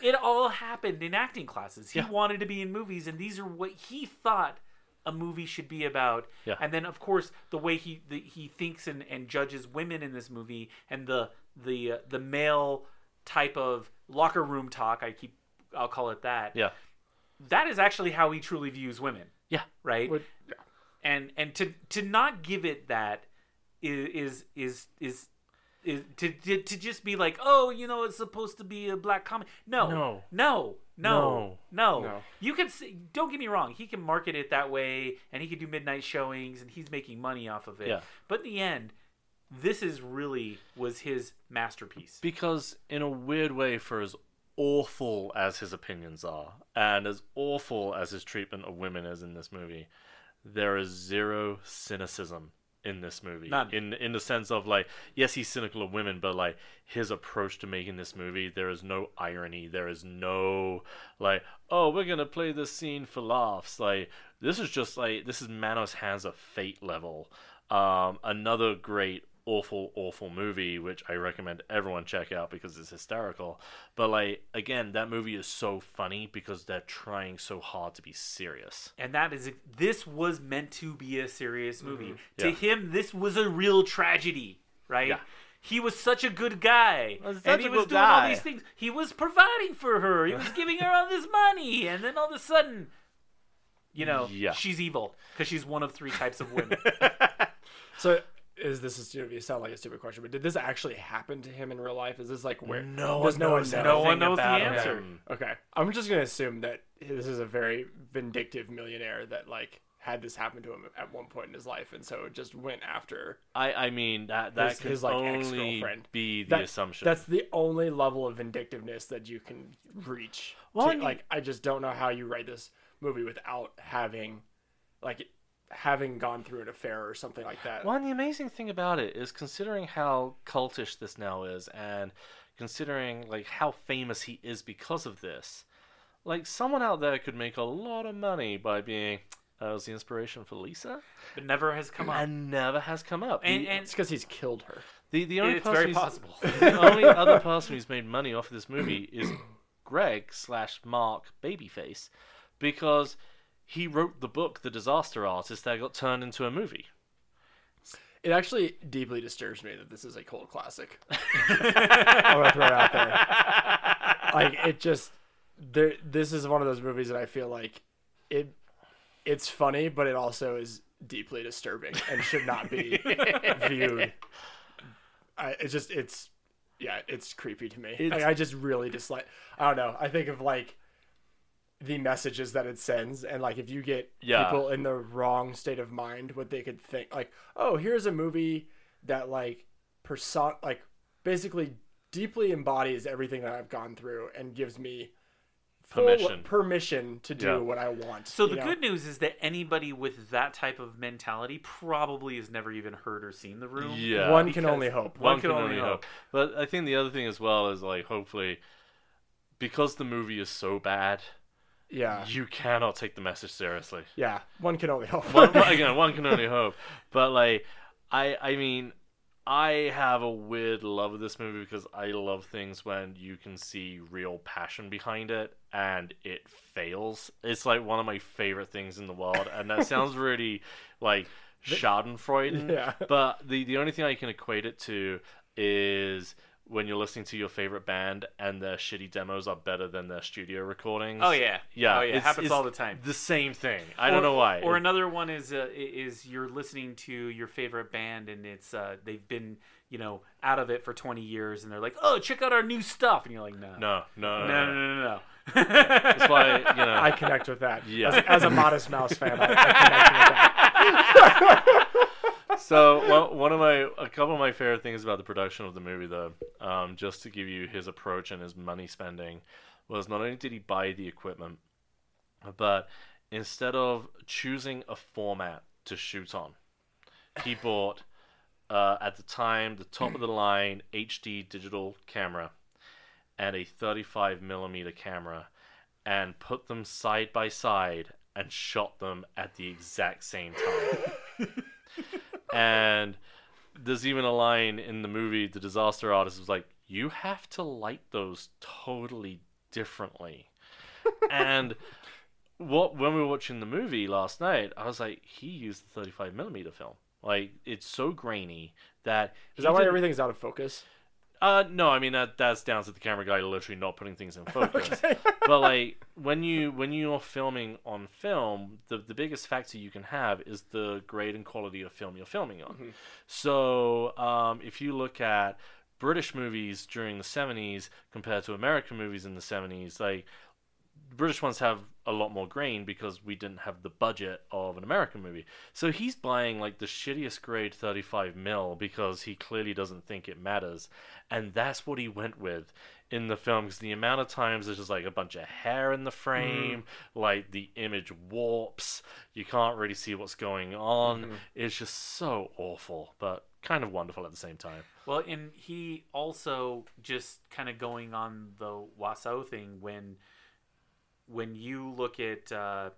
it all happened in acting classes. He wanted to be in movies, and these are what he thought a movie should be about. Yeah. And then, of course, the way he the, he thinks and, and judges women in this movie, and the the uh, the male type of locker room talk. I keep, I'll call it that. Yeah. That is actually how he truly views women, Yeah. right? Would- and and to to not give it that is is is is to to, to just be like oh you know it's supposed to be a black comedy no No. no no no, No. you can see, don't get me wrong he can market it that way and he can do midnight showings and he's making money off of it Yeah. but in the end this is really was his masterpiece because in a weird way for as awful as his opinions are and as awful as his treatment of women is in this movie there is zero cynicism in this movie. None. In in the sense of like, yes, he's cynical of women, but like his approach to making this movie, there is no irony. There is no like, oh, we're gonna play this scene for laughs. Like this is just like this is Manos hands of fate level. Um, another great awful awful movie which i recommend everyone check out because it's hysterical but like again that movie is so funny because they're trying so hard to be serious and that is this was meant to be a serious movie. To Mm-hmm. Yeah. him, this was a real tragedy, right? Yeah. He was such a good guy, Was and such he a was good doing all guy. these things. He was providing for her. (laughs) He was giving her all this money, and then all of a sudden, you know, Yeah. she's evil because she's one of three types (laughs) of women. So is this a stupid? You sound like a stupid question, but did this actually happen to him in real life? Is this like where No does one no one knows. know? No no one Thing knows the about him. answer. Okay, I'm just gonna assume that this is a very vindictive millionaire that like had this happen to him at one point in his life, and so just went after I, I mean that that his, can his like only ex-girlfriend. be the That- assumption. That's the only level of vindictiveness that you can reach. Well, To- and you- like I just don't know how you write this movie without having, like, having gone through an affair or something like that. Well, and the amazing thing about it is considering how cultish this now is, and considering like how famous he is because of this, like someone out there could make a lot of money by being. That was the inspiration for Lisa, but never has come up. and never has come up. And, the, and It's because he's killed her. the, the only it's person very who's- possible. (laughs) the only other person who's made money off of this movie is Greg slash Mark Babyface, because he wrote the book The Disaster Artist that got turned into a movie. It actually deeply disturbs me that this is a cult classic. I'm gonna throw it out there. Like it just there this is one of those movies that I feel like it it's funny, but it also is deeply disturbing and should not be viewed. I it just it's yeah, it's creepy to me. Like, I just really dislike I don't know. I think of like the messages that it sends and like if you get Yeah. people in the wrong state of mind what they could think like oh here's a movie that like person like basically deeply embodies everything that i've gone through and gives me full Permission. permission to do Yeah. what i want So you the know? good news is that anybody with that type of mentality probably has never even heard or seen the room. Yeah. one can because- only hope One can only hope. But I think the other thing as well is like hopefully because the movie is so bad, yeah you cannot take the message seriously. yeah one can only hope (laughs) One, one- again, one can only hope. But like I I mean I have a weird love of this movie because I love things when you can see real passion behind it and it fails. It's like one of my favorite things in the world and that sounds really like Schadenfreude. Yeah. But the the only thing I can equate it to is when you're listening to your favorite band and their shitty demos are better than their studio recordings. Oh, yeah. yeah, Oh, yeah. It it's- happens it's all the time. The same thing. I Or- don't know why. Or another one is uh, i- is you're listening to your favorite band and it's uh, they've been you know out of it for 20 years and they're like, oh, check out our new stuff, and you're like, no, no, no, no, no, no, no. no, no, no. (laughs) (laughs) That's why you know. (laughs) i connect with that Yeah. as, as a modest mouse fan I, I connect with that. so one, one of my a couple of my favorite things about the production of the movie though um, just to give you his approach and his money spending was not only did he buy the equipment but instead of choosing a format to shoot on he bought uh, at the time the top of the line hd digital camera and a 35 millimeter camera and put them side by side and shot them at the exact same time (laughs) and there's even a line in the movie the disaster artist was like you have to light those totally differently and what when we were watching the movie last night i was like he used the 35 millimeter film like it's so grainy that is (laughs) that why everything? everything's out of focus Uh, no, I mean that, that's down to the camera guy literally not putting things in focus. but like when you when you're filming on film, the the biggest factor you can have is the grade and quality of film you're filming on. So um, if you look at British movies during the 70s compared to American movies in the 70s, like British ones have a lot more grain because we didn't have the budget of an American movie. So he's buying like the shittiest grade 35 mil because he clearly doesn't think it matters. And that's what he went with in the film because the amount of times there's just like a bunch of hair in the frame, like the image warps, you can't really see what's going on. It's just so awful, but kind of wonderful at the same time. Well, and he also just kind of going on the Waso thing when when you look at uh, uh,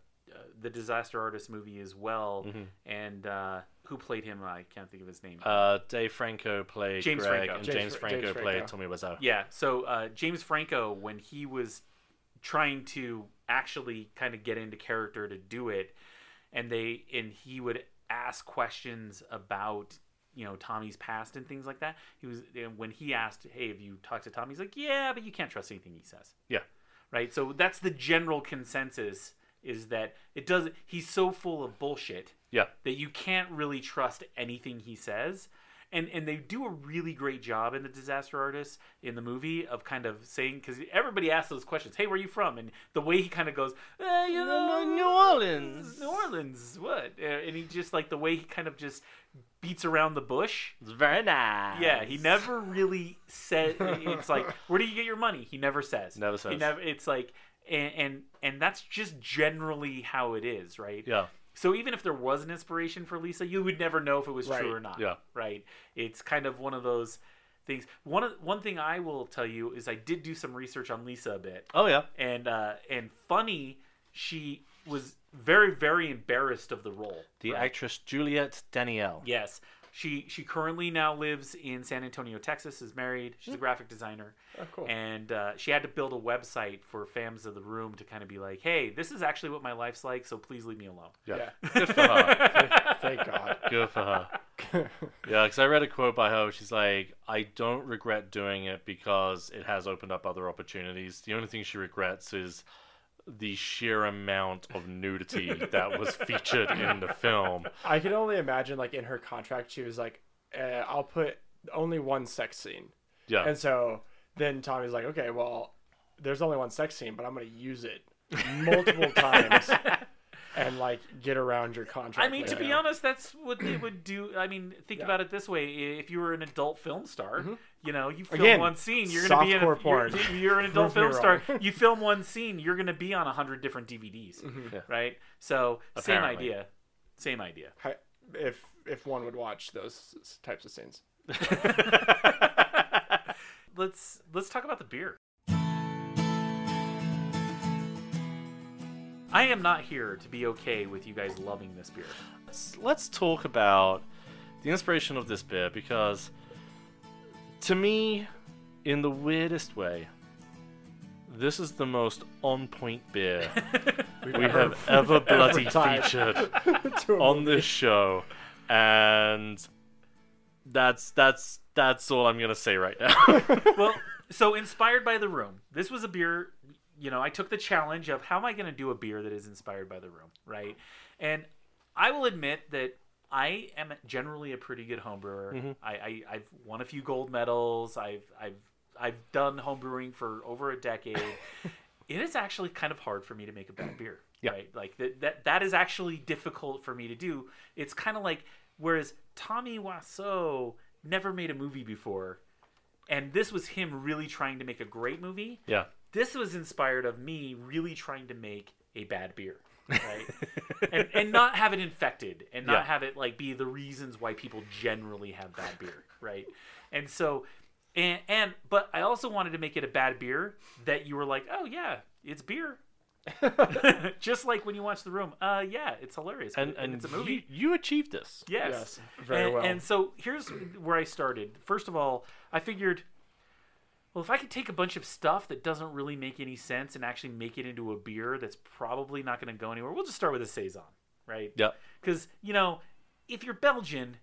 the Disaster Artist movie as well, Mm-hmm. and uh, who played him? I can't think of his name. Uh, Dave Franco played James Greg, Franco. and James James, Fra- Franco, James played Franco. Tommy Wiseau. yeah, so uh, James Franco when he was trying to actually kind of get into character to do it, and they and he would ask questions about you know Tommy's past and things like that. He was and when he asked, "Hey, have you talked to Tommy?" He's like, "Yeah, but you can't trust anything he says." yeah. right? So that's the general consensus is that it does. He's so full of bullshit Yeah. that you can't really trust anything he says. And and they do a really great job in the disaster artist in the movie of kind of saying because everybody asks those questions. Hey, where are you from? And the way he kind of goes, eh, you know, New Orleans. New Orleans, what? Uh, And he just like the way he kind of just beats around the bush. It's very nice. Yeah, he never really (laughs) said. It's like, where do you get your money? He never says. Never He says. never. It's like, and and, and that's just generally how it is, right? Yeah. So even if there was an inspiration for Lisa, you would never know if it was Right. true or not. Yeah. Right. It's kind of one of those things. One of one thing I will tell you is I did do some research on Lisa a bit Oh yeah. and uh, and funny, she was very very embarrassed of the role. The right? actress Juliette Danielle. Yes. She she currently now lives in San Antonio, Texas. Is married. She's a graphic designer. Hmm. Oh, cool. And uh, she had to build a website for fams of the room to kind of be like, hey, this is actually what my life's like, so please leave me alone. Yeah. Good for (laughs) her. Thank God. Good for her. Yeah, because I read a quote by her. She's like, "I don't regret doing it because it has opened up other opportunities. The only thing she regrets is the sheer amount of nudity that was featured in the film." I can only imagine, like in her contract, she was like, eh, "I'll put only one sex scene," Yeah. and so then Tommy's like, "Okay, well, there's only one sex scene, but I'm gonna use it (laughs) multiple times and like get around your contract." I mean, to later." be honest, that's what they would do. I mean, think about it this way: I- if you were an adult film star, you know, you film Mm-hmm. Again, one scene, you're going to be in a, softcore porn. You're, (laughs) you're an (laughs) adult Prove me film star. You film one scene, you're going to be on a hundred different DVDs, Yeah. Mm-hmm. right? So, same Apparently. idea, same idea. Hi- if if one would watch those s- types of scenes. (laughs) let's let's talk about the beer. I am not here to be okay with you guys loving this beer. let's, let's talk about the inspiration of this beer because to me in the weirdest way this is the most on point beer we have ever bloody tried. featured To a on this show and that's that's that's all i'm gonna say right now (laughs) Well, so inspired by the room. This was a beer, you know, I took the challenge of how am I going to do a beer that is inspired by the room, right? And I will admit that I am generally a pretty good homebrewer. I, I I've won a few gold medals. I've I've I've done homebrewing for over a decade. it is actually kind of hard for me to make a bad beer. Yeah. Right? Like that, that that is actually difficult for me to do. It's kind of like whereas Tommy Wiseau never made a movie before and this was him really trying to make a great movie. yeah This was inspired of me really trying to make a bad beer, (laughs) right? and, and not have it infected, and not Yeah. have it like be the reasons why people generally have bad beer, right? And so, and and but I also wanted to make it a bad beer that you were like, oh yeah, (laughs) it's beer. (laughs) Just like when you watch The Room, uh, yeah, it's hilarious, and and and it's a movie. You, you achieved this Yes. Yes, very and, well. And so here's where I started. First of all, I figured, well, if I could take a bunch of stuff that doesn't really make any sense and actually make it into a beer that's probably not going to go anywhere, we'll just start with a saison, right? yeah Because you know, if (laughs) you're Belgian,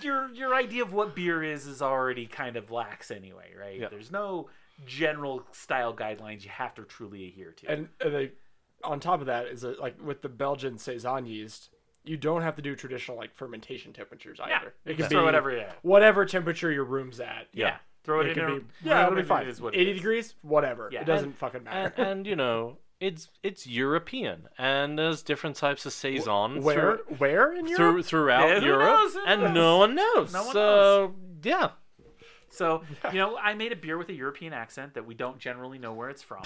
your your idea of what beer is is already kind of lax anyway, right? Yeah. There's no general style guidelines you have to truly adhere to. and and they, on top of that is that, like with the Belgian saison yeast, you don't have to do traditional like fermentation temperatures either. you can throw whatever it at. whatever temperature your room's at. yeah. Throw it, It in. could there. be yeah, it'll be fine. It is what it Eighty is. degrees, whatever. Yeah. It doesn't fucking and, matter. and you know it's it's European, and there's different types of saison where through, where in Europe? through throughout Yeah, who Europe, knows? Who and knows? no one knows. No one so yeah, So, you know, I made a beer with a European accent that we don't generally know where it's from.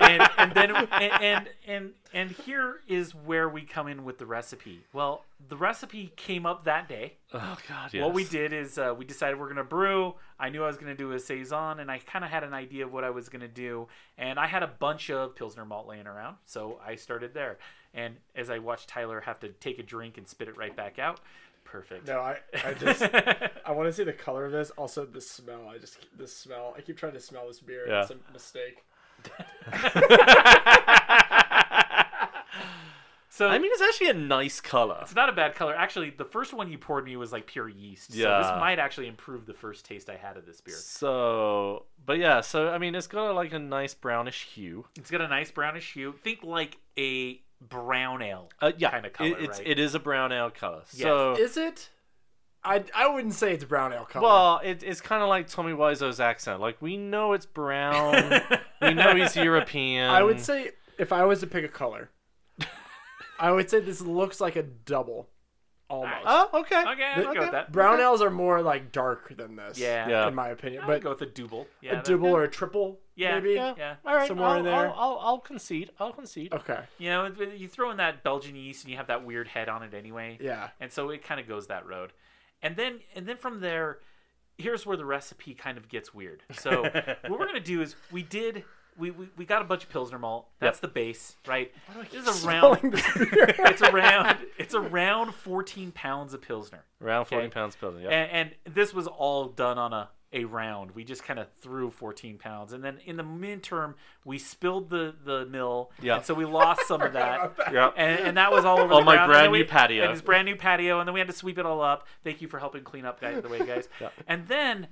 and, and then and, and and and here is where we come in with the recipe. Well, the recipe came up that day. oh god, yes. What we did is uh, we decided we're gonna brew. I knew I was gonna do a saison, and I kind of had an idea of what I was gonna do. And I had a bunch of pilsner malt laying around, so I started there. And as I watched Tyler have to take a drink and spit it right back out, perfect. No, I, (laughs) I just I want to see the color of this. Also, the smell. I just the smell. I keep trying to smell this beer. Yeah. It's a mistake. So I mean, it's actually a nice color. It's not a bad color. Actually, the first one you poured me was like pure yeast. So Yeah. this might actually improve the first taste I had of this beer. So, but yeah, so I mean, it's got like a nice brownish hue. It's got a nice brownish hue. Think like a brown ale. Uh, yeah, Kinda color, it, it's right? it is a brown ale color. Yes. So, Is it? I I wouldn't say it's brown ale color. well, it, it's kind of like Tommy Wiseau's accent. Like we know it's brown, we know (laughs) he's European. I um, would say if I was to pick a color, I would say this looks like a double, almost. Oh, okay. Okay, I'd go with that. Brown ales are more like dark than this. Yeah. Yeah. in my opinion. But But go with a double. Yeah, a that- double or a triple, Yeah, maybe. yeah. All right. Somewhere I'll, in there. I'll, I'll, I'll concede. I'll concede. Okay. You know, it- you throw in that Belgian yeast and you have that weird head on it anyway. Yeah. And so it kind of goes that road. And then and then from there, here's where the recipe kind of gets weird. (laughs) So what we're gonna do is we did we, we, we got a bunch of pilsner malt. That's the base, right? This is a round Smelling this beer. (laughs) it's around it's around 14 pounds of pilsner Around forty Okay. pounds per Yeah. and, and this was all done on a a round we just kind of threw 14 pounds and then in the midterm we spilled the the mill Yeah. and so we lost (laughs) some of that Yeah. and, and that was all over On the my ground. And then brand we- new patio. and this brand new patio and then we had to sweep it all up thank you for helping clean up guys the (laughs) way guys and then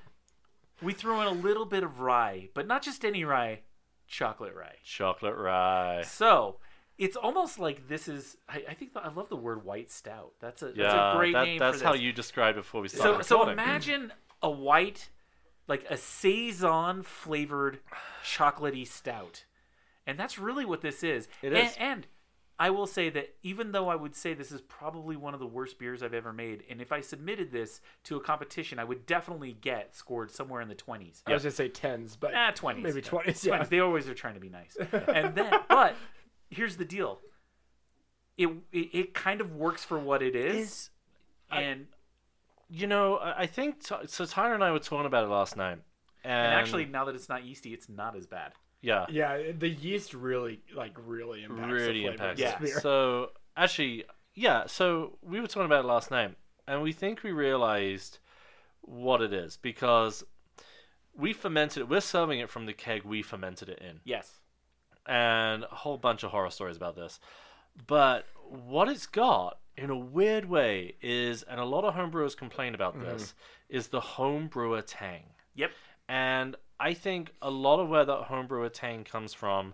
we threw in a little bit of rye but not just any rye chocolate rye Chocolate rye. so it's almost like this is. I, I think the, I love the word white stout. That's a Yeah. that's a great that, name. for That's how this. you described before we started. So so recording. imagine a white, like a saison flavored, chocolatey stout, and that's really what this is. It and, is. And I will say that even though I would say this is probably one of the worst beers I've ever made, and if I submitted this to a competition, I would definitely get scored somewhere in the twenties. I was gonna say tens, but Ah, 20s. maybe Yeah. twenties. Yeah. 20s. They always are trying to be nice. And then, but here's the deal. It, it it kind of works for what it is, Is- and you know, I I think Ty- so. Tyler and I were talking about it last night, and, and actually now that it's not yeasty, it's not as bad. yeah, Yeah, the yeast really like really impacts really the flavor of impacts. this it. (laughs) beer. So actually, yeah. So we were talking about it last night, and we think we realized what it is because we fermented. it. We're serving it from the keg we fermented it in, Yes, and a whole bunch of horror stories about this. But what it's got in a weird way is, and a lot of homebrewers complain about this, is the homebrewer tang. yep, And I think a lot of where that homebrewer tang comes from,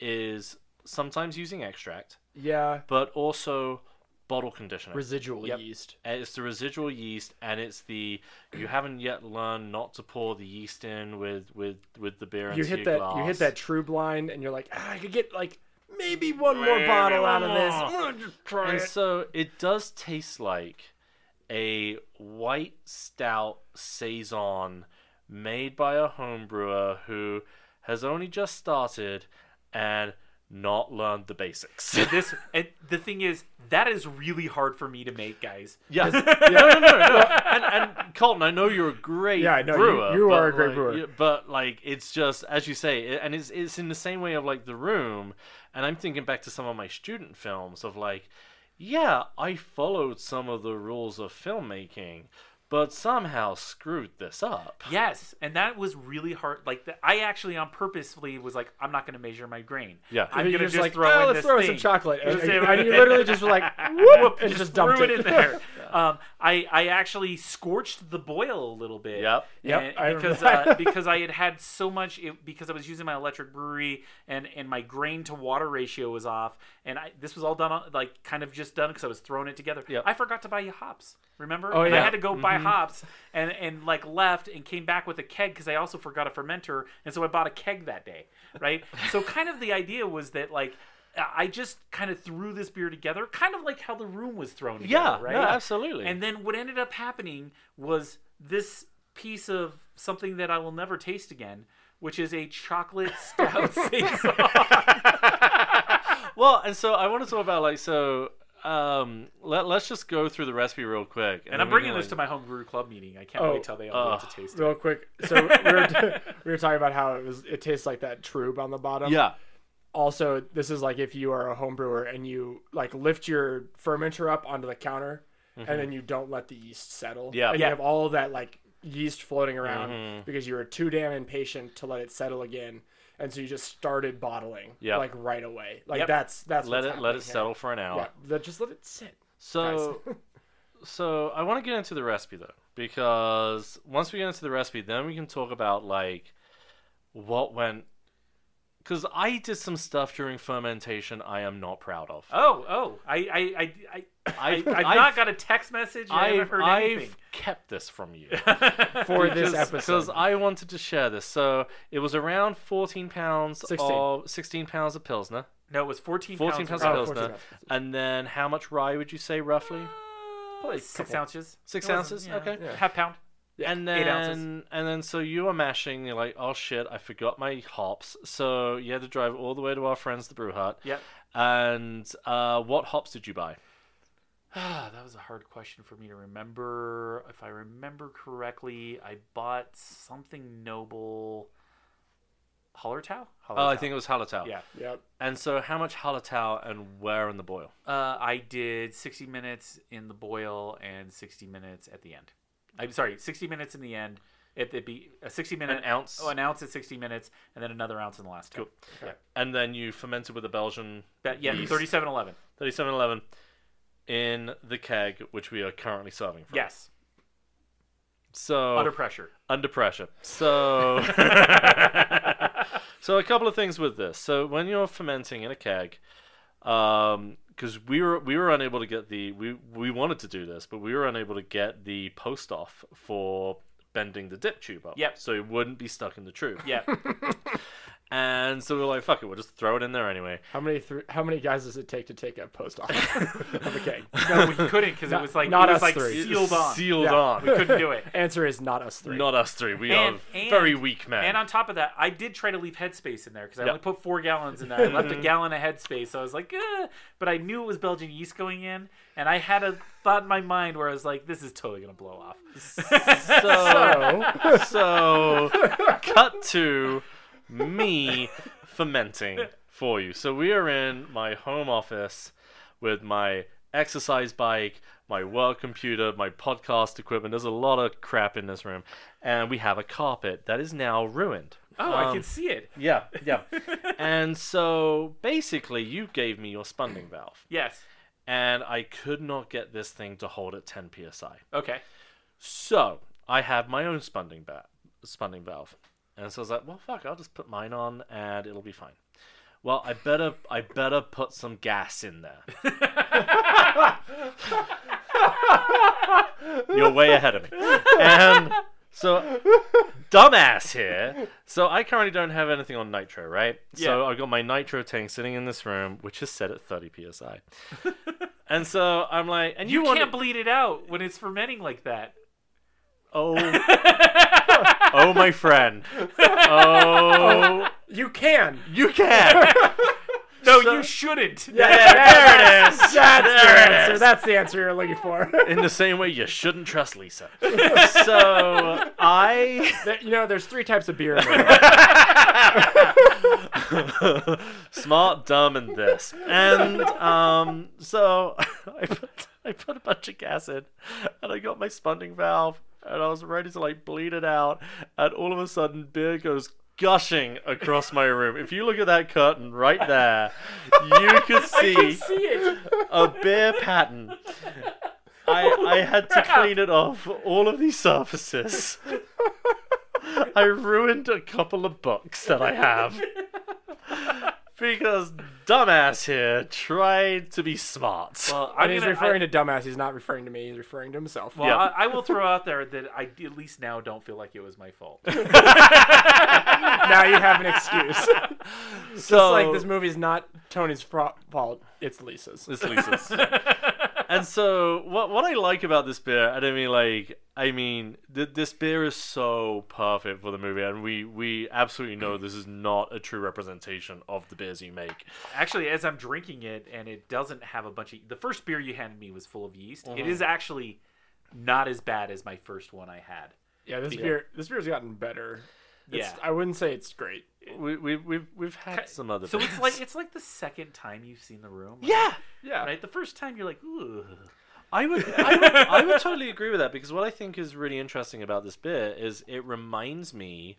is sometimes using extract, Yeah, but also bottle conditioning. residual yeast. And it's the residual yeast, and it's the you haven't yet learned not to pour the yeast in with with with the beer. You into hit your that. You hit glass. that true blind, and you're like, ah, I could get like maybe one more bottle out of this. I'm gonna just try And it. so it does taste like a white stout saison made by a home brewer who has only just started and not learned the basics. (laughs) this (laughs) and the thing is that is really hard for me to make, guys. yes. No, no, no, no. And, and Colton, I know you're a great Yeah, I know, you- brewer. you are but a great like, brewer. you- But like, it's just as you say, it- and it's it's in the same way of like the room. And I'm thinking back to some of my student films of like, yeah, I followed some of the rules of filmmaking, but somehow screwed this up. Yes, and that was really hard. Like the, I actually on purposefully was like, I'm not going to measure my grain. Yeah. I'm You're going to just just, like, throw "Ah, in let's this throw thing. some chocolate. Just And- (laughs) (laughs) say- and you literally just were like, whoop, and just threw (laughs) dumped it it. in there. Um, I I actually scorched the boil a little bit. Yep. Yep, and- I because remember. (laughs) uh, because I had had so much it, because I was using my electric brewery and and my grain to water ratio was off and I this was all done on, like kind of just done because I was throwing it together. Yep. I forgot to buy you hops. Remember? Oh, and I yeah. had to go buy hops and and like left and came back with a keg because I also forgot a fermenter and so I bought a keg that day. (laughs) Right. so kind of the idea was that like. I just kind of threw this beer together, kind of like how the room was thrown together, Yeah, right? no, absolutely. And then what ended up happening was this piece of something that I will never taste again, which is a (laughs) chocolate stout saison. Well, and so I want to talk about like so. Um, let let's just go through the recipe real quick. And I'm bringing this to my homebrew club meeting. I can't Oh, wait till they all get ugh. to taste it. Real quick, so we were, (laughs) we were talking about how it was. It tastes like that trube on the bottom. yeah. Also, this is like if you are a home brewer and you like lift your fermenter up onto the counter, and then you don't let the yeast settle. Mm-hmm. Yeah. Mm-hmm. and Yeah. you have all that like yeast floating around because you were too damn impatient to let it settle again, and so you just started bottling. Yep. like right away. Like Yep. that's that's Let what's it let happening it here. settle for an hour. Yeah, let- just let it sit. So, (laughs) Guys. so I want to get into the recipe though, because once we get into the recipe, then we can talk about like what went. Because I did some stuff during fermentation I am not proud of. Oh, oh, I, I, I, I, I've, I've not got a text message. I haven't I've, heard I've anything. kept this from you. (laughs) for this because episode. I wanted to share this. So it was around 14 pounds 16. of 16 pounds of pilsner, (laughs) No, it was 14. 14 pounds pounds. of of Oh, 14 pilsner, pounds. and then how much rye would you say roughly? Probably six couple- ounces. Six It wasn't- ounces? yeah. Okay. half pound. And eight then ounces. and then so you are mashing. You're like, oh shit, I forgot my hops. So you had to drive all the way to our friends, the Brew Hut. Yep. And uh, what hops did you buy? Ah, that was a hard question for me to remember. If I remember correctly, I bought something noble. Hollertau? Oh, I think it was Hallertau. Yeah. Yep. And so how much Hallertau and where in the boil? Uh, I did 60 minutes in the boil and 60 minutes at the end. I'm sorry, 60 minutes in the end. It, it'd be a 60 minute An ounce. Oh, an ounce at 60 minutes, and then another ounce in the last. Cool. And then you fermented with a Belgian But yeah, 3711. 3711 in the keg, which we are currently serving from. Yes. So Under pressure. under pressure. (laughs) So So a couple of things with this. So when you're fermenting in a keg, um because we were we were unable to get the we we wanted to do this, but we were unable to get the post off for bending the dip tube up. Yep. So it wouldn't be stuck in the tube. (laughs) Yeah. And so we were like, fuck it, we'll just throw it in there anyway. How many thr how many guys does it take to take a post (laughs) (laughs) off of a keg? no, we couldn't because it was like, not it us was like three. sealed on. Sealed Yeah. on. We couldn't do it. Answer is not us three. (laughs) Not us three. We And- are and- very weak men. And on top of that, I did try to leave headspace in there because I Yeah. only put four gallons in there. (laughs) I left a gallon of headspace. So I was like, eh. but I knew it was Belgian yeast going in, and I had a thought in my mind where I was like, this is totally gonna blow off. (laughs) so, So so cut to me fermenting for you. So we are in my home office with my exercise bike, my work computer, my podcast equipment. There's a lot of crap in this room, and we have a carpet that is now ruined. (laughs) Oh, I can see it. Yeah, yeah. and so basically, you gave me your spunding valve, Yes. and I could not get this thing to hold at 10 psi. Okay. So I have my own spunding bat, spunding valve, and so I was like, well, fuck, I'll just put mine on and it'll be fine. Well, I better, I better put some gas in there. (laughs) You're way ahead of me. And so, dumbass here. So I currently don't have anything on nitro, right? So Yeah. I've got my nitro tank sitting in this room, which is set at 30 psi. (laughs) and so I'm like, and You, you, want can't bleed it out when it's fermenting like that. Oh. (laughs) oh, my friend. Oh, you (laughs) can. you can. No, So- you (laughs) shouldn't. there it is. That's the There it answer. is. That's the answer you're looking (laughs) for. In the same way, you shouldn't trust Lisa. So I. There- you know, there's three types of beer. In (laughs) there. Smart, dumb, and this. And um, so (laughs) I put, I put a bunch of gas in, and I got my spunding valve, and I was ready to like bleed it out, and all of a sudden beer goes gushing across my room. If you look at that curtain right there, you could see See it. a beer pattern. I, I had to clean it off all of these surfaces. I ruined a couple of books that I have. Because dumbass here tried to be smart. Well, And I'm he's gonna, referring I, to dumbass. He's not referring to me. He's referring to himself. Well, Yeah. I, I will throw out there that I d- at least now don't feel like it was my fault. (laughs) now you have an (laughs) excuse. so It's like this movie's not Tony's fro- fault. It's Lisa's. It's Lisa's. and so, what what I like about this beer, and I mean, like, I mean, th- this beer is so perfect for the movie, and we we absolutely know this is not a true representation of the beers you make. actually, as I'm drinking it, and it doesn't have a bunch of the first beer you handed me was full of yeast. It Mm-hmm. is actually not as bad as my first one I had. Yeah, this beer. This beer's gotten better. It's, Yeah. I wouldn't say it's great. We we we've we've had some other. So it's beers. like it's like the second time you've seen the room. right? yeah. Yeah. Right. The first time you're like, ooh. I (laughs) would, I would, I would totally agree with that because what I think is really interesting about this beer is it reminds me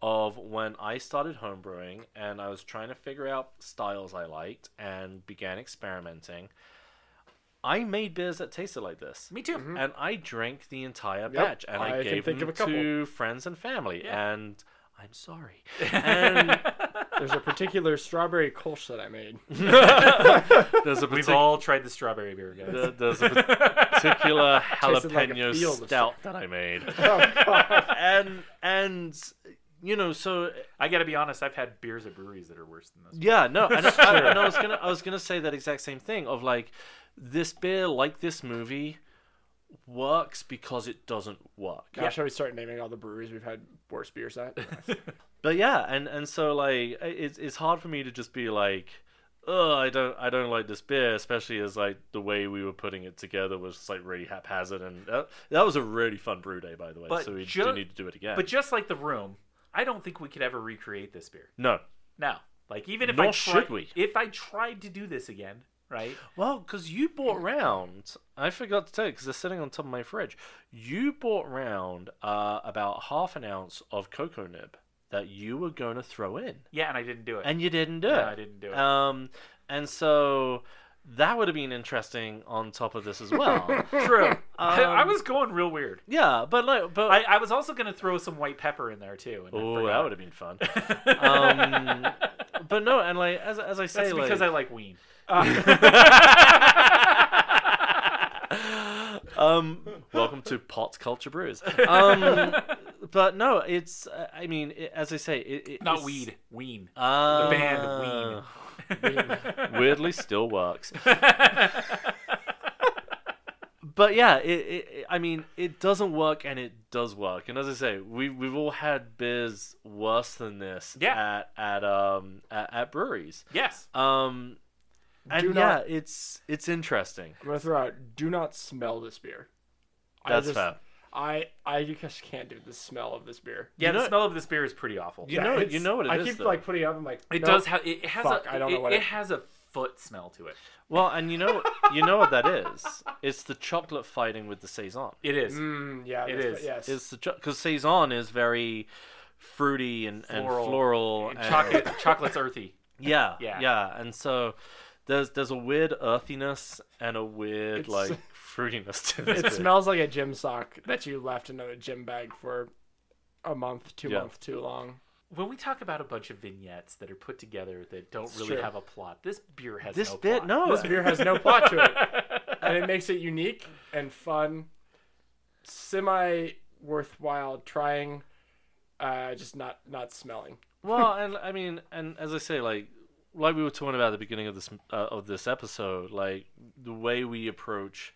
of when I started homebrewing and I was trying to figure out styles I liked and began experimenting. I made beers that tasted like this. Me too. And I drank the entire Yep, batch, and I, I can gave think them of a couple. to friends and family. Yeah. And I'm sorry. And There's a particular strawberry kolsch that I (laughs) made. there's a We've particular all tried the strawberry beer, guys. There- there's a particular Tasted like a jalapeno field of stout that I made, and and you know, so I got to be honest. I've had beers at breweries that are worse than this. yeah, no, and, I, and I was gonna I was gonna say that exact same thing of like this beer, like this movie, works because it doesn't work. Gosh, shall we start naming all the breweries we've had worse beers at? But yeah, and and so like i- it's it's hard for me to just be like. Oh, I don't, I don't like this beer, especially as like the way we were putting it together was like really haphazard, and that, that was a really fun brew day, by the way. But so we do ju- need to do it again. But just like the room, I don't think we could ever recreate this beer. no, No. Like even if I Nor tri- should we. If I tried to do this again, right? Well, because you bought round, I forgot to tell you because they're sitting on top of my fridge. You bought round uh, about half an ounce of cocoa nib that you were going to throw in, Yeah, and I didn't do it. and you didn't do it. I didn't do it. Um, and so that would have been interesting on top of this as well. (laughs) (laughs) Um, True. I, I was going real weird. yeah, but like, but I, I was also gonna throw some white pepper in there too. And I oh, forgot. that would have been (laughs) fun. um, but no, and like as as I say, That's because like, I like (laughs) Uh, ween. (gasps) um, (laughs) welcome to pot culture brews. Um, but no, it's. uh, I mean, it, as I say, it, it, Not it's- weed. Ween. Uh, The band (laughs) Weirdly, still works. but yeah, it, it, it- I mean, it doesn't work, and it does work. And as I say, we we've all had beers worse than this Yeah. at at um at, at breweries. (laughs) Yes. Um, and Do yeah, not- it's it's interesting. I'm gonna throw out. Do not smell this beer. I That's just- fair. I I just can't do the smell of this beer. Yeah, you the know- smell of this beer is pretty awful. You know, it's- you know what it I is, keep though. like putting it up. I'm like, It nope. does have it has Fuck, a I don't know it, what it it- has a foot smell to it. Well, and you know, you know what that is. It's the chocolate fighting with the saison. It is. Mm, yeah, It that's is. what- Yes. It's the because saison is very fruity and Floral. and floral And chocolate (laughs) chocolate's earthy. (laughs) Yeah, Yeah. yeah, yeah. And so there's there's a weird earthiness and a weird It's- like fruitiness to this. (laughs) it beer. smells like a gym sock that you left in a gym bag for a month, two Yeah. months too (laughs) long. When we talk about a bunch of vignettes that are put together that don't really true. have a plot, this beer has This no bit, plot. (laughs) no, (laughs) This beer has no plot to it, and it makes it unique and fun, semi worthwhile trying, uh, just not not smelling. well, and I mean, and as I say, like like we were talking about at the beginning of this uh, of this episode, like the way we approach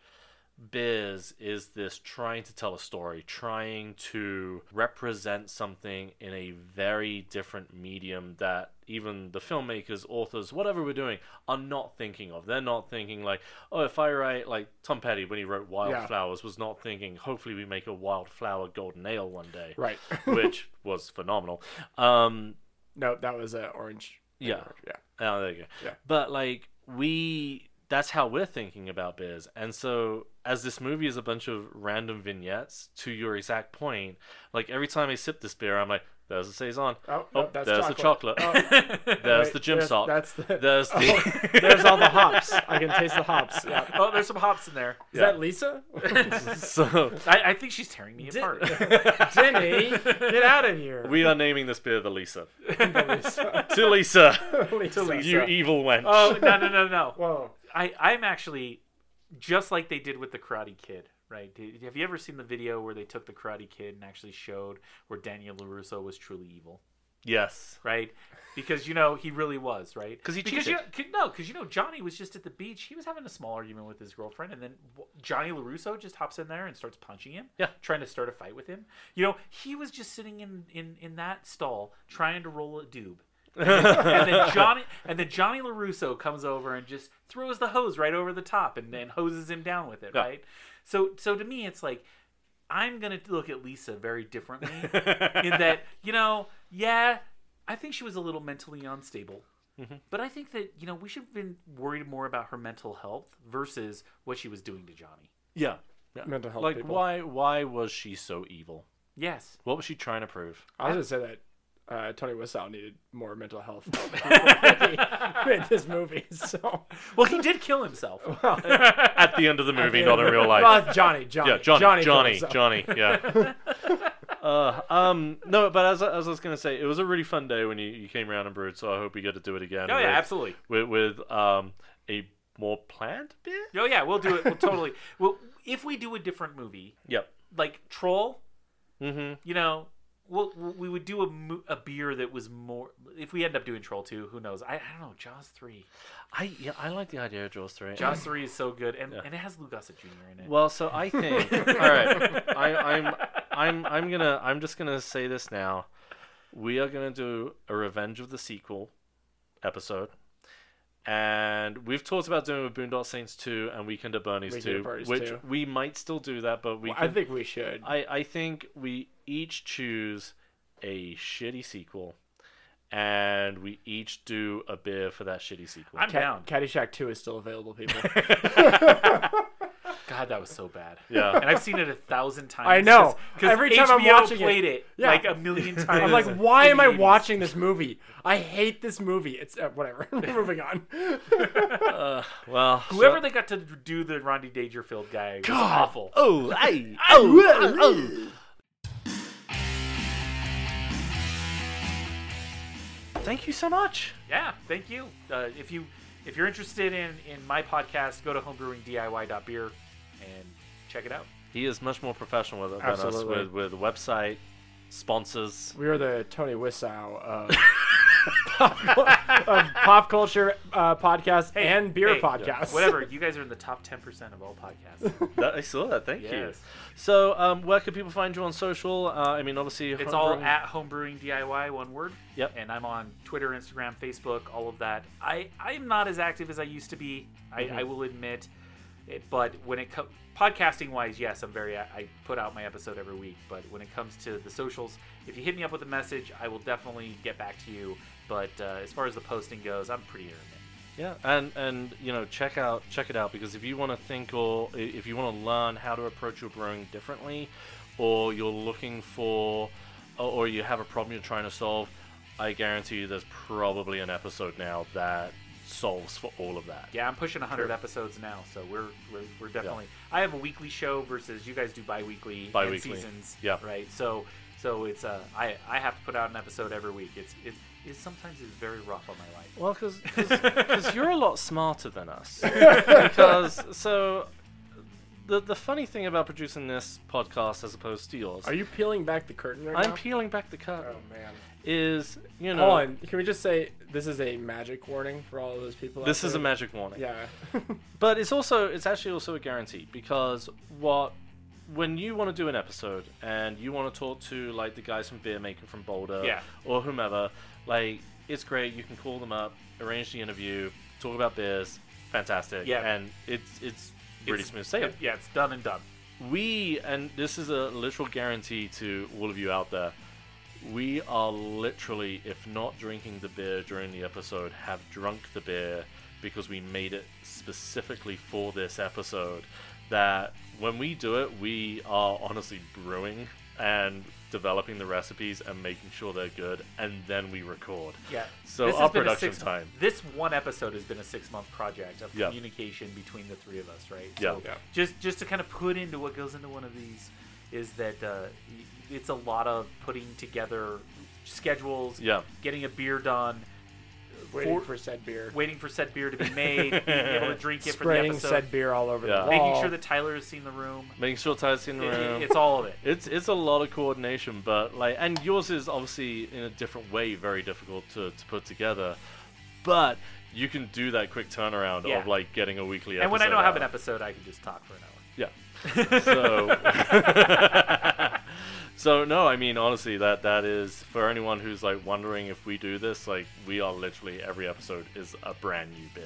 beers is this trying to tell a story, trying to represent something in a very different medium that even the filmmakers, authors, whatever we're doing, are not thinking of. They're not thinking like, oh, if I write like Tom Petty when he wrote Wildflowers was not thinking, hopefully we make a wildflower golden ale one day. (laughs) Right. which was phenomenal. Um, No, that was uh, orange. yeah. Yeah. Oh, there you go. Yeah. But like we, that's how we're thinking about beers, and so as this movie is a bunch of random vignettes to your exact point, like every time I sip this beer, I'm like, there's a saison. Oh, no, that's there's chocolate. Oh, the chocolate. (laughs) there's Wait, the gym there's- salt. that's the- Oh. (laughs) there's the. There's all the hops. I can taste (laughs) the hops. Yeah. (laughs) Oh, there's some hops in there. Is that Lisa? (laughs) so I, I think she's tearing me apart. (laughs) Jenny, get out of here. (laughs) we are naming this beer the (laughs) Lisa. Lisa. To Lisa, (laughs) Oh. Lisa. you evil wench. oh no no no no! Whoa. I I'm actually just like they did with the Karate Kid, right? Did, have you ever seen the video where they took the Karate Kid and actually showed where Daniel Larusso was truly evil? Yes. right? Because you know he really was, right? 'Cause he because you, cheated. 'cause- no, because you know Johnny was just at the beach. He was having a small argument with his girlfriend, and then w- Johnny Larusso just hops in there and starts punching him. Yeah. trying to start a fight with him. You know, he was just sitting in in in that stall trying to roll a doob. and, then, and (laughs) then Johnny and then Johnny Larusso comes over and just throws the hose right over the top and then hoses him down with it, Yeah. right? So so to me, it's like I'm gonna look at Lisa very differently (laughs) in that you know, yeah, I think she was a little mentally unstable, but I think that you know we should have been worried more about her mental health versus what she was doing to Johnny. Yeah. yeah. Mental health Like people. why why was she so evil? Yes, What was she trying to (laughs) prove? I was gonna say that uh, Tony Wiseau needed more mental (laughs) health help before he made this movie. (laughs) So well, he did kill himself. Oh, At the end of the movie, not in real life. Well, Johnny, Johnny, yeah, Johnny, Johnny, Johnny, Wiseau. Johnny, yeah. (laughs) uh, um, no, but as, I- as I was gonna say, it was a really fun day when you, you came around and brewed. So I hope we get to do it again. Oh yeah, with- absolutely. With, with um a more planned beer. Oh yeah, we'll do it. We'll totally. Well, if we do a different movie, Yep. like Troll, Mm-hmm. you know, we'll, we would do a, mo- a beer that was more. If we end up doing Troll Two, who knows? I, I don't know. Jaws Three. I yeah, I like the idea of Jaws three. Jaws Three is so good, and, and it has Lou Gossett Jr. in it. Well, so I think. (laughs) all right, I, I'm, I'm, I'm gonna, I'm just gonna say this now. We are gonna do a Revenge of the Sequel episode, and we've talked about doing with Boondock Saints two and Weekend at Bernie's Weekend at two, Bernie's which 2. we might still do that, but we. I can- think we should. I, I think we each choose a shitty sequel, and we each do a beer for that shitty sequel. I'm down. Cat- Caddyshack Two is still (laughs) available, people. God, that was so bad. Yeah. and I've seen it a thousand (laughs) times. I know. Cause, 'cause Every time HBO I'm watching it- played it, Yeah. like a million (laughs) times. I'm like, in why the am I 80s. watching this movie? I hate this movie. It's uh, whatever. (laughs) Moving on. well, Whoever they got to do the Rodney Dangerfield guy was awful. Oh, hey, oh, oh, oh. Thank you so much. Yeah, thank you. Uh, if you if you're interested in in my podcast, go to homebrewingdiy.beer and check it out. He is much more professional with it than Absolutely. us with with website sponsors. We are the Tony Wissow of, (laughs) pop, of pop culture uh, podcast and beer Hey, podcast. Whatever. You guys are in the top ten percent of all podcasts. (laughs) That- I saw that. Thank you. Yes. So, um, where can people find you on social? Uh, I mean, obviously, It's all Homebrewing- at homebrewing DIY, one word. Yep. And I'm on Twitter, Instagram, Facebook, all of that. I I'm not as active as I used to be. I, I will admit, it, but when it comes podcasting wise, yes, I'm very. a- I put out my episode every week. But when it comes to the socials, if you hit me up with a message, I will definitely get back to you. But uh, as far as the posting goes, I'm pretty intermittent. Yeah, and and you know, check out check it out because if you want to think or i- if you want to learn how to approach your brewing differently, or you're looking for, or- or you have a problem you're trying to solve, I guarantee you, there's probably an episode now that solves for all of that. Yeah, I'm pushing 100 episodes now, so we're we're, we're definitely. I have a weekly show versus you guys do bi-weekly, and Bi-weekly. seasons. Yeah. right. So so it's uh I I have to put out an episode every week. It's it is sometimes it's very rough on my life. Well, (laughs) because you're a lot smarter than (laughs) us. because so. The, the funny thing about producing this podcast as opposed to yours, Are you peeling back the curtain right I'm now? peeling back the curtain, oh man. is, you know, Hold on. Oh, Can we just say this is a magic warning for all of those people? out this is a there? magic warning. Yeah. But it's also it's actually also a guarantee because what when you want to do an episode and you want to talk to like the guys from Beer Maker from Boulder Yeah. or whomever, like it's great. You can call them up, arrange the interview, talk about beers, fantastic. Yeah. and it's it's really It's- smooth sailing. Yeah, it's done and done. We and this is a literal guarantee to all of you out there. We are literally, if not drinking the beer during the episode, have drunk the beer because we made it specifically for this episode. that when we do it, we are honestly brewing and developing the recipes and making sure they're good, and then we record. Yeah. So This has our been a production six- time. This one episode has been a six month project of Yeah. communication between the three of us, right? Yeah. So Yeah. Just just to kind of put into what goes into one of these is that uh, y- it's a lot of putting together schedules, Yeah. getting a beer done, Waiting For- for said beer. waiting for said beer to (laughs) be made, being able to drink it for the Spraying episode, said beer all over Yeah. the making wall. sure that Tyler has seen the room. Making sure Ty's in the It- it- room. it's all of it. It's it's a lot of coordination, but like, and yours is obviously in a different way, very difficult to, to put together. But you can do that quick turnaround Yeah. of like getting a weekly. And when I episode don't have out. an episode, I can just talk for an hour. Yeah. So, so (laughs) no, I mean honestly, that that is for anyone who's like wondering if we do this, like we are literally every episode is a brand new beer.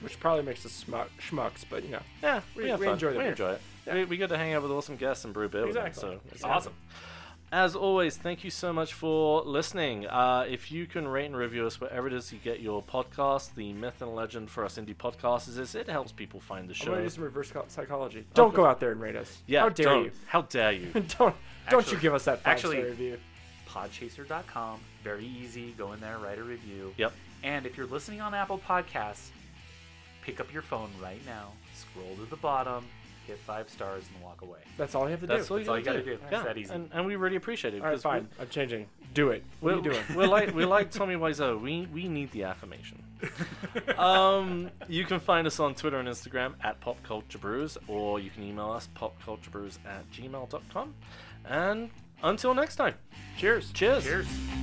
which probably makes us smuck, schmucks, but you know. Yeah, we, We- have we fun. enjoy the we beer. enjoy it. Yeah. We, we get to hang out with awesome guests and brew beer with them, Exactly. so it's awesome. As always, thank you so much for listening. Uh, if you can rate and review us wherever it is you get your podcast, the myth and legend for us indie podcasts is this. It helps people find the I'm gonna show. do some reverse co- psychology. Don't go out there and rate us. Yeah, How dare don't. you? (laughs) How dare you? don't don't Actually- you give us that five actually- star review. Podchaser.com, very easy. Go in there, write a review. yep. And if you're listening on Apple Podcasts, pick up your phone right now, scroll to the bottom, hit five stars, and walk away. That's all you have to That's do. all you, That's all you gotta gotta do. It's Yeah. that easy. And, and we really appreciate it. all right, 'cause we- fine. I'm changing. Do it. We're, What are you doing? (laughs) we're like we're like Tommy Wiseau. We we need the (laughs) affirmation. um, you can find us on Twitter and Instagram at popculturebrews, or you can email us popculturebrews at gmail.com. And until next time, Cheers. cheers. Cheers.